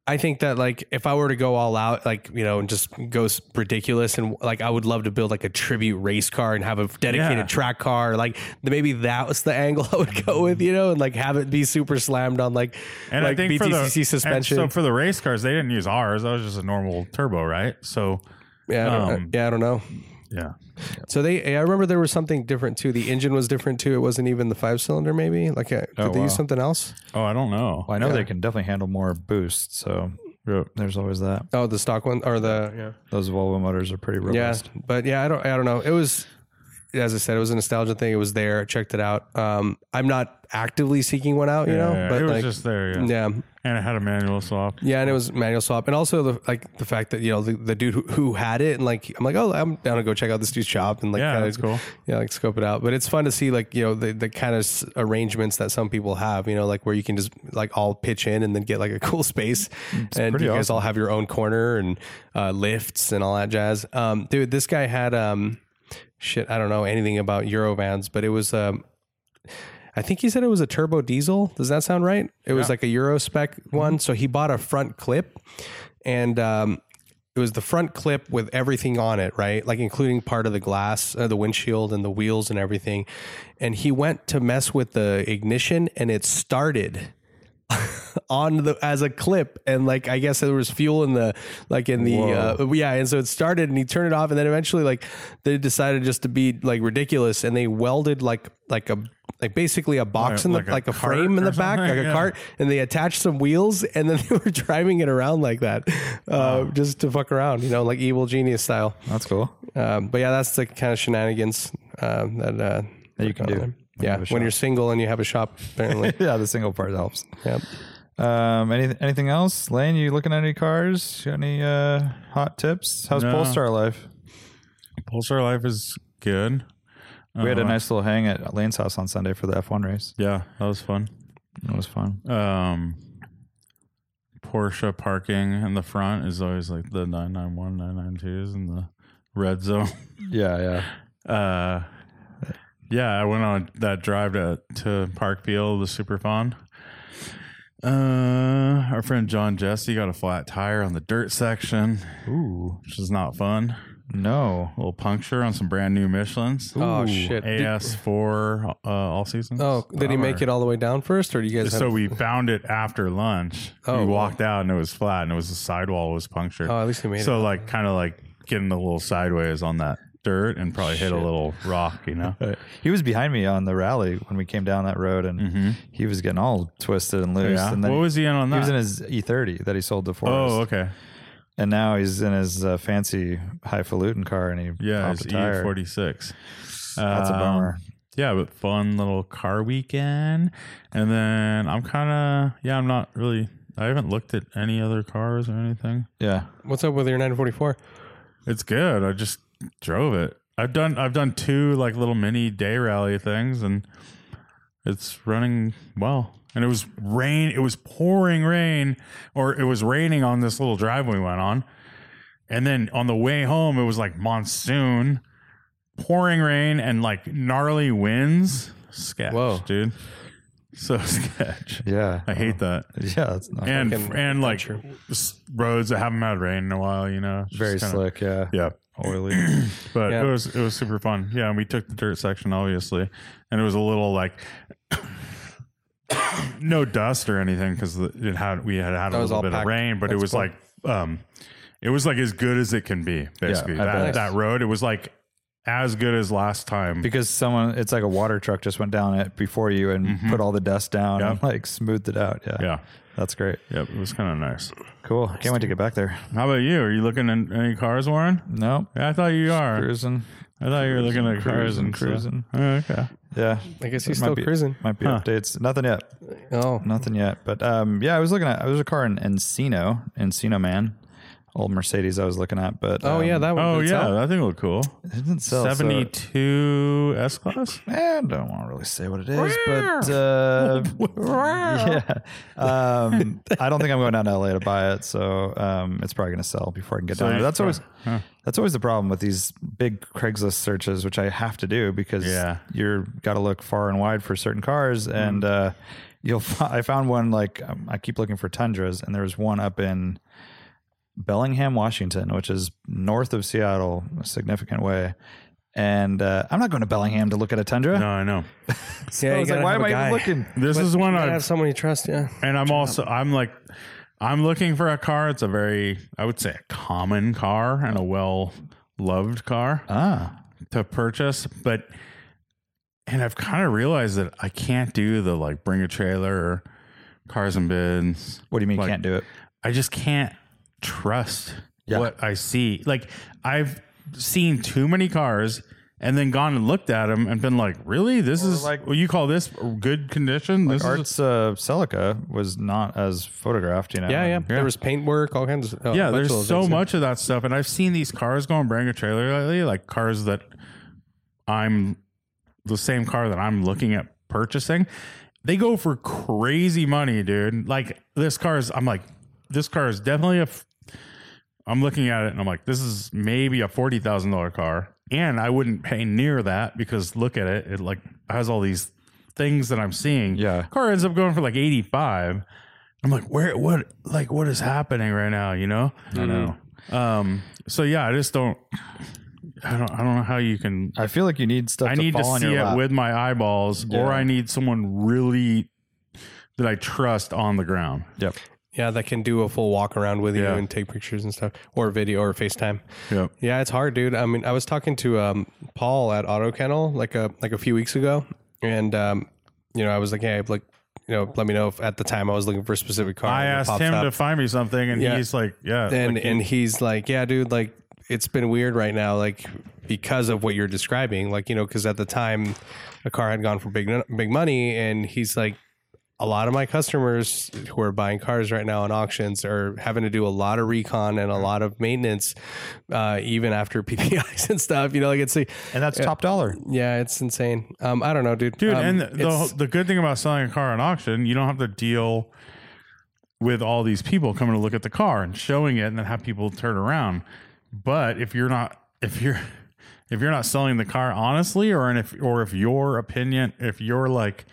Speaker 7: I think that like if I were to go all out, like you know, and just go s- ridiculous, and like I would love to build like a tribute race car and have a dedicated
Speaker 1: Yeah.
Speaker 7: track car, like th- maybe that was the <laughs> angle I would go with, you know, and like have it be super slammed on like
Speaker 1: And
Speaker 7: like
Speaker 1: I think for the
Speaker 7: BTCC suspension.
Speaker 1: And so for the race cars, they didn't use ours. That was just a normal turbo, right? So
Speaker 7: yeah, I don't,
Speaker 1: um,
Speaker 7: yeah, I don't know.
Speaker 1: yeah,
Speaker 7: So they, I remember there was something different too. The engine was different too. It wasn't even the five cylinder, maybe. Like, uh, did they use something else?
Speaker 1: Oh, I don't know.
Speaker 4: Well, I know they can definitely handle more boost, so there's always that.
Speaker 7: Oh, the stock one or the yeah.
Speaker 4: Those Volvo motors are pretty
Speaker 7: Yeah,
Speaker 4: robust.
Speaker 7: but yeah, I don't, I don't know. It was, as I said, it was a nostalgia thing. It was there. I checked it out. Um, I'm not actively seeking one out, you know,
Speaker 1: Yeah,
Speaker 7: but
Speaker 1: it was
Speaker 7: like,
Speaker 1: just there, yeah.
Speaker 7: yeah,
Speaker 1: and it had a manual swap.
Speaker 7: yeah, and it was manual swap, and also the like the fact that you know the, the dude who, who had it, and like I'm like, oh, I'm down to go check out this dude's shop, and like,
Speaker 1: Yeah,
Speaker 7: kinda-
Speaker 1: that's cool.
Speaker 7: yeah, like scope it out. But it's fun to see like you know the the kind of s- arrangements that some people have, you know, like where you can just like all pitch in and then get like a <laughs> cool space, and
Speaker 4: pretty
Speaker 7: you guys all have your own corner and uh, lifts and all that jazz. Um, dude, this guy had um, shit. I don't know anything about Eurovans, but it was um. I think he said it was a turbo diesel. Does that sound right? It was like a Euro spec one. So he bought a front clip and um, it was the front clip with everything on it, right? Like including part of the glass, uh, the windshield, and the wheels and everything. And he went to mess with the ignition, and it started on the as a clip, and like I guess there was fuel in the like in the uh, yeah, and so it started, and he turned it off, and then eventually like they decided just to be like ridiculous, and they welded like like a like basically a
Speaker 1: Like-
Speaker 7: box in the
Speaker 1: like
Speaker 7: like
Speaker 1: a
Speaker 7: a,
Speaker 1: cart
Speaker 7: frame in
Speaker 1: or
Speaker 7: the back,
Speaker 1: something,
Speaker 7: like a
Speaker 4: <laughs>
Speaker 1: yeah.
Speaker 7: cart, and they attached some wheels, and then <laughs> they were driving it around like that, uh, just to fuck around, you know, like evil genius style.
Speaker 4: That's cool.
Speaker 7: Um, but yeah, that's the kind of shenanigans um, that uh,
Speaker 4: That you can
Speaker 7: go
Speaker 4: do
Speaker 7: on there.
Speaker 4: when you
Speaker 7: Yeah,
Speaker 4: have a shop.
Speaker 7: when you're single and you have a shop,
Speaker 4: <laughs>
Speaker 7: apparently.
Speaker 4: Yeah, the single part helps.
Speaker 7: yep.
Speaker 4: Um, any, anything else? Lane, you looking at any cars? Got any uh, hot tips? How's
Speaker 1: No.
Speaker 4: Polestar life?
Speaker 1: Pulsar Life is good. Uh,
Speaker 4: We
Speaker 1: Uh-huh.
Speaker 4: had a nice little hang at Lane's house on Sunday for the F1 race.
Speaker 1: Yeah, that was fun.
Speaker 4: It was fun.
Speaker 1: Um, Porsche parking in the front is always like the 991, 992s in the red zone. <laughs>
Speaker 4: Yeah, yeah.
Speaker 1: Uh, yeah, I went on that drive to to Parkville, the super fun. Uh, our friend John Jesse got a flat tire on the dirt section,
Speaker 4: Ooh,
Speaker 1: which is not fun.
Speaker 4: no.
Speaker 1: A little puncture on some brand new Michelins.
Speaker 7: Oh shit.
Speaker 1: AS4 uh, all seasons.
Speaker 7: oh, did he make it all the way down first, or do you guys?
Speaker 1: So
Speaker 7: Have,
Speaker 4: <laughs>
Speaker 1: we found it after lunch.
Speaker 7: Oh,
Speaker 1: we walked out and it was flat and it was the sidewall was punctured.
Speaker 7: oh, at least he made
Speaker 1: so like kind of like getting a little sideways on that dirt and probably hit a little rock, you
Speaker 4: <laughs>
Speaker 1: know.
Speaker 4: He was behind me on the rally when we came down that road, and he was getting all twisted and loose.
Speaker 1: Mm-hmm. yeah.
Speaker 4: And then
Speaker 1: What was he in on
Speaker 4: he
Speaker 1: that?
Speaker 4: was in his E30 that he sold to Forest.
Speaker 1: oh, okay.
Speaker 4: And now he's in his uh, fancy highfalutin car, and he
Speaker 1: Yeah,
Speaker 4: popped
Speaker 1: it's
Speaker 4: a tire.
Speaker 1: E46.
Speaker 4: That's a
Speaker 1: Um,
Speaker 4: bummer.
Speaker 1: Yeah, but fun little car weekend. And then I'm kind of yeah, I'm not really I haven't looked at any other cars or anything.
Speaker 4: Yeah,
Speaker 7: What's up with your 944?
Speaker 1: It's good. I just drove it. I've done I've done two like little mini day rally things and it's running well. And it was rain it was pouring rain or it was raining on this little drive we went on. And then on the way home it was like monsoon, pouring rain and like gnarly winds. Sketch,
Speaker 7: Whoa.
Speaker 1: dude. So <laughs> sketch.
Speaker 4: yeah,
Speaker 1: I hate that.
Speaker 4: <laughs> yeah. That's not
Speaker 1: And
Speaker 7: fucking
Speaker 1: and like
Speaker 7: adventure.
Speaker 1: s- roads that haven't had rain in a while, you know. It's just
Speaker 4: very
Speaker 1: kinda-
Speaker 4: slick. Yeah,
Speaker 1: Yeah
Speaker 4: oily. <clears throat>
Speaker 1: but
Speaker 7: Yeah.
Speaker 1: it was it was super fun. Yeah, and we took the dirt section obviously, and it was a little like <coughs> no dust or anything because it had we had had a
Speaker 7: That was
Speaker 1: little
Speaker 7: all
Speaker 1: bit of
Speaker 7: packed.
Speaker 1: rain, but it
Speaker 7: That's
Speaker 1: was
Speaker 7: cool.
Speaker 1: like um, it was like as good as it can be basically.
Speaker 4: I
Speaker 1: that
Speaker 4: bet.
Speaker 1: that road, it was like as good as last time.
Speaker 4: because someone it's like a water truck just went down it before you and put all the dust down and like smoothed it out yeah
Speaker 1: Mm-hmm. yeah,
Speaker 4: that's great
Speaker 1: yep, it was kind of nice.
Speaker 4: cool can't wait to get back there
Speaker 1: How about you? Are you looking at any cars, Warren?
Speaker 4: no
Speaker 1: Yeah, I thought you are.
Speaker 4: cruising
Speaker 1: I thought you were looking at cars
Speaker 4: cruising
Speaker 1: and
Speaker 4: cruising
Speaker 1: So. Oh, okay.
Speaker 4: yeah
Speaker 7: I guess
Speaker 4: There
Speaker 7: he's
Speaker 4: might
Speaker 7: still
Speaker 4: be-
Speaker 7: cruising.
Speaker 4: might be updates nothing yet
Speaker 7: Oh,
Speaker 4: nothing yet but um yeah i was looking at i was a car in encino encino man old mercedes i was looking at but
Speaker 7: oh
Speaker 4: um,
Speaker 7: yeah, that one.
Speaker 1: Oh
Speaker 7: it's
Speaker 1: yeah,
Speaker 7: out.
Speaker 1: that thing looked cool.
Speaker 4: it uh, didn't sell so-
Speaker 1: Seventy-two S class.
Speaker 4: Eh, I don't want to really say what it is, but uh, yeah, um, I don't think I'm going down to LA to buy it, so um, it's probably going to sell before I can get down.
Speaker 1: you-
Speaker 4: there. That's always that's always the problem with these big Craigslist searches, which I have to do because
Speaker 1: Yeah.
Speaker 4: you're got to look far and wide for certain cars, and uh, you'll. fi- I found one like um, I keep looking for Tundras, and there was one up in. Bellingham, Washington, which is north of Seattle, a significant way. And uh, I'm not going to Bellingham to look at a Tundra.
Speaker 1: No, I know.
Speaker 7: yeah, you
Speaker 4: I was like,
Speaker 7: gotta
Speaker 4: why
Speaker 7: have
Speaker 4: am
Speaker 7: a
Speaker 4: I even
Speaker 7: guy.
Speaker 4: looking?
Speaker 1: This is one
Speaker 7: Gotta
Speaker 1: I
Speaker 7: have someone you trust. Yeah.
Speaker 1: and I'm also I'm like I'm looking for a car. It's a very I would say a common car and a well loved car
Speaker 4: <laughs> Ah,
Speaker 1: to purchase, but and I've kind of realized that I can't do the like bring a trailer or cars and bids.
Speaker 4: what do you mean
Speaker 1: Like-
Speaker 4: can't do it?
Speaker 1: I just can't trust
Speaker 4: Yeah.
Speaker 1: what I see. Like I've seen too many cars and then gone and looked at them and been like, really? This is like
Speaker 4: like-
Speaker 1: well, you call this good condition? this is
Speaker 4: Arts uh, Celica was not as photographed, you know.
Speaker 7: yeah, yeah, There was paintwork, all kinds of. oh,
Speaker 1: yeah,
Speaker 7: a bunch of little
Speaker 1: there's so
Speaker 7: things.
Speaker 1: much of that stuff, and I've seen these cars go and bring a trailer lately, like cars that I'm the same car that I'm looking at purchasing. They go for crazy money, dude. Like this car is, I'm like, this car is definitely a. F- I'm looking at it and I'm like, this is maybe a forty thousand dollar car, and I wouldn't pay near that because look at it, it like has all these things that I'm seeing.
Speaker 4: Yeah.
Speaker 1: car ends up going for like eighty five. I'm like, where, what, like, what is happening right now? You know? I know. Um. So yeah, I just don't. I don't. I don't know how you can.
Speaker 4: I feel like you need stuff.
Speaker 1: I need to
Speaker 4: fall on
Speaker 1: see
Speaker 4: your
Speaker 1: it
Speaker 4: lap.
Speaker 1: with my eyeballs, or I need someone really that I trust on the ground.
Speaker 4: Yep.
Speaker 7: Yeah, that can do a full walk around with
Speaker 1: Yeah.
Speaker 7: you and take pictures and stuff, or video, or FaceTime.
Speaker 1: Yep.
Speaker 7: Yeah, it's hard, dude. I mean, I was talking to um, Paul at Auto Kennel like a like a few weeks ago, and um, you know, I was like, hey, like, you know, let me know if at the time I was looking for a specific car.
Speaker 1: I
Speaker 7: and it
Speaker 1: asked
Speaker 7: pops
Speaker 1: him
Speaker 7: up.
Speaker 1: to find me something, and
Speaker 7: Yeah.
Speaker 1: he's like, "Yeah." <laughs>
Speaker 7: and
Speaker 1: like,
Speaker 7: and he's like, yeah, dude, like it's been weird right now, like because of what you're describing, like you know, because at the time, a car had gone for big big money, and he's like, a lot of my customers who are buying cars right now on auctions are having to do a lot of recon
Speaker 1: Mm-hmm.
Speaker 7: and a lot of maintenance, uh, even after <laughs> PPIs and stuff. You know, like it's like,
Speaker 4: And that's top dollar.
Speaker 7: yeah, it's insane. Um, I don't know, dude.
Speaker 1: dude,
Speaker 7: Um,
Speaker 1: and the,
Speaker 7: it's-
Speaker 1: the the good thing about selling a car on auction, you don't have to deal with all these people coming to look at the car and showing it, and then have people turn around. But if you're not, if you're <laughs> if you're not selling the car honestly, or and if or if your opinion, if you're like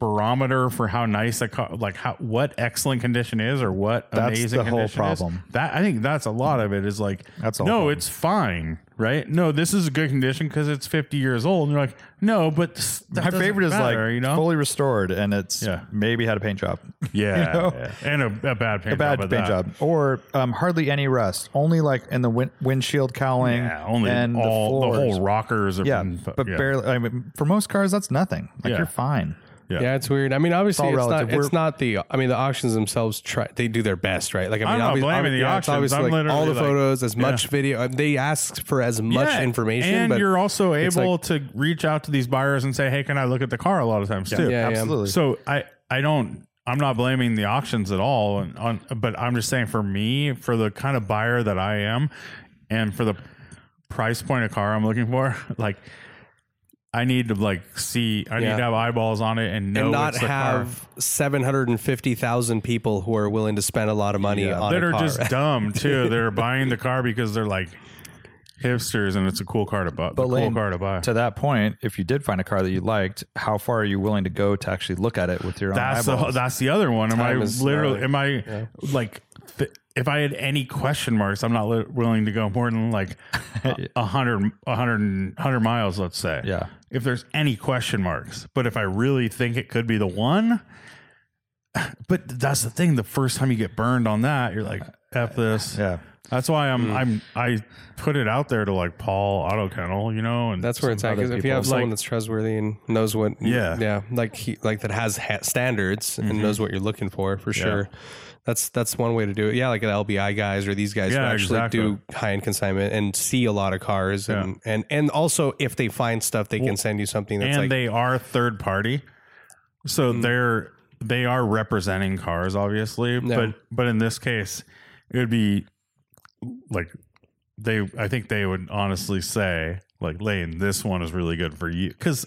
Speaker 1: barometer for how nice a car, like how what excellent condition is, or what
Speaker 4: That's
Speaker 1: amazing
Speaker 4: the whole
Speaker 1: condition is,
Speaker 4: problem.
Speaker 1: that I think that's a lot of it is like
Speaker 4: That's all
Speaker 1: no,
Speaker 4: problem.
Speaker 1: it's fine, right? No, this is a good condition because it's fifty years old, and you're like, no, but s- that
Speaker 4: My
Speaker 1: doesn't
Speaker 4: favorite is
Speaker 1: matter,
Speaker 4: like
Speaker 1: you know,
Speaker 4: fully restored, and it's
Speaker 1: Yeah.
Speaker 4: maybe had a paint
Speaker 1: <laughs>
Speaker 4: job,
Speaker 1: yeah,
Speaker 4: know?
Speaker 1: yeah. and a, a bad paint
Speaker 4: a bad
Speaker 1: job at
Speaker 4: paint
Speaker 1: that.
Speaker 4: job, or um, hardly any rust, only like in the win- windshield cowling,
Speaker 1: Yeah, only
Speaker 4: and
Speaker 1: all the,
Speaker 4: the, floors.
Speaker 1: whole rockers. Are
Speaker 4: yeah,
Speaker 1: been fu-
Speaker 4: but
Speaker 1: yeah.
Speaker 4: barely. I mean, for most cars, that's nothing. Like
Speaker 1: Yeah.
Speaker 4: you're fine.
Speaker 1: Yeah.
Speaker 7: Yeah, it's weird. I mean, obviously,
Speaker 4: all
Speaker 7: it's,
Speaker 4: relative.
Speaker 7: not.
Speaker 4: We're-
Speaker 7: It's not the. I mean, the auctions themselves try. They do their best, right? Like, I mean,
Speaker 1: I'm not
Speaker 7: obvi-
Speaker 1: blaming
Speaker 7: obvi-
Speaker 1: the
Speaker 7: yeah, it's
Speaker 1: auctions.
Speaker 7: obviously,
Speaker 1: I'm
Speaker 7: like, all the
Speaker 1: literally, like-
Speaker 7: photos, as
Speaker 1: yeah.
Speaker 7: much video. um, They ask for as much
Speaker 1: Yeah,
Speaker 7: information,
Speaker 1: and
Speaker 7: but
Speaker 1: you're also
Speaker 7: it's
Speaker 1: able
Speaker 7: like-
Speaker 1: to reach out to these buyers and say, "Hey, can I look at the car?" A lot of times too.
Speaker 7: yeah, yeah.
Speaker 4: Absolutely.
Speaker 1: So I I don't I'm not blaming the auctions at all, and on, but I'm just saying for me, for the kind of buyer that I am, and for the price point of car I'm looking for, <laughs> like I need to like see, I need
Speaker 7: Yeah.
Speaker 1: to have eyeballs on it and know
Speaker 7: and not
Speaker 1: it's the
Speaker 7: have seven hundred and fifty thousand people who are willing to spend a lot of money
Speaker 1: car.
Speaker 7: on
Speaker 1: that
Speaker 7: a
Speaker 1: are
Speaker 7: car.
Speaker 1: just
Speaker 7: <laughs>
Speaker 1: dumb too. They're buying the car because they're like hipsters, and it's a cool car to buy.
Speaker 4: But
Speaker 1: cool
Speaker 4: Lane,
Speaker 1: car to buy.
Speaker 4: To that point, if you did find a car that you liked, how far are you willing to go to actually look at it with your own
Speaker 1: that's the,
Speaker 4: eyeballs?
Speaker 1: that's the other one. Am I
Speaker 7: Time is uh,
Speaker 1: literally?
Speaker 7: gnarly.
Speaker 1: Am I like? Th- if I had any question marks, I'm not li- willing to go more than like
Speaker 7: <laughs>
Speaker 1: a a hundred, a hundred, and- hundred miles. Let's say,
Speaker 4: Yeah.
Speaker 1: If there's any question marks, but if I really think it could be the one, <sighs> but that's the thing. The first time you get burned on that, you're like, "F this."
Speaker 4: yeah.
Speaker 1: That's why I'm,
Speaker 7: Mm.
Speaker 1: I'm, I put it out there to like Paul Auto Kennel, you know, and
Speaker 7: That's where it's at. 'cause if you have someone that's trustworthy and knows what,
Speaker 1: Yeah.
Speaker 7: yeah, like he, like that has ha- standards
Speaker 4: Mm-hmm.
Speaker 7: and knows what you're looking for for sure. That's that's one way to do it. Yeah, like the LBI guys or these guys who
Speaker 1: Yeah,
Speaker 7: actually
Speaker 1: exactly.
Speaker 7: do high end consignment and see a lot of cars and and and also if they find stuff, they can send you something that's
Speaker 1: and
Speaker 7: like Hmm.
Speaker 1: they are third party so they're they are representing cars obviously but but in this case it would be like they i think they would honestly say like lane this one is really good for you because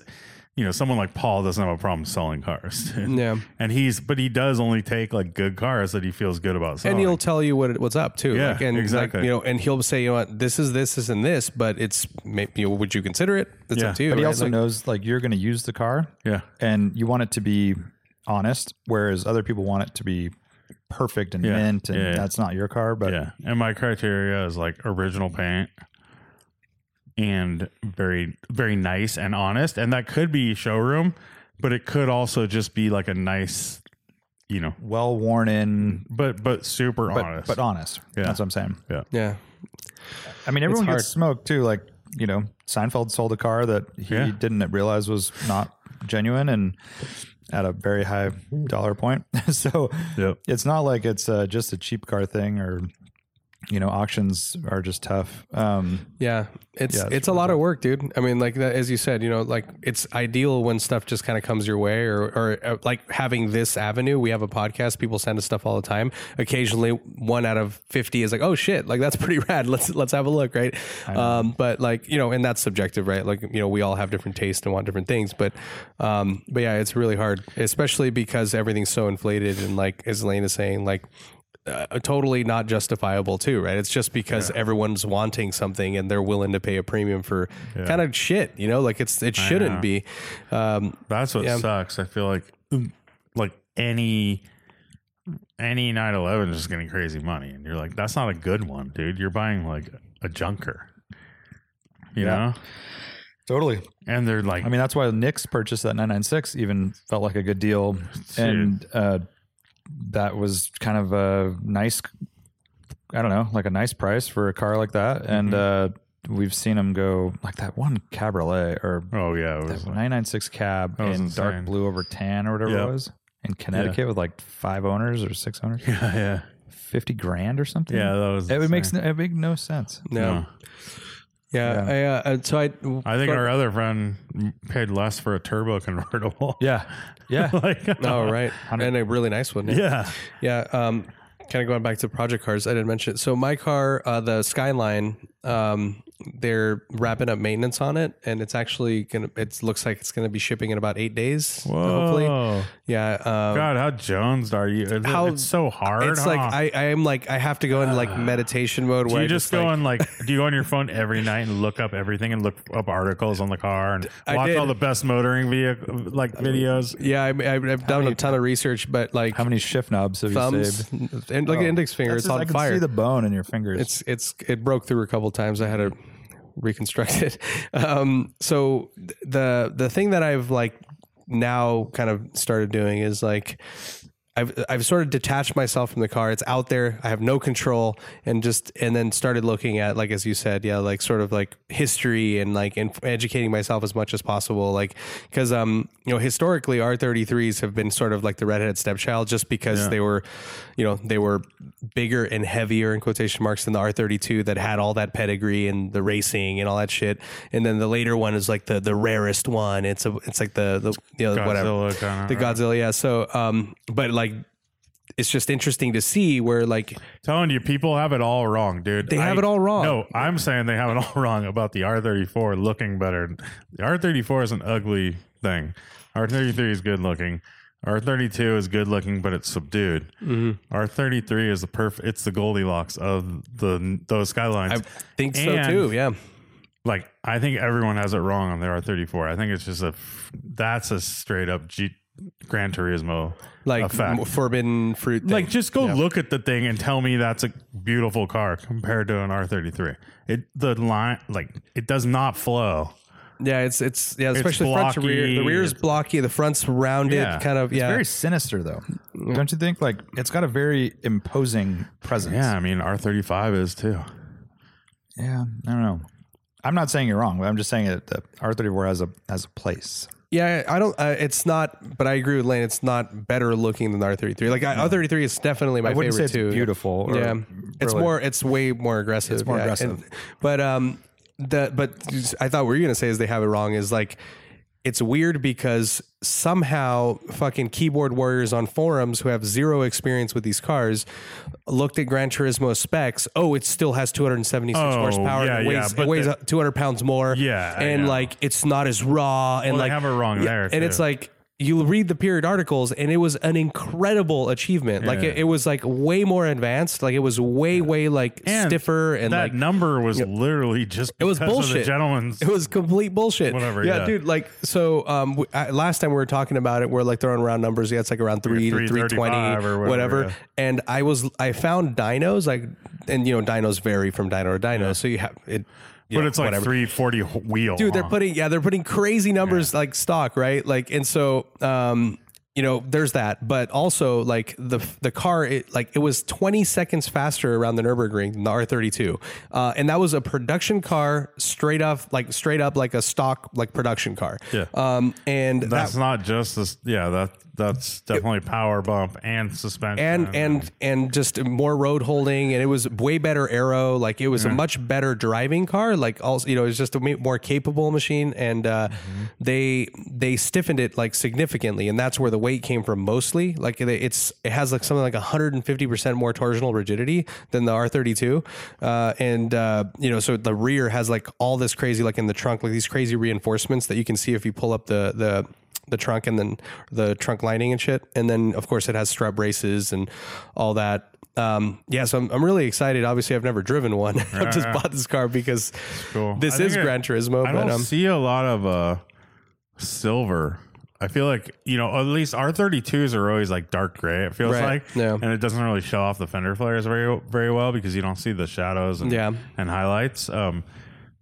Speaker 1: you know someone like paul doesn't have a problem selling cars <laughs>
Speaker 7: yeah.
Speaker 1: and he's but he does only take like good cars that he feels good about selling
Speaker 7: And he'll tell you what it, what's up too.
Speaker 1: Oh. Yeah,
Speaker 7: like, and like,
Speaker 1: exactly.
Speaker 7: you know, and he'll say, you know what, this is this, this, and this, but it's maybe would you consider it? It's
Speaker 1: Yeah.
Speaker 7: up to you.
Speaker 4: But he
Speaker 7: right?
Speaker 4: also
Speaker 7: Like,
Speaker 4: knows like you're going to use the car
Speaker 1: yeah
Speaker 4: and you want it to be honest, whereas other people want it to be perfect and
Speaker 1: Yeah.
Speaker 4: mint, and
Speaker 1: Yeah, yeah.
Speaker 4: that's not your car. But
Speaker 1: yeah and my criteria is like original paint and very very nice and honest and that could be showroom but it could also just be like a nice you know
Speaker 4: well worn in,
Speaker 1: but but super
Speaker 4: but
Speaker 1: honest
Speaker 4: but honest. That's what I'm saying.
Speaker 7: yeah.
Speaker 4: I mean, everyone gets smoked too. Like you know, Seinfeld sold a car that he
Speaker 1: Yeah.
Speaker 4: didn't realize was not genuine and at a very high dollar point. <laughs> so
Speaker 1: Yep.
Speaker 4: it's not like it's uh, just a cheap car thing, or you know, auctions are just tough. Um,
Speaker 7: Yeah, it's
Speaker 4: Yeah,
Speaker 7: it's,
Speaker 4: it's
Speaker 7: a lot of work, dude. I mean, like that, as you said, you know, like it's ideal when stuff just kind of comes your way, or or uh, like having this avenue. We have a podcast; people send us stuff all the time. Occasionally, one out of fifty is like, "Oh shit, like that's <laughs> pretty rad. Let's let's have a look, right?" Um, but like you know, and that's subjective, right? Like you know, we all have different tastes and want different things, but um, but yeah, it's really hard, especially because everything's so inflated, and like as Lane is saying, like uh, totally not justifiable too, right? It's just because everyone's wanting something and they're willing to pay a premium for kind of shit, you know? Like it's it shouldn't be. Um,
Speaker 1: that's what
Speaker 7: Yeah.
Speaker 1: sucks i feel like mm, like any any 911 is just getting crazy money and you're like that's not a good one dude you're buying like a junker you know
Speaker 8: Totally.
Speaker 1: and they're like,
Speaker 4: I mean, that's why Nick's purchase that 996 even felt like a good deal. And uh, that was kind of a nice, I don't know, like a nice price for a car like that. And uh,
Speaker 1: Mm-hmm.
Speaker 4: we've seen them go like that one Cabriolet or
Speaker 1: oh yeah, it
Speaker 4: that
Speaker 1: was-
Speaker 4: 996 cab in
Speaker 1: was
Speaker 4: dark
Speaker 1: insane.
Speaker 4: blue over tan or whatever
Speaker 1: Yep.
Speaker 4: it was in Connecticut with like five owners or six owners,
Speaker 1: <laughs> yeah, yeah,
Speaker 4: 50 grand or something.
Speaker 1: yeah. That was.
Speaker 4: It would makes
Speaker 1: insane.
Speaker 4: it make no sense.
Speaker 7: No.
Speaker 1: No.
Speaker 7: Yeah. I, uh, so I.
Speaker 1: I think
Speaker 7: <laughs>
Speaker 1: our other friend paid less for a turbo <laughs> convertible.
Speaker 4: Yeah, yeah.
Speaker 1: like,
Speaker 7: Oh right, and a really nice
Speaker 1: <laughs>
Speaker 7: one.
Speaker 1: yeah.
Speaker 7: Yeah. Um, kind of going back to project cars, I didn't mention it. So my car, uh, the Skyline, um, they're wrapping up maintenance on it, and it's actually gonna. It looks like it's gonna be shipping in about eight days. Hopefully.
Speaker 1: Whoa.
Speaker 7: Yeah. Um,
Speaker 1: Oh, God, how jonesed are you? It's,
Speaker 7: How-
Speaker 1: it's so hard.
Speaker 7: It's like
Speaker 1: huh?
Speaker 7: I, I am like I have to go into like meditation mode
Speaker 1: Do
Speaker 7: where
Speaker 1: you
Speaker 7: I
Speaker 1: just, go
Speaker 7: like,
Speaker 1: on like? Do you go on your phone every night and look up everything and look up articles on the car and
Speaker 7: I
Speaker 1: watch
Speaker 7: did.
Speaker 1: all the best motoring video like videos?
Speaker 7: Yeah, I, I, I've done a ton of research, but like
Speaker 4: <laughs> How many shift knobs have you saved?
Speaker 7: thumbs and like
Speaker 4: Oh.
Speaker 7: index finger,
Speaker 4: That's
Speaker 7: it's
Speaker 4: just-
Speaker 7: on
Speaker 4: I can
Speaker 7: fire.
Speaker 4: see the bone in your fingers.
Speaker 7: it's it's it broke through a couple times. I had to reconstruct <laughs> it. Um, so th- the the thing that I've like now kind of started doing is like I've I've sort of detached myself from the car. It's out there. I have no control, and just and then started looking at like as you said, yeah, like sort of like history and like and educating myself as much as possible, like because um you know historically R thirty threes have been sort of like the redheaded stepchild just because they were, you know, they were bigger and heavier in quotation marks than the R thirty two that had all that pedigree and the racing and all that shit, and then the later one is like the the rarest one. It's a it's like the the you know whatever
Speaker 1: Godzilla kinda,
Speaker 7: the
Speaker 1: right?
Speaker 7: Godzilla, yeah. So, um, but like, it's just interesting to see where like
Speaker 1: Telling you, people have it all wrong, dude.
Speaker 7: They have it all wrong.
Speaker 1: No, I'm saying they have it <laughs> all wrong about the R34 looking better. The R34 is an ugly thing. R33 is good looking. R32 is good looking, but it's subdued. R33 is the perfect. It's the Goldilocks of the those skylines.
Speaker 7: I think so
Speaker 1: And-
Speaker 7: too. Yeah,
Speaker 1: like I think everyone has it wrong on the R34. I think it's just a f- that's a straight up G- Gran Turismo
Speaker 7: like
Speaker 1: effect.
Speaker 7: m- forbidden fruit. Thing.
Speaker 1: Like just go look at the thing and tell me that's a beautiful car compared to an R33. It the line like it does not flow.
Speaker 7: yeah, it's it's yeah, especially front to rear. The
Speaker 1: blocky.
Speaker 7: rear's blocky, the front's rounded,
Speaker 1: Yeah.
Speaker 7: kind of yeah.
Speaker 4: It's very sinister, though. Don't you think? Like, it's got a very imposing presence.
Speaker 1: Yeah, I mean R35 is too.
Speaker 4: Yeah, I don't know. I'm not saying you're wrong, but I'm just saying that the R34 has a has a place.
Speaker 7: yeah, I don't. Uh, it's not, but I agree with Lane. It's not better looking than the R33. Like I- R33 is definitely my
Speaker 4: Mm. I wouldn't say
Speaker 7: favorite too.
Speaker 4: it's beautiful. Or
Speaker 7: yeah, it's
Speaker 4: really-
Speaker 7: more. It's way more aggressive.
Speaker 4: It's more
Speaker 7: yeah.
Speaker 4: aggressive.
Speaker 7: And- but um, the but I thought what you were gonna say is they have it wrong. Is like it's weird because somehow fucking keyboard warriors on forums who have zero experience with these cars looked at Gran Turismo specs. Oh, it still has 276
Speaker 1: Oh,
Speaker 7: horsepower.
Speaker 1: yeah,
Speaker 7: and it
Speaker 1: yeah,
Speaker 7: weighs, it
Speaker 1: but
Speaker 7: weighs
Speaker 1: the-
Speaker 7: 200 pounds more.
Speaker 1: Yeah, I
Speaker 7: and
Speaker 1: know.
Speaker 7: like it's not as raw. And
Speaker 1: Well, they
Speaker 7: like
Speaker 1: have it wrong there,
Speaker 7: And it's
Speaker 1: too.
Speaker 7: like you read the period articles and it was an incredible achievement like it, it was like way more advanced like it was way way like stiffer and
Speaker 1: that
Speaker 7: like
Speaker 1: number was literally just
Speaker 7: it was
Speaker 1: because of
Speaker 7: bullshit
Speaker 1: the gentleman's
Speaker 7: it was complete bullshit
Speaker 1: Whatever,
Speaker 7: yeah,
Speaker 1: yeah.
Speaker 7: dude like so um we, I, last time we were talking about it we're like throwing around numbers yeah it's like around 3 to 320
Speaker 1: 335 or
Speaker 7: whatever,
Speaker 1: whatever, yeah.
Speaker 7: and i was i found dinos like and you know dinos vary from dino to dino so you have it you
Speaker 1: but
Speaker 7: know,
Speaker 1: it's like
Speaker 7: whatever.
Speaker 1: 340 wheel.
Speaker 7: Dude, they're
Speaker 1: huh?
Speaker 7: putting yeah, they're putting crazy numbers like stock, right? Like and so um you know, there's that, but also like the the car, it, like it was 20 seconds faster around the Nurburgring than the R32, uh, and that was a production car, straight up, like straight up, like a stock, like production car.
Speaker 1: Yeah.
Speaker 7: Um, and
Speaker 1: that's
Speaker 7: that,
Speaker 1: not just this. Yeah, that that's definitely power bump and suspension
Speaker 7: and and and just more road holding and it was way better aero like it was a much better driving car like also you know it was just a ma- more capable machine and uh, they they stiffened it like significantly and that's where the weight came from mostly like it, it's it has like something like 150% more torsional rigidity than the R32 uh, and uh, you know so the rear has like all this crazy like in the trunk like these crazy reinforcements that you can see if you pull up the the the trunk and then the trunk lining and shit. And then of course it has strut braces and all that. Um, yeah, so I'm, I'm really excited. Obviously, I've never driven one. <laughs> I've just bought this car because
Speaker 1: Cool. I
Speaker 7: this
Speaker 1: think
Speaker 7: is
Speaker 1: it-
Speaker 7: Gran Turismo.
Speaker 1: I
Speaker 7: but
Speaker 1: don't
Speaker 7: um,
Speaker 1: see a lot of uh, silver. I feel like you know at least R thirty twos are always like dark gray. It feels
Speaker 7: Right.
Speaker 1: like,
Speaker 7: Yeah.
Speaker 1: and it doesn't really show off the fender flares very very well because you don't see the shadows and
Speaker 7: Yeah.
Speaker 1: and highlights. Um,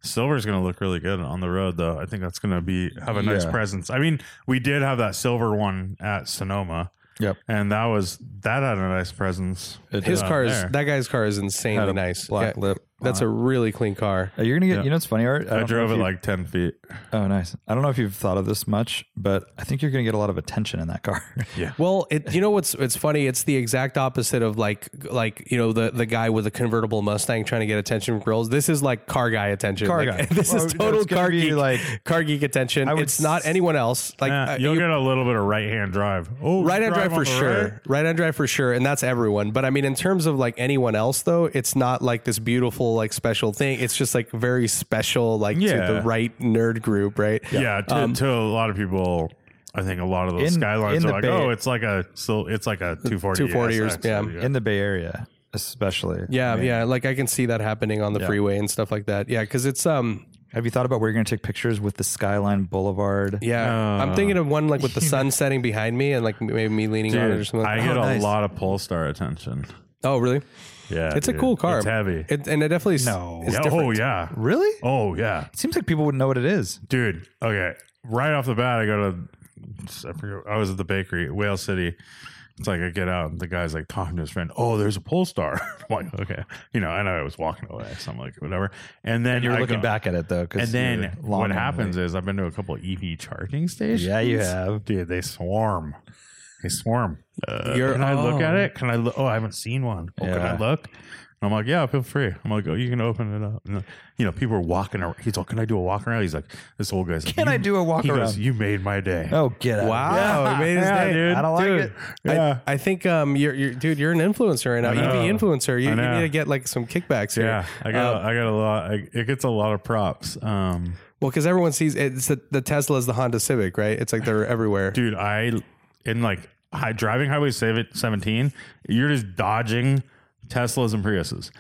Speaker 1: Silver's going to look really good on the road, though. I think that's going to be have a nice
Speaker 4: Yeah.
Speaker 1: presence. I mean, we did have that silver one at Sonoma.
Speaker 4: Yep.
Speaker 1: and that was that had a nice presence.
Speaker 7: His
Speaker 1: Uh,
Speaker 7: car is
Speaker 1: there.
Speaker 7: that guy's car is insanely nice.
Speaker 4: black
Speaker 7: Yeah,
Speaker 4: lip
Speaker 7: That's a really clean car.
Speaker 4: Uh, You're gonna get.
Speaker 1: Yeah.
Speaker 4: You know what's funny, Art?
Speaker 1: I
Speaker 4: don't know
Speaker 1: drove
Speaker 4: if
Speaker 1: it
Speaker 4: you-
Speaker 1: like ten feet.
Speaker 4: Oh, nice. I don't know if you've thought of this much, but I think you're gonna get a lot of attention in that car.
Speaker 1: Yeah.
Speaker 7: Well, it, you know what's it's funny? It's the exact opposite of like like you know the the guy with a convertible Mustang trying to get attention from girls. This is like car guy attention.
Speaker 4: <laughs> Car
Speaker 7: Like, <laughs>
Speaker 4: guy.
Speaker 7: This
Speaker 4: Well,
Speaker 7: is
Speaker 4: it's
Speaker 7: total
Speaker 4: gonna
Speaker 7: car
Speaker 4: be
Speaker 7: geek
Speaker 4: like-
Speaker 7: car geek attention.
Speaker 4: I would
Speaker 7: It's not
Speaker 4: s-
Speaker 7: anyone else. Like
Speaker 1: Yeah,
Speaker 7: uh,
Speaker 1: you'll
Speaker 7: you-
Speaker 1: get a little bit of right hand drive. Oh,
Speaker 7: right hand drive
Speaker 1: on
Speaker 7: for
Speaker 1: the
Speaker 7: sure.
Speaker 1: right.
Speaker 7: Right. hand drive for sure, and that's everyone. But I mean, in terms of like anyone else though, it's not like this beautiful like special thing. It's just like very special like to
Speaker 1: Yeah.
Speaker 7: the right nerd group, right?
Speaker 1: Yeah, to, to a lot of people, I think a lot of those
Speaker 4: In-
Speaker 1: skylines
Speaker 4: in
Speaker 1: are
Speaker 4: the
Speaker 1: like,
Speaker 4: Bay-
Speaker 1: oh, it's like a so it's like a two forty
Speaker 7: 240 or- yeah.
Speaker 4: in the Bay Area, especially.
Speaker 7: Yeah,
Speaker 4: I mean,
Speaker 7: yeah. Like I can see that happening on the freeway and stuff like that. Yeah, because it's um,
Speaker 4: Have you thought about where you're gonna take pictures with the skyline boulevard?
Speaker 7: yeah.
Speaker 1: Uh,
Speaker 7: I'm thinking of one like with
Speaker 1: <laughs>
Speaker 7: the sun setting behind me and like maybe me leaning on it or
Speaker 1: Dude,
Speaker 7: something.
Speaker 1: I
Speaker 7: Like oh,
Speaker 1: get
Speaker 7: that.
Speaker 1: a
Speaker 4: nice.
Speaker 1: lot of Polestar attention.
Speaker 7: oh, really?
Speaker 1: Yeah,
Speaker 7: It's a
Speaker 1: dude.
Speaker 7: cool car.
Speaker 1: It's heavy.
Speaker 7: It, and it definitely no. It's
Speaker 1: Yeah,
Speaker 7: different.
Speaker 1: oh yeah,
Speaker 4: Really?
Speaker 1: oh yeah,
Speaker 4: It seems like people wouldn't know what it is.
Speaker 1: dude. Okay, right off the bat, I go to I forget. I was at the bakery, Whale City. It's like I get out, and the guy's like talking to his friend. Oh, there's a Polestar. <laughs> I'm like, okay, you know, and I was walking away, so I'm like, whatever. And then
Speaker 4: You're
Speaker 1: I
Speaker 4: looking
Speaker 1: go-
Speaker 4: back at it though, 'cause
Speaker 1: And
Speaker 4: you're
Speaker 1: then
Speaker 4: long
Speaker 1: what
Speaker 4: on the
Speaker 1: happens
Speaker 4: way.
Speaker 1: is I've been to a couple EV charging stations.
Speaker 4: Yeah, you have.
Speaker 1: dude. They swarm. They swarm. Uh,
Speaker 7: You're-
Speaker 1: can I look at
Speaker 7: oh.
Speaker 1: it? Can I look? Oh, I haven't seen one. Oh, Can
Speaker 4: Yeah.
Speaker 1: I look? And I'm like, yeah, feel free. I'm like, oh, you can open it up. And, you know, people are walking around. He's like, can I do a walk around? He's like, this old guy's. like,
Speaker 4: Can I
Speaker 1: you-
Speaker 4: do a walk
Speaker 1: he goes,
Speaker 4: around?
Speaker 1: you made my day. <laughs>
Speaker 4: Oh, get out!
Speaker 7: Wow, he made his
Speaker 1: Yeah,
Speaker 7: day.
Speaker 1: dude.
Speaker 4: I don't like
Speaker 1: Dude.
Speaker 4: it.
Speaker 1: Yeah.
Speaker 7: I, I think um, you're, you're dude, you're an influencer right now,
Speaker 1: know.
Speaker 7: EV influencer. You,
Speaker 1: I
Speaker 7: you
Speaker 1: know.
Speaker 7: need to get like some kickbacks here. Uh,
Speaker 1: yeah, I got
Speaker 4: Um,
Speaker 1: I got a lot. I, it gets a lot of props, um,
Speaker 7: Well, because everyone sees it's the, the Tesla is the Honda Civic, right? It's
Speaker 1: <laughs>
Speaker 7: like they're everywhere.
Speaker 1: dude. I in like high, driving Highway save- 17, you're just dodging Teslas and Priuses,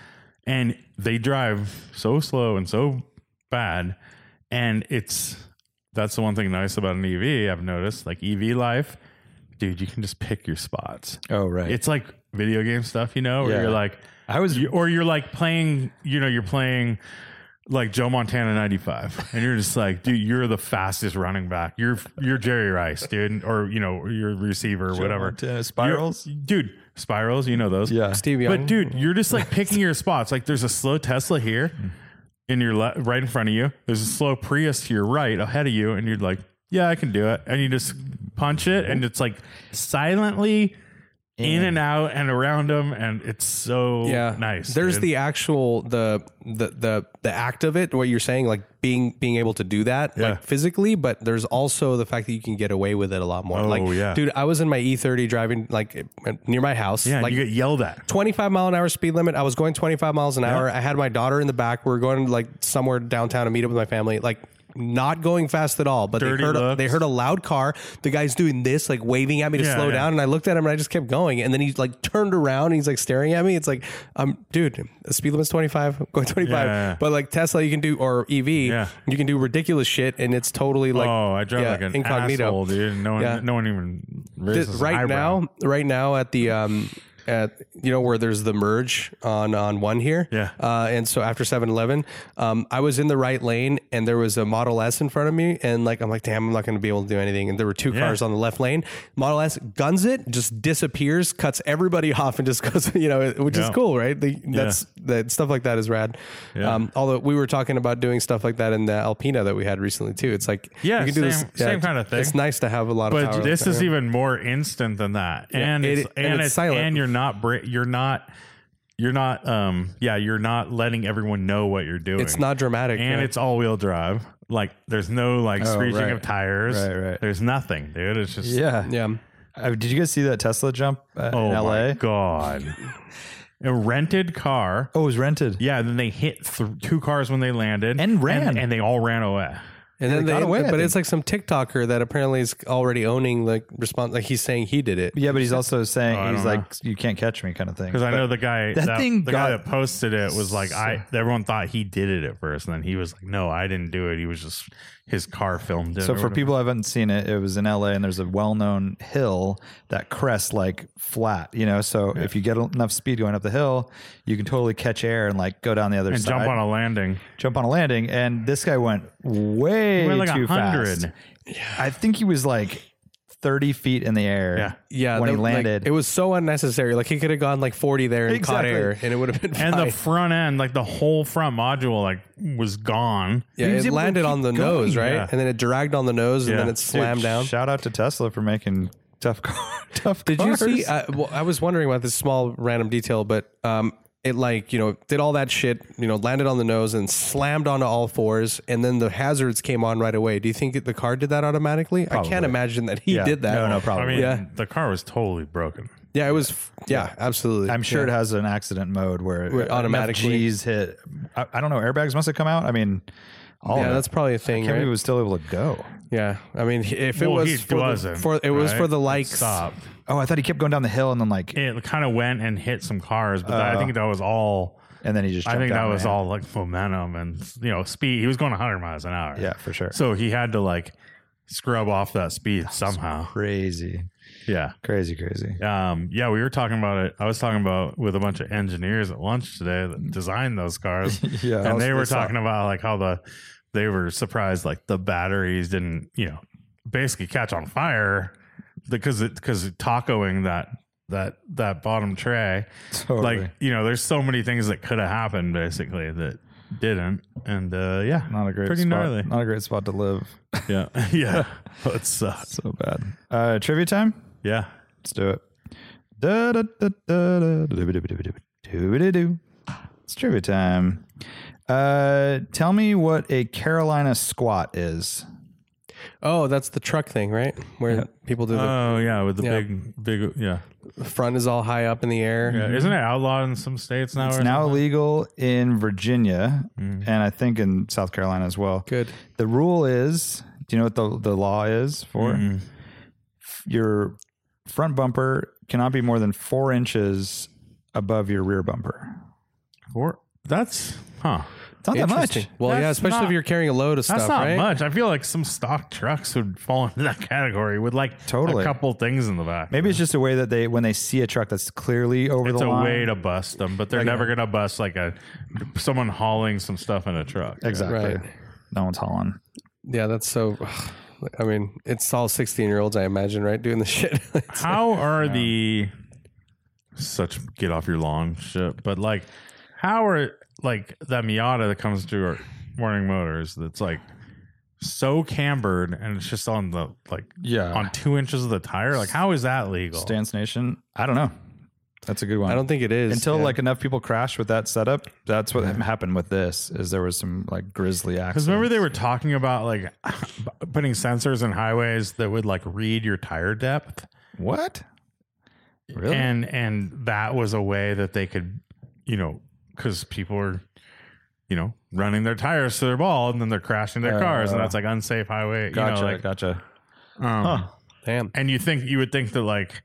Speaker 1: and they drive so slow and so bad, and it's that's the one thing nice about an EV I've noticed. Like EV life, dude, you can just pick your spots.
Speaker 4: Oh, right.
Speaker 1: It's like video game stuff, you know, where
Speaker 4: Yeah.
Speaker 1: you're like,
Speaker 4: I was.
Speaker 1: you, or you're like playing, you know, you're playing like Joe Montana 95 and you're just like, dude, you're the fastest running back. You're, you're Jerry Rice, dude. Or, you know, you're a receiver or whatever.
Speaker 4: Montana spirals?
Speaker 1: You're- dude, spirals, you know, those.
Speaker 4: yeah.
Speaker 7: Steve Young.
Speaker 1: But dude, you're just like picking your spots. Like there's a slow Tesla here in your le- right in front of you. There's a slow Prius to your right ahead of you. And you're like, yeah, I can do it. And you just punch it and it's like silently in and out and around them. And it's so
Speaker 7: yeah
Speaker 1: nice.
Speaker 7: there's
Speaker 1: dude.
Speaker 7: the actual the the the the act of it what you're saying like being being able to do that
Speaker 1: Yeah.
Speaker 7: like physically but there's also the fact that you can get away with it a lot more
Speaker 1: Oh,
Speaker 7: like
Speaker 1: yeah.
Speaker 7: dude i was in my e30 driving like near my house
Speaker 1: Yeah, and
Speaker 7: like
Speaker 1: you get yelled at.
Speaker 7: 25 mile an hour speed limit. I was going 25 miles an hour. I had my daughter in the back. We were going like somewhere downtown to meet up with my family. Like not going fast at all, but
Speaker 1: Dirty
Speaker 7: they heard
Speaker 1: looks.
Speaker 7: they heard a loud car. The guy's doing this, like waving at me to
Speaker 1: Yeah,
Speaker 7: slow
Speaker 1: yeah.
Speaker 7: down, and I looked at him and I just kept going. And then he like turned around and he's like staring at me. It's like, um, dude, the speed limit's 25, I'm <laughs> going 25.
Speaker 1: Yeah.
Speaker 7: But like Tesla, you can do or EV,
Speaker 1: Yeah.
Speaker 7: you can do ridiculous shit, and it's totally like
Speaker 1: oh, I drive
Speaker 7: yeah,
Speaker 1: like an asshole, dude. No one,
Speaker 7: Yeah.
Speaker 1: no one even
Speaker 7: Th-
Speaker 1: raises an
Speaker 7: right
Speaker 1: eyebrow.
Speaker 7: now, right now at the um at you know where there's the merge on on one here.
Speaker 1: Yeah.
Speaker 7: Uh, and so after 7-Eleven, um, I was in the right lane and there was a Model S in front of me and like I'm like damn I'm not going to be able to do anything and there were two
Speaker 1: Yeah.
Speaker 7: cars on the left lane. Model S guns it, just disappears, cuts everybody <laughs> off and just goes you know which is
Speaker 1: Yeah.
Speaker 7: cool, right? The, that's that stuff like that is rad.
Speaker 1: Yeah.
Speaker 7: Um, although we were talking about doing stuff like that in the Alpina that we had recently too. It's like
Speaker 1: Yeah,
Speaker 7: this
Speaker 1: same- same kinda thing.
Speaker 7: It's nice to have a lot of
Speaker 1: But
Speaker 7: power.
Speaker 1: this is even more instant than that, and
Speaker 7: it-
Speaker 1: it's, and, it's,
Speaker 7: silent.
Speaker 1: and you're not bra- you're not you're not um yeah you're not letting everyone know what you're doing.
Speaker 7: It's not dramatic.
Speaker 1: and
Speaker 7: yeah.
Speaker 1: it's all wheel drive. Like there's no like screeching
Speaker 4: Oh, right.
Speaker 1: of tires.
Speaker 4: Right, right.
Speaker 1: There's nothing, dude. It's just
Speaker 4: Yeah.
Speaker 7: yeah.
Speaker 4: Uh, did you guys see that Tesla jump uh,
Speaker 1: oh
Speaker 4: in LA?
Speaker 1: my god, a rented car.
Speaker 4: Oh, it was rented.
Speaker 1: Yeah, then they hit th- two cars when they landed
Speaker 4: And ran.
Speaker 1: and they all ran away.
Speaker 7: And then
Speaker 4: they
Speaker 7: they,
Speaker 4: got away, I
Speaker 7: but it's like some TikToker that apparently is already owning like response. Like he's saying he did it.
Speaker 4: Yeah, but he's also saying
Speaker 1: Oh, I
Speaker 4: he's
Speaker 1: don't
Speaker 4: like, you can't catch me, kind of thing.
Speaker 1: Because I know the guy
Speaker 4: that
Speaker 1: that,
Speaker 4: thing
Speaker 1: the guy
Speaker 4: got
Speaker 1: that posted it was like I everyone thought he did it at first, and then he was like, No, I didn't do it. He was just his car filmed it.
Speaker 4: So
Speaker 1: or
Speaker 4: for
Speaker 1: whatever.
Speaker 4: people who haven't seen it, it was in LA and there's a well-known hill that crests like flat, you know. So if you get enough speed going up the hill, you can totally catch air and like go down the other
Speaker 1: and
Speaker 4: side.
Speaker 1: jump on a landing.
Speaker 4: jump on a landing and this guy went way
Speaker 1: He went like
Speaker 4: too
Speaker 1: 100.
Speaker 4: fast. I think he was like 30 feet in the air
Speaker 1: Yeah.
Speaker 7: Yeah,
Speaker 4: when
Speaker 7: that-
Speaker 4: he
Speaker 7: like,
Speaker 4: landed.
Speaker 7: it was so unnecessary. Like he could have gone like forty there and caught
Speaker 4: Exactly.
Speaker 7: air, and it would have been.
Speaker 1: And
Speaker 7: fine.
Speaker 1: the front end, like the whole front module, like was gone.
Speaker 7: yeah,
Speaker 4: he was
Speaker 7: it
Speaker 4: able to
Speaker 7: landed on the
Speaker 4: keep
Speaker 7: nose,
Speaker 1: going,
Speaker 7: right?
Speaker 1: yeah.
Speaker 7: And then it dragged on the nose,
Speaker 1: Yeah.
Speaker 7: and then it
Speaker 4: Dude,
Speaker 7: slammed down.
Speaker 4: Shout out to Tesla for making tough <laughs> car, tough
Speaker 7: Did you
Speaker 4: cars.
Speaker 7: see? uh, I, well, I was wondering about this small random detail, but um, it like you know did all that shit, you know, landed on the nose and slammed onto all fours, and then the hazards came on right away. Do you think that the car did that automatically? I can't imagine that he
Speaker 4: Yeah.
Speaker 7: did that.
Speaker 4: No, no
Speaker 1: I
Speaker 4: problem.
Speaker 1: mean,
Speaker 7: Yeah.
Speaker 1: the car was totally broken.
Speaker 7: Yeah, it was. f- Yeah, absolutely.
Speaker 4: I'm sure it has an accident mode where it enough
Speaker 7: automatically-
Speaker 4: G's hit. I, I don't know. Airbags must have come out. I mean, all
Speaker 7: yeah,
Speaker 4: of it.
Speaker 7: that's probably a thing.
Speaker 4: Can't
Speaker 7: Right?
Speaker 4: believe it was still able to go.
Speaker 7: yeah, I mean, if it
Speaker 1: Well, he
Speaker 7: was for,
Speaker 1: wasn't,
Speaker 7: the, for it was
Speaker 1: right?
Speaker 7: for the likes.
Speaker 1: Stop.
Speaker 4: Oh, I thought he kept going down the hill and then like,
Speaker 1: It kind of went and hit some cars, but
Speaker 7: Uh,
Speaker 1: I think that was all.
Speaker 4: and then he just.
Speaker 1: I
Speaker 4: jumped
Speaker 1: think that
Speaker 4: out,
Speaker 1: was
Speaker 4: man.
Speaker 1: all like momentum and you know speed. He was going 100 miles an hour.
Speaker 4: Yeah, for sure.
Speaker 1: So he had to like scrub off that speed somehow.
Speaker 4: Crazy,
Speaker 1: Yeah.
Speaker 4: crazy, crazy.
Speaker 1: Um, yeah, we were talking about it. I was talking about with a bunch of engineers at lunch today that designed those cars.
Speaker 4: Mm. <laughs> Yeah, I
Speaker 1: and
Speaker 4: was-
Speaker 1: they
Speaker 4: I
Speaker 1: were
Speaker 4: saw-
Speaker 7: <laughs>
Speaker 1: talking about like how the they were surprised like the batteries didn't, you know, basically catch on fire because it because tacoing that that that bottom tray.
Speaker 4: Totally.
Speaker 1: Like, you know, there's so many things that could have happened basically that didn't. And uh yeah.
Speaker 4: Not a great
Speaker 1: pretty
Speaker 4: spot.
Speaker 1: gnarly.
Speaker 4: Not a great spot to live.
Speaker 1: Yeah. <laughs> yeah. It sucks.
Speaker 4: So bad. Uh, trivia time.
Speaker 1: Yeah.
Speaker 4: Let's do it. Da, da, da, da, da, doo-ba-doo-ba-doo-ba-doo, doo-ba-doo-doo. It's trivia time. Uh, tell me what a Carolina squat is.
Speaker 7: Oh, that's the truck thing, right? Where people do the
Speaker 1: Oh yeah, with the
Speaker 7: Yeah.
Speaker 1: big big yeah.
Speaker 7: front is all high up in the air.
Speaker 1: Yeah, isn't it outlawed in some states now?
Speaker 4: It's
Speaker 1: or
Speaker 4: now
Speaker 1: something?
Speaker 4: illegal in Virginia and I think in South Carolina as well.
Speaker 7: Good.
Speaker 4: The rule is do you know what the, the law is for? Your front bumper cannot be more than four inches above your rear bumper.
Speaker 1: Or- that's huh.
Speaker 4: It's not that
Speaker 7: Interesting.
Speaker 4: much.
Speaker 7: Well, yeah,
Speaker 1: That's
Speaker 7: especially if
Speaker 1: not-
Speaker 7: you're carrying a load of
Speaker 1: That's
Speaker 7: stuff,
Speaker 1: not
Speaker 7: right?
Speaker 1: much. I feel like some stock trucks would fall into that category with like
Speaker 4: Totally.
Speaker 1: a couple things in the back.
Speaker 4: Maybe it's just a way that they, when they see a truck that's clearly over
Speaker 1: it's a
Speaker 4: the line,
Speaker 1: way to bust them, but they're never gonna bust like a someone hauling some stuff in a truck.
Speaker 4: Exactly.
Speaker 7: Right.
Speaker 4: No one's hauling.
Speaker 7: Yeah, that's so. I mean, it's all 16 year olds, I imagine, right? Doing the <laughs> shit.
Speaker 1: How are the such get off your lawn shit? But like, how are like that Miata that comes through our Warning Motors that's like so cambered and it's just on the like
Speaker 4: Yeah.
Speaker 1: on two inches of the tire? Like, how is that legal?
Speaker 4: Stance Nation. I don't know. That's a good one.
Speaker 7: I don't think it is.
Speaker 4: until
Speaker 7: yeah.
Speaker 4: like enough people crash with that setup. That's what happened with this. Is there was some like grisly accidents.
Speaker 1: Because remember they were talking about like <laughs> putting sensors in highways that would like read your tire depth,
Speaker 4: what? Really?
Speaker 1: and and that was a way that they could, you know, because people are, you know, running their tires to their ball and then they're crashing their cars, and that's like unsafe highway.
Speaker 4: Uh, gotcha.
Speaker 1: You know, like,
Speaker 4: gotcha.
Speaker 1: um,
Speaker 7: Damn. <laughs>
Speaker 1: And you think you would think that like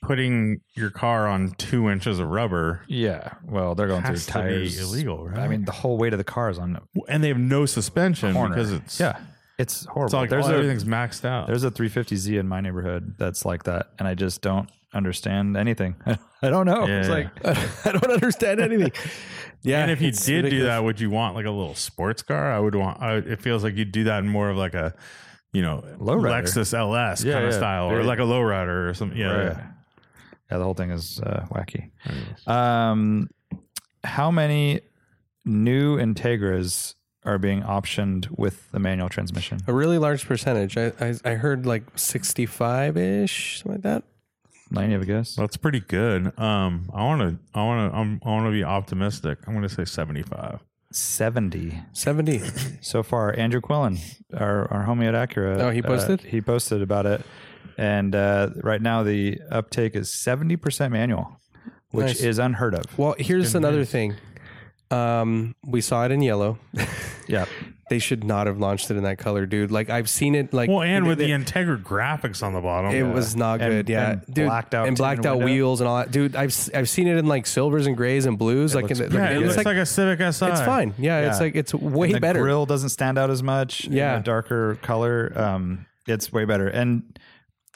Speaker 1: putting your car on two inches of rubber
Speaker 4: Yeah. Well, they're going
Speaker 1: has
Speaker 4: through
Speaker 1: to be
Speaker 4: tires.
Speaker 1: illegal, right?
Speaker 4: I mean, the whole weight of the car is on the
Speaker 1: and they have no suspension
Speaker 4: corner
Speaker 1: because it's
Speaker 4: yeah, it's horrible.
Speaker 1: It's like
Speaker 4: there's
Speaker 1: all-
Speaker 4: a
Speaker 1: everything's maxed out.
Speaker 4: there's a 350Z in my neighborhood that's like that, and I just don't understand anything. <laughs> I don't know. It's
Speaker 1: Yeah.
Speaker 4: like
Speaker 7: I don't understand anything.
Speaker 1: <laughs>
Speaker 7: Yeah.
Speaker 1: And if you
Speaker 7: it's
Speaker 1: did do
Speaker 7: ridiculous.
Speaker 1: that, would you want like a little sports car? I would want. I, it feels like you'd do that in more of like a, you know,
Speaker 4: Lowrider.
Speaker 1: Lexus LS
Speaker 4: Yeah,
Speaker 1: kind of
Speaker 4: yeah.
Speaker 1: style, or
Speaker 4: Big.
Speaker 1: like a lowrider or something. Yeah,
Speaker 4: Right.
Speaker 1: yeah.
Speaker 4: <sighs> Yeah, the whole thing is uh, wacky. Um, how many new Integras are being optioned with the manual transmission?
Speaker 7: a really large percentage. I, I, I heard like 65 ish, something like that.
Speaker 4: Lane, you have a guess?
Speaker 1: that's pretty good. Um, I want to, I want to, I'm, I want to be optimistic. I'm going to say 75.
Speaker 4: 70.
Speaker 7: 70.
Speaker 4: So far, Andrew Quillen, our, our homie at Acura.
Speaker 7: Oh, he
Speaker 4: uh,
Speaker 7: posted?
Speaker 4: he posted about it. And uh, right now, the uptake is 70% manual, which
Speaker 7: Nice.
Speaker 4: is unheard of.
Speaker 7: Well, here's another thing. Um, we saw it in yellow. <laughs>
Speaker 4: Yeah.
Speaker 7: they should not have launched it in that color, dude. Like I've seen it like
Speaker 1: Well, and
Speaker 7: they-
Speaker 1: with
Speaker 7: they-
Speaker 1: the Integra graphics on the bottom,
Speaker 7: it was not
Speaker 4: And-
Speaker 7: good. yeah,
Speaker 4: and
Speaker 7: dude,
Speaker 4: blacked out
Speaker 7: and blacked
Speaker 4: tinted
Speaker 7: out
Speaker 4: window.
Speaker 7: wheels and all that, dude. I've s- I've seen it in like silvers and grays and blues. like in the,
Speaker 1: yeah,
Speaker 7: like,
Speaker 1: it
Speaker 7: it's
Speaker 1: looks like,
Speaker 7: like,
Speaker 1: a Civic Si.
Speaker 7: it's fine. Yeah, it's
Speaker 4: Yeah.
Speaker 7: like it's way
Speaker 4: the
Speaker 7: better.
Speaker 4: grill doesn't stand out as much. in
Speaker 7: Yeah.
Speaker 4: a darker color. Um, it's way better. And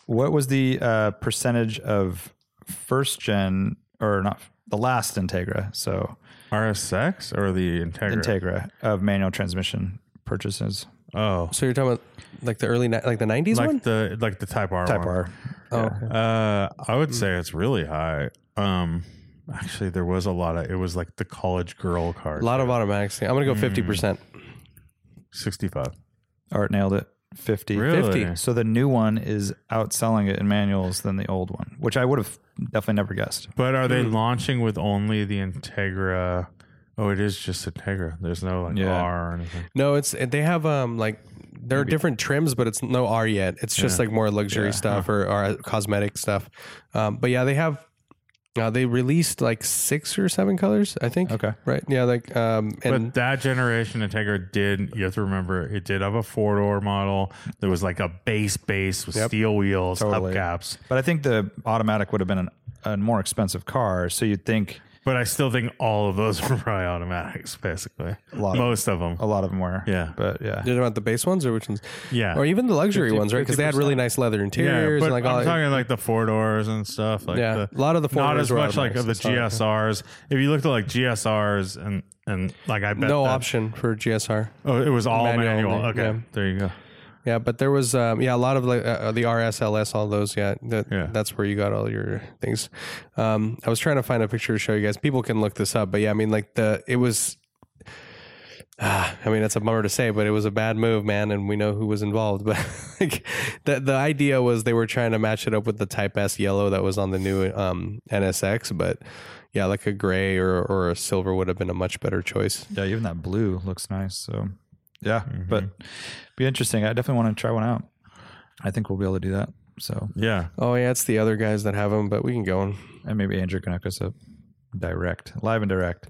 Speaker 4: what was the uh, percentage of first gen or not the last Integra? So
Speaker 1: RSX or the Integra.
Speaker 4: Integra of manual transmission purchases.
Speaker 1: Oh,
Speaker 7: So you're talking about like the early ni- like the nineties
Speaker 1: like
Speaker 7: one?
Speaker 1: the like the Type R.
Speaker 4: Type
Speaker 1: one.
Speaker 4: R.
Speaker 1: Uh, I would say it's really high. Um, actually, there was a lot of. It was like the college girl card.
Speaker 7: A lot of automatics. I'm
Speaker 1: Hmm.
Speaker 7: gonna go fifty percent.
Speaker 1: sixty-five.
Speaker 4: Art nailed it. 50.
Speaker 1: Really?
Speaker 4: 50. So the new one is outselling it in manuals than the old one, which I would have definitely never guessed.
Speaker 1: But are they launching with only the Integra? Oh, it is just Integra. There's no like
Speaker 4: Yeah.
Speaker 1: R or anything.
Speaker 7: No, it's they have um like there are different trims, but it's no R yet. It's just like more luxury stuff or, or cosmetic stuff. Um, but yeah, they have. Uh, they released like six or seven colors, I think.
Speaker 4: Okay.
Speaker 7: Right. Yeah. Like um. And
Speaker 1: But that generation Integra did. You have to remember, it did have a four-door model. There was like a base base with steel wheels,
Speaker 4: Totally.
Speaker 1: hubcaps.
Speaker 4: But I think the automatic would have been an, a more expensive car. So you'd think
Speaker 1: But I still think all of those <laughs> were probably automatics, basically.
Speaker 4: lot of-
Speaker 1: Most of them.
Speaker 4: a lot of them were.
Speaker 1: Yeah.
Speaker 4: But yeah.
Speaker 7: you're talking about the base ones or which ones?
Speaker 1: Yeah.
Speaker 7: Or even the luxury ones, right? Because they had really nice leather
Speaker 1: yeah,
Speaker 7: interiors
Speaker 1: but
Speaker 7: and like
Speaker 1: I'm
Speaker 7: all that.
Speaker 1: talking like the four doors and stuff. Like
Speaker 7: Yeah,
Speaker 1: the,
Speaker 7: a lot of the four
Speaker 1: not
Speaker 7: doors
Speaker 1: as
Speaker 7: were
Speaker 1: much like of the
Speaker 7: automatics, I saw
Speaker 1: GSRs. If you looked at like GSRs and and like I bet
Speaker 7: no
Speaker 1: that-
Speaker 7: option for GSR.
Speaker 1: Oh, it was all
Speaker 7: Manual
Speaker 1: manual.
Speaker 7: only,
Speaker 1: Okay,
Speaker 7: yeah.
Speaker 1: there you go.
Speaker 7: Yeah, but there was um, yeah a lot of like uh, uh, the RSLS, all those. Yeah, that,
Speaker 1: Yeah.
Speaker 7: that's where you got all your things. Um, I was trying to find a picture to show you guys. People can look this up, but yeah, I mean like the it was. Ah, I mean that's a bummer to say, but it was a bad move, man, and we know who was involved. But <laughs> like the the idea was they were trying to match it up with the Type S yellow that was on the new um, NSX, but yeah, like a gray or or a silver would have been a much better choice.
Speaker 4: Yeah. Even that blue looks nice. So yeah. But be interesting. I definitely want to try one out. I think we'll be able to do that. So,
Speaker 1: Yeah,
Speaker 7: Oh yeah, it's the other guys that have them, but we can go on.
Speaker 4: and maybe Andrew can hook us up direct, live and direct.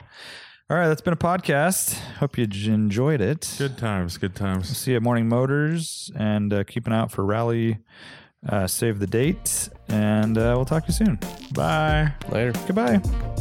Speaker 4: All right. That's been a podcast. Hope you j- enjoyed it.
Speaker 1: good times, good times.
Speaker 4: see you at Morning Motors and uh, keep an eye out for Rally. Uh, save the date, and uh, we'll talk to you soon.
Speaker 1: Bye.
Speaker 7: Later.
Speaker 4: Goodbye.